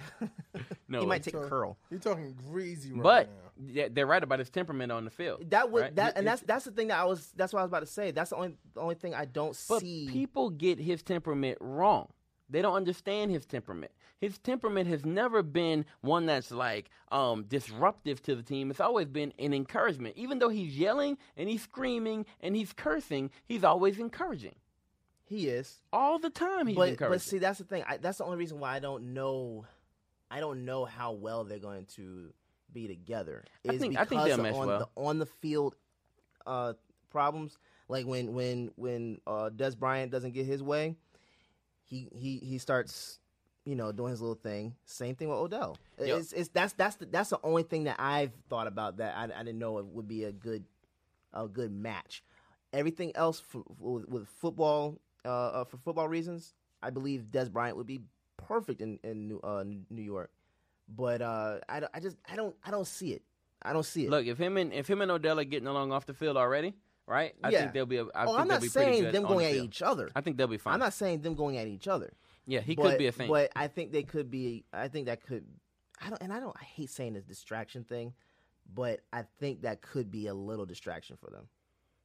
no. he way. might take a curl. You're talking greasy right But now. th- they're right about his temperament on the field. That would right? that It- and that's it's- that's the thing that I was that's what I was about to say. That's the only the only thing I don't but see. people get his temperament wrong. They don't understand his temperament. His temperament has never been one that's like um, disruptive to the team. It's always been an encouragement. Even though he's yelling and he's screaming and he's cursing, he's always encouraging. he is, All the time he's but encouraging. but see that's the thing. I, that's the only reason why I don't know. I don't know how well they're going to be together. I Is think- I think because they'll mesh on well. the on the field uh, problems, like when when when uh, Des Bryant doesn't get his way, he he he starts. You know, doing his little thing. Same thing with Odell. It's, it's that's that's the, that's the only thing that I've thought about that I, I didn't know it would be a good a good match. Everything else f- with, with football uh, uh, for football reasons, I believe Des Bryant would be perfect in in New, uh, New York. But uh, I, don't- I just I don't I don't see it. I don't see it. Look, if him and if him and Odell are getting along off the field already, right? I Yeah. think they'll be. A, oh, I think I'm they'll not be pretty saying good them on the going at field. each other. I think they'll be fine. I'm not saying them going at each other. yeah, he but, could be a thing. But I think they could be. I think that could. I don't. And I don't. I hate saying this distraction thing, but I think that could be a little distraction for them.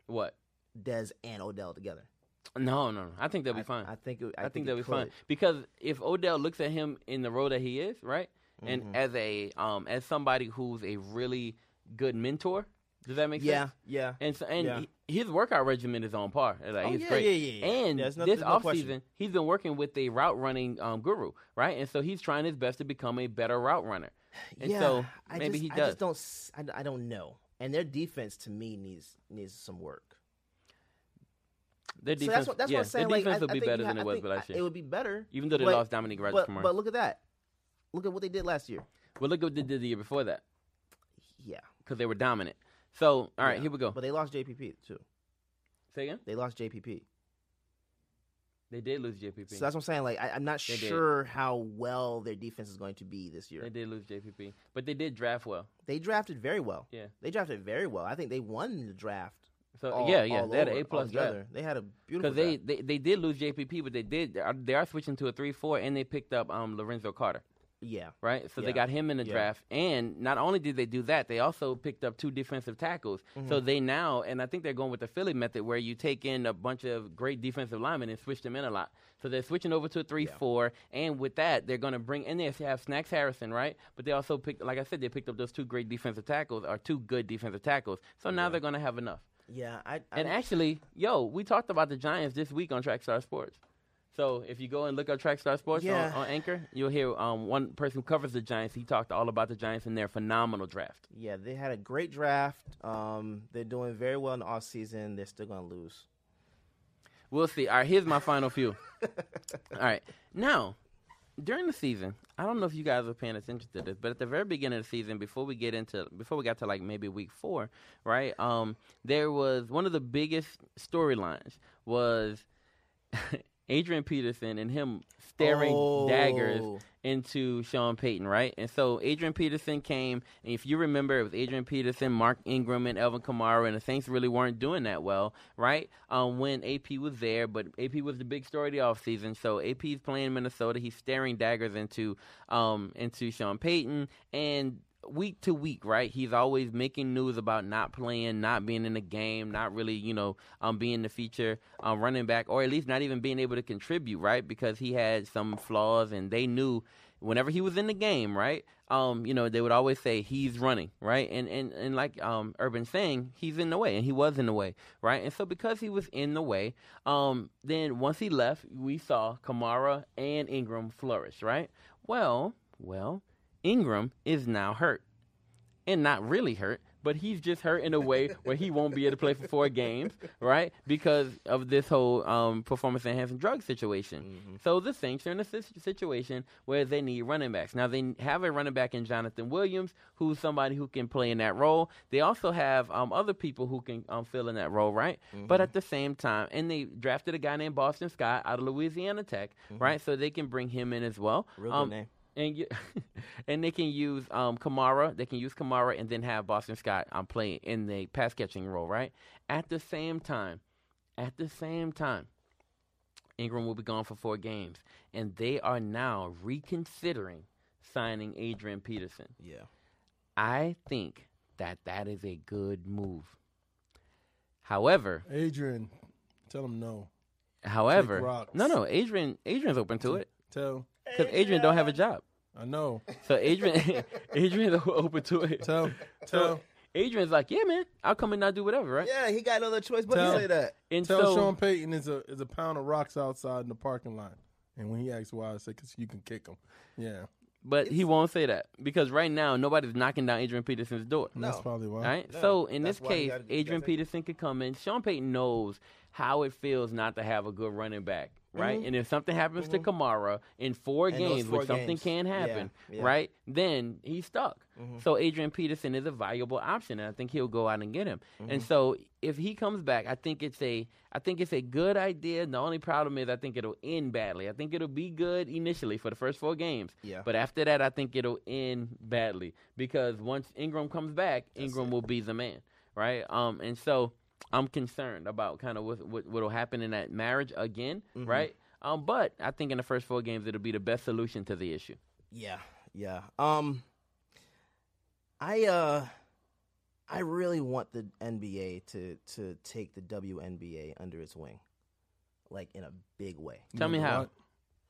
what? Des and Odell together. No, no, no. I think they'll be I- fine. I think it- I I, think think, it they'll be fine could. because if Odell looks at him in the role that he is, right, Mm-hmm. and as a um as somebody who's a really good mentor, does that make yeah. sense? Yeah. And so, and Yeah. he- his workout regimen is on par. Like, Oh, he's yeah, great. yeah, yeah, yeah. And There's no- this there's no question. offseason, he's been working with a route running um, guru, right? And so he's trying his best to become a better route runner. And yeah, so I maybe just, he I does. just don't. s- I, d- I don't know. And their defense to me needs needs some work. Their defense, so that's what that's yeah, what I'm saying. Their Like, defense I- will I be think, better you know, than I it was think last I- year. It would be better, Even though they but- lost Dominique Rogers But, Kamara. but look at that. Look at what they did last year. well, look what they did the year before that Yeah. because they were dominant. So all right, yeah. here we go. But they lost JPP too. Say again. They lost JPP. They did lose JPP. So that's what I'm saying. Like I, I'm not They did. sure how well their defense is going to be this year. They did lose JPP, but they did draft well. They drafted very well. Yeah. They drafted very well. I think they won the draft. So all- yeah, yeah, all they had an over- A plus altogether. draft They had a beautiful because they, draft. they they did lose JPP, but they did they are, they are switching to a three four, and they picked up um Lorenzo Carter, yeah. right? So Yeah. they got him in the Yeah. draft, and not only did they do that, they also picked up two defensive tackles. So Mm-hmm. they now, and I think they're going with the Philly method, where you take in a bunch of great defensive linemen and switch them in a lot. So they're switching over to a three four, and with that, they're going to bring and they have Snacks Harrison, right? But they also picked, like I said, they picked up those two great defensive tackles or two good defensive tackles. So now they're going to have enough. Yeah. I, I And don't- actually, yo, we talked about the Giants this week on Trackstar Sports. So if you go and look up Trackstar Sports Yeah. on, on Anchor, you'll hear um, one person who covers the Giants. He talked all about the Giants and their phenomenal draft. Yeah, they had a great draft. Um, they're doing very well in the offseason. They're still going to lose. We'll see. All right, here's my final few. all right, now during the season, I don't know if you guys are paying attention to this, but at the very beginning of the season, before we get into before we got to like maybe week four, right? Um, there was one of the biggest storylines was Adrian Peterson and him staring Oh. daggers into Sean Payton, right? And so Adrian Peterson came, and if you remember, it was Adrian Peterson, Mark Ingram, and Elvin Kamara, and the Saints really weren't doing that well, right? Um, when AP was there, but AP was the big story of the offseason. So AP's playing Minnesota. He's staring daggers into um, into Sean Payton, and week to week, right? He's always making news about not playing, not being in the game, not really, you know, um, being the feature um, running back, or at least not even being able to contribute, right? Because he had some flaws, and they knew whenever he was in the game, right? Um, you know, they would always say he's running, right? And and and like um, Urban saying, he's in the way, and he was in the way, right? And so because he was in the way, um, then once he left, we saw Kamara and Ingram flourish, right? Well, well, Ingram is now hurt. And not really hurt, but he's just hurt in a way where he won't be able to play for four games, right? Because of this whole um, performance enhancing drug situation. Mm-hmm. So the Saints are in a sis- situation where they need running backs. Now, they have a running back in Jonathan Williams, who's somebody who can play in that role. They also have um, other people who can um, fill in that role, right? Mm-hmm. But at the same time, and they drafted a guy named Boston Scott out of Louisiana Tech, right? So they can bring him in as well. Mm-hmm. Real good um, name. and you, and they can use um, Kamara. They can use Kamara and then have Boston Scott um, play in the pass catching role, right? At the same time, at the same time, Ingram will be gone for four games, and they are now reconsidering signing Adrian Peterson. Yeah. I think that that is a good move. However, Adrian, tell him no. however, rocks. no, no, Adrian, Adrian's open to it Tell. because Adrian don't have a job. I know. So Adrian, Adrian's open to it. Tell. Tell. Adrian's like, yeah, man, I'll come and I'll do whatever, right? Yeah, he got no other choice but Tell- to say that. And Tell so, Sean Payton is a is a pound of rocks outside in the parking lot. And when he asks why, I say, because you can kick him. Yeah. but he won't say that because right now nobody's knocking down Adrian Peterson's door. And That's probably why. All right. so in that's this why he case, gotta- he gotta Adrian take- Peterson could come in. Sean Payton knows how it feels not to have a good running back right? And if something happens to Kamara in four Mm-hmm. And those games, four which something games. can Yeah, happen, yeah. Mm-hmm. right? Then he's stuck. So Adrian Peterson is a valuable option, and I think he'll go out and get him. Mm-hmm. And so if he comes back, I think it's a I think it's a good idea. The only problem is I think it'll end badly. I think it'll be good initially for the first four games, Yeah. but after that, I think it'll end badly because once Ingram comes back, Ingram will be the man, right? Um, and so I'm concerned about kind of what, what what'll happen in that marriage again, right? Um, but I think in the first four games, it'll be the best solution to the issue. Yeah, yeah. Um, I uh, I really want the NBA to to take the WNBA under its wing, like in a big way. Tell me how. What?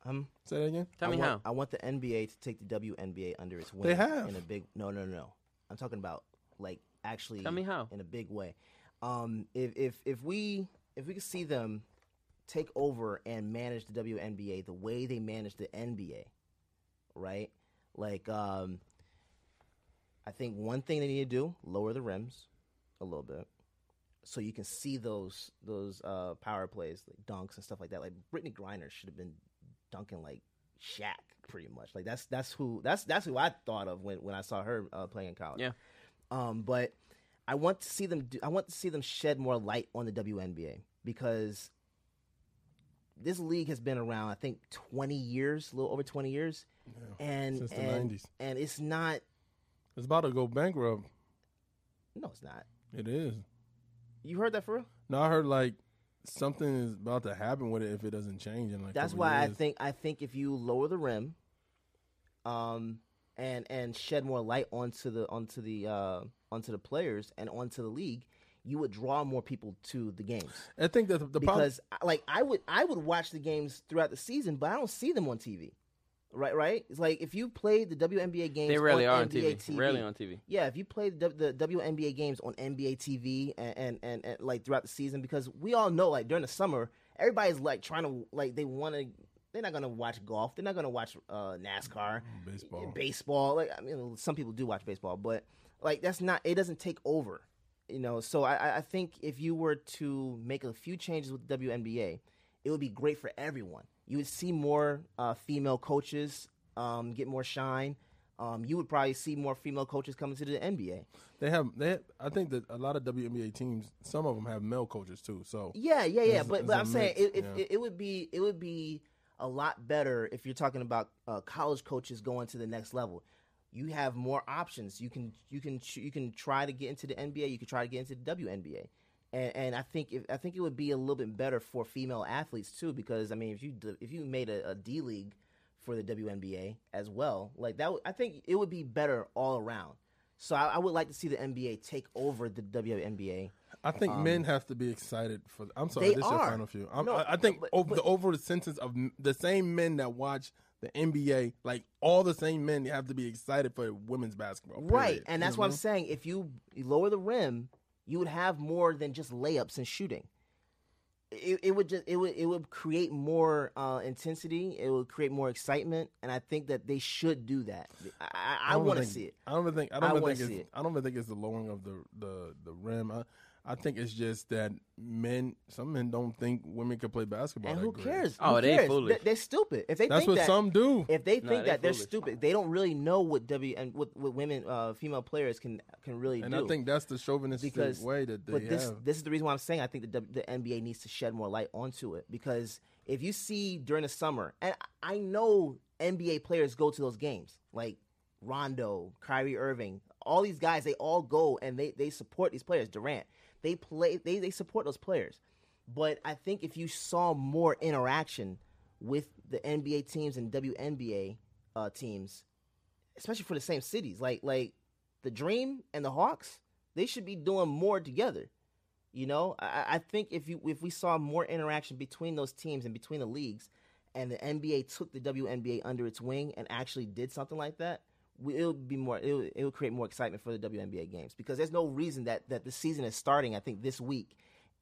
Um, Say that again. Tell I me want, how. I want the NBA to take the WNBA under its wing. have. in a big. No, no, no. I'm talking about like actually. Tell me how. in a big way. Um, if if if we if we could see them take over and manage the WNBA the way they manage the NBA, right? Like, um, I think one thing they need to do lower the rims a little bit, so you can see those those uh, power plays, like dunks and stuff like that. Like Brittany Griner should have been dunking like Shaq, pretty much. Like that's that's who that's that's who I thought of when when I saw her uh, playing in college. Yeah. Um, but I want to see them. Do, I want to see them shed more light on the WNBA because this league has been around. I think twenty years, a little over twenty years, and since the and, 90s. and it's not. It's about to go bankrupt. No, it's not. It is. You heard that for real? Now I heard like something is about to happen with it if it doesn't change. And like That's couple why I years. think I think if you lower the rim, um, and and shed more light onto the onto the uh, onto the players and onto the league, you would draw more people to the games. I think that the, the problem- because I- like I would I would watch the games throughout the season, but I don't see them on TV. Right, right. It's like if you played the WNBA games, They rarely on are on NBA TV. Rarely on TV. Yeah, if you played the, the WNBA games on NBA TV and, and, and, and like throughout the season, because we all know like during the summer, everybody's like trying to like they want to. They're not gonna watch golf. They're not gonna watch uh, NASCAR, Baseball. baseball. Like I mean, some people do watch baseball, but like that's not. It doesn't take over, you know. So I, I- I think if you were to make a few changes with WNBA, it would be great for everyone. You would see more uh, female coaches um, get more shine. Um, you would probably see more female coaches coming to the NBA. they have they. Have, I think that a lot of WNBA teams, some of them have male coaches too. So Yeah, yeah, yeah. It's- but it's but a I'm saying mix, it, if, yeah. it, it would be it would be a lot better if you're talking about uh, college coaches going to the next level. You have more options. You can you can ch- you can try to get into the NBA. You can try to get into the WNBA. And, and I think if, I think it would be a little bit better for female athletes too, because I mean, if you d- if you made a, a D league for the WNBA as well, like that, would- I think it would be better all around. So I, I would like to see the NBA take over the WNBA. I think men have to be excited for. I'm sorry, Um, they this is your are. final few. I'm, No, I, I think but- ov- the overall sentence of m- the same men that watch the NBA, like all the same men, they have to be excited for women's basketball. Right, period. Mm-hmm. and You that's know what what I'm saying. If you lower the rim, you would have more than just layups and shooting. It, it would just it would it would create more uh, intensity. It would create more excitement, and I think that they should do that. I, I, I don't want to think- see it. I don't even think. I I don't even wanna think. It's, see it. I don't even think it's the lowering of the the the rim. I, I think it's just that men. Some men don't think women can play basketball. And that who great. cares? Oh, Who they cares? foolish. They, are stupid. If they That's think what that, some do. If they Nah, think they that they're foolish. stupid, they don't really know what W and what, what women uh, female players can can really and do. I think that's the chauvinistic because way that they but this have. this is the reason why I'm saying I think the, the NBA needs to shed more light onto it because if you see during the summer and I- I know NBA players go to those games like Rondo, Kyrie Irving, all these guys they all go and they they support these players Durant they play they they support those players but I think if you saw more interaction with the NBA teams and WNBA uh, teams especially for the same cities. Like like the Dream and the Hawks, they should be doing more together. You know, I, I- I think if you if we saw more interaction between those teams and between the leagues, and the NBA took the WNBA under its wing and actually did something like that, we, it would be more. It would, it would create more excitement for the WNBA games because there's no reason that that the season is starting. I think this week,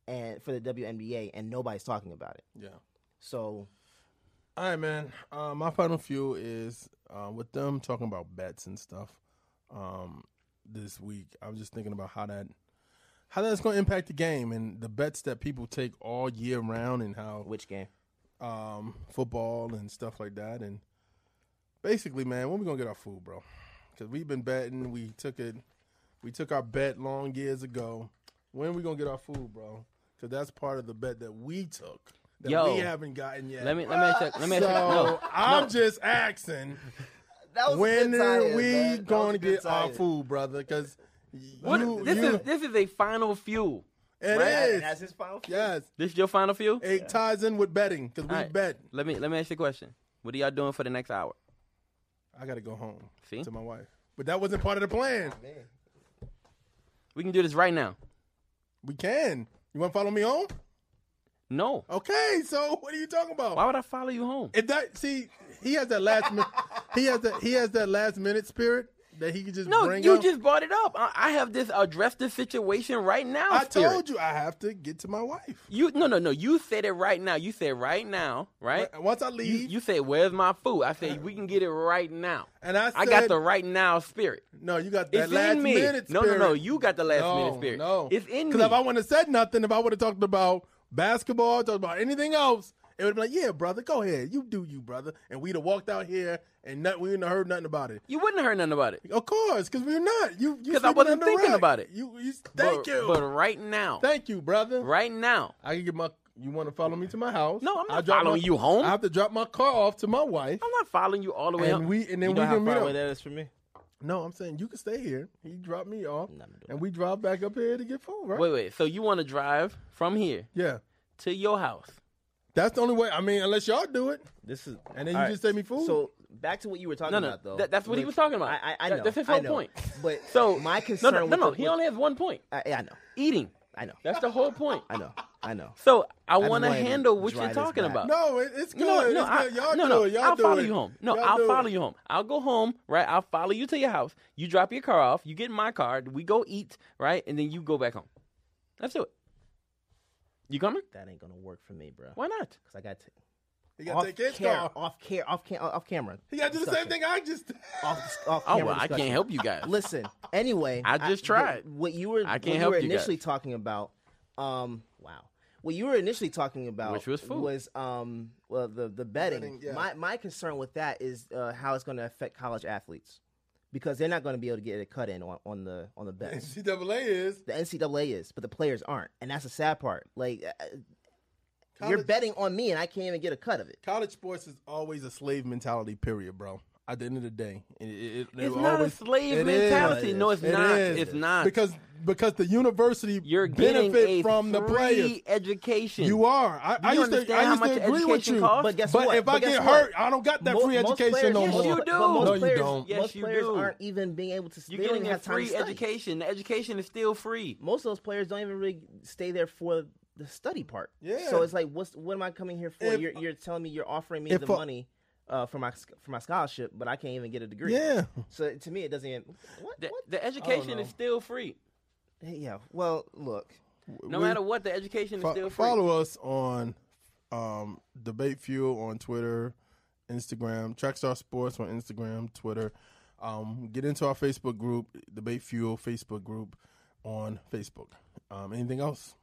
and for the WNBA, and nobody's talking about it. yeah. So All right, man. Uh, my final few is uh, with them talking about bets and stuff um, this week. I'm just thinking about how that how that's going to impact the game and the bets that people take all year round and how which game? um, football and stuff like that. And basically, man, when we gonna get our food, bro? Because we've been betting. We took it. We took our bet long years ago. When we gonna get our food, bro? Because that's part of the bet that we took that Yo. we haven't gotten yet. Let me let me ask you, let me ask So you, no, I'm just asking, That was a when good are tie-in, man. we That was gonna a good get our tie-in. food, brother? Because what, this is this is a final few. That- That's his final. Yes, This your final few? it ties in with betting because we All right. bet. Let me let me ask you a question. What are y'all doing for the next hour? I gotta go home See? to my wife, but that wasn't part of the plan. We can do this right now. We can. You want to follow me home? No. Okay. So what are you talking about? Why would I follow you home? If that see, he has that last minute. he has that. He has that last minute spirit that he can just No, bring you out. just brought it up. I, I have this address the situation right now. I spirit. told you I have to get to my wife. You no no no. You said it right now. You said right now, right? Once I You, leave, you said where's my food? I said we can get it right now. Uh, and I, I got said- the right now spirit. No, you got that It's last in me. minute. No, no, no. spirit. You got the last no, minute spirit. No, It's in me. Because if I wouldn't have said nothing, if I would have talked about basketball, talked about anything else, it would have been like, yeah, brother, go ahead, you do you, brother, and we'd have walked out here and not, we wouldn't have heard nothing about it. you wouldn't have heard nothing about it. Of course, because we're not. You, you 'Cause I sleeping wasn't under thinking rock. about it. You, you thank but, you, But right now, thank you, brother. right now, I can get my. You want to follow me to my house? No, I'm not I drop following my- you home. I have to drop my car off to my wife, I'm not following you all the way and up. we and then we You know how can meet far up. away that is for me? No, I'm saying you can stay here. He dropped me off, I'm doing and we drive back up here to get food, right? wait, wait. So you want to drive from here Yeah, to your house? that's the only way. I mean, unless y'all do it, This is and then you all right. just send me food. So back to what you were talking No, no, about, though. that- that's what he Which- was talking about. I, I, I That- know. that's his I whole know. point. But So my No, concern. no, no. with no the- he with- only has one point: I, yeah, I know. eating. I know. That's the whole point. I know. I know. So I just want to wanted to handle what dry you're this talking back. about. no, it, it's good. You know what? uh, No, it's I, good. Y'all no, do no. it. Y'all I'll do follow it. you home. No, Y'all I'll do follow it. you home. I'll go home, right? I'll follow you to your house. You drop your car off. You get in my car. We go eat, right? And then you go back home. Let's do it. You coming? That ain't gonna work for me, bro. Why not? Because I got to. He got off to take his care, car. off care, off cam, off camera. He got to do the same Discussion. thing I just. Off, off Oh, camera well, I discussion. can't help you guys. Listen. Anyway, I just tried. what- What you were, I can't what you help were you guys. initially talking about. Um, wow. What you were initially talking about, Which was food. was um, well, the the betting. Betting, yeah. My my concern with that is uh, how it's going to affect college athletes because they're not going to be able to get a cut in on, on the on the bets. NCAA is the NCAA is, but the players aren't, and that's the sad part. Like uh, you're College- betting on me, and I can't even get a cut of it. college sports is always a slave mentality. Period, bro. At the end of the day, it, it, it- It's it not always- a slave It mentality. is. No, it's It not. is. It's not. because because the university you're getting benefit a from the free players. education. You are. I, I you used to, understand how I used much to agree with education you. costs? But guess but what? if I But guess get what? hurt, I don't got that Mo- free most education players- no yes, more. you but do. most No, you players, don't. Yes, most you players do. aren't even being able to. You're they don't getting even a have time to free study. education. The education is still free. Most of those players don't even really stay there for the study part. Yeah. So it's like, what's what am I coming here for? If- you're you're telling me you're offering me if the a- money. Uh, for my sc- for my scholarship, but I can't even get a degree. Yeah. So to me, it doesn't. Even, what? The, what? the education know. is still free. Hey, yeah. Well, look. No We- matter what, the education is Fo- still free. follow us on um, Debate Fuel on Twitter, Instagram, Trackstar Sports on Instagram, Twitter. Um, get into our Facebook group, Debate Fuel Facebook group on Facebook. Um, anything else?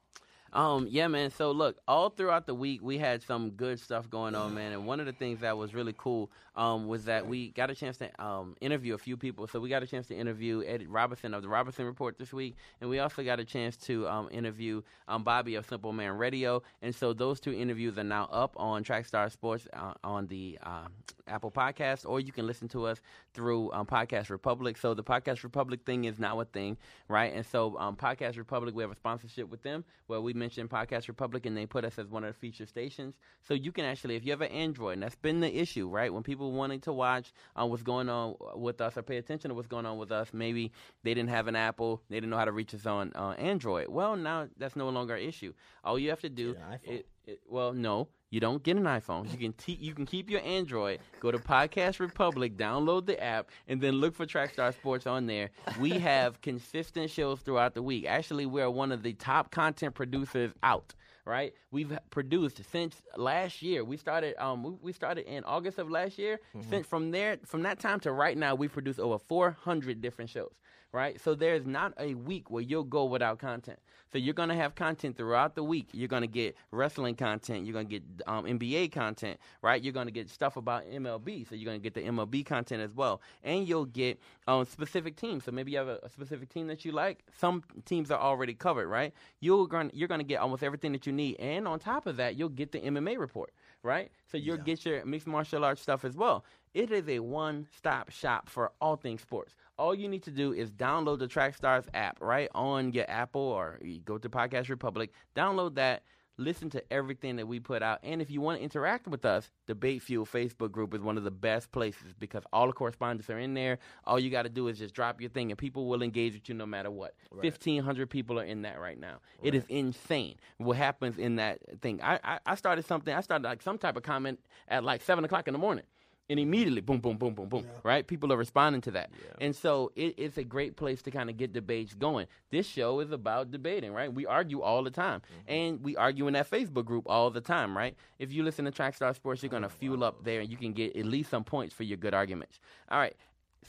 Um, yeah, man. So look, all throughout the week we had some good stuff going on, man. And one of the things that was really cool um, was that we got a chance to um, interview a few people. So we got a chance to interview Eddie Robinson of the Robinson Report this week, and we also got a chance to um, interview um, Bobby of Simple Man Radio. And so those two interviews are now up on Trackstar Sports uh, on the uh, Apple Podcast, or you can listen to us through um, Podcast Republic. So the Podcast Republic thing is now a thing, right? And so um, Podcast Republic, we have a sponsorship with them where we mentioned Podcast Republic and they put us as one of the feature stations. So you can actually, if you have an Android, and that's been the issue, right? When people wanting to watch uh, what's going on with us or pay attention to what's going on with us, maybe they didn't have an Apple, they didn't know how to reach us on uh, Android. Well, now that's no longer an issue. All you have to do, Get an iPhone. it, it, well, no. You don't get an iPhone. You can te- you can keep your Android. Go to Podcast Republic, download the app, and then look for Trackstar Sports on there. We have consistent shows throughout the week. Actually, we are one of the top content producers out. right? We've produced since last year. We started um we, we started in August of last year. Since from there from that time to right now, we've produced over 400 different shows, right? So there's not a week where you'll go without content. So you're gonna have content throughout the week. You're gonna get wrestling content. You're gonna get um, NBA content, right? You're gonna get stuff about MLB. So you're gonna get the MLB content as well, and you'll get um, specific teams. So maybe you have a, a specific team that you like. Some teams are already covered, right? You're gonna you're gonna get almost everything that you need, and on top of that, you'll get the MMA report, right? So you'll get your mixed martial arts stuff as well. It is a one stop shop for all things sports. All you need to do is download the Trackstars app, right? On your Apple or you go to Podcast Republic, download that, listen to everything that we put out. And if you want to interact with us, Debate Fuel Facebook group is one of the best places because all the correspondents are in there. All you got to do is just drop your thing and people will engage with you no matter what. 1,500 people are in that right now. It is insane what happens in that thing. I, I, I started something, I started like some type of comment at like 7 o'clock in the morning and immediately boom boom boom boom boom right people are responding to that and so it, it's a great place to kind of get debates going this show is about debating right we argue all the time and we argue in that facebook group all the time right if you listen to trackstar sports you're going to fuel up there and you can get at least some points for your good arguments all right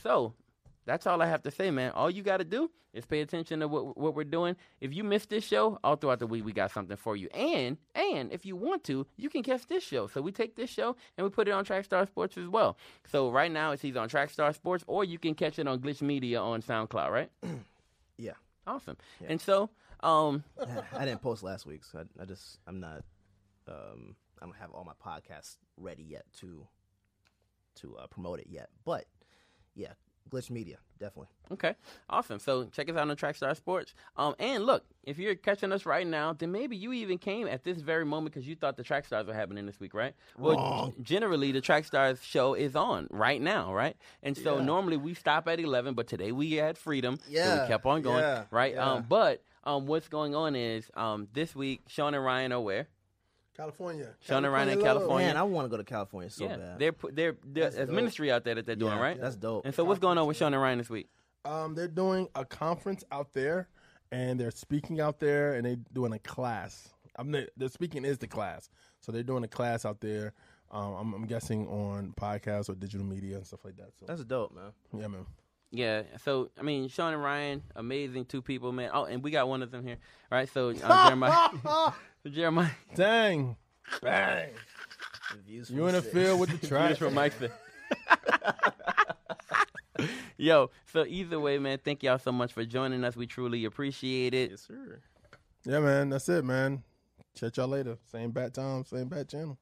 so that's all I have to say, man. All you got to do is pay attention to what what we're doing. If you missed this show, all throughout the week we got something for you. And and if you want to, you can catch this show. So we take this show and we put it on Trackstar Sports as well. So right now it's either on Trackstar Sports or you can catch it on Glitch Media on SoundCloud, right? Yeah, Awesome. And so um I didn't post last week, so I, I just I'm not um I don't have all my podcasts ready yet to to uh, promote it yet. But yeah, Glitch Media definitely. Okay, awesome. So check us out on Trackstar Sports. Um, and look, if you're catching us right now, then maybe you even came at this very moment because you thought the Track Stars were happening this week, right? Well, g- generally the Track Stars show is on right now, right? And so normally we stop at eleven, but today we had freedom, so Yeah, we kept on going, yeah, right? yeah. Um, but um, what's going on is um, this week Sean and Ryan are where? California. Sean and Ryan in California. Man, I want to go to California so bad. they're pu- they're, they're there's ministry out there that they're doing, Yeah, right? that's dope. And so what's going on with Sean and Ryan this week? Um, they're doing a conference out there, and they're speaking out there, and they're doing a class. I'm the, the speaking is the class, so they're doing a class out there. Um, I'm, I'm guessing on podcasts or digital media and stuff like that. So That's dope, man. yeah, man. Yeah, so I mean, Sean and Ryan, amazing two people, man. Oh, and we got one of them here, All right? So uh, Jeremiah, Jeremiah, Dang, bang! The views You in the from field with the trash? That's from Mike's. Yo, so either way, man, thank y'all so much for joining us. We truly appreciate it. six- Yes, sir. Yeah, man. That's it, man. Catch y'all later. Same bat time, same bat channel.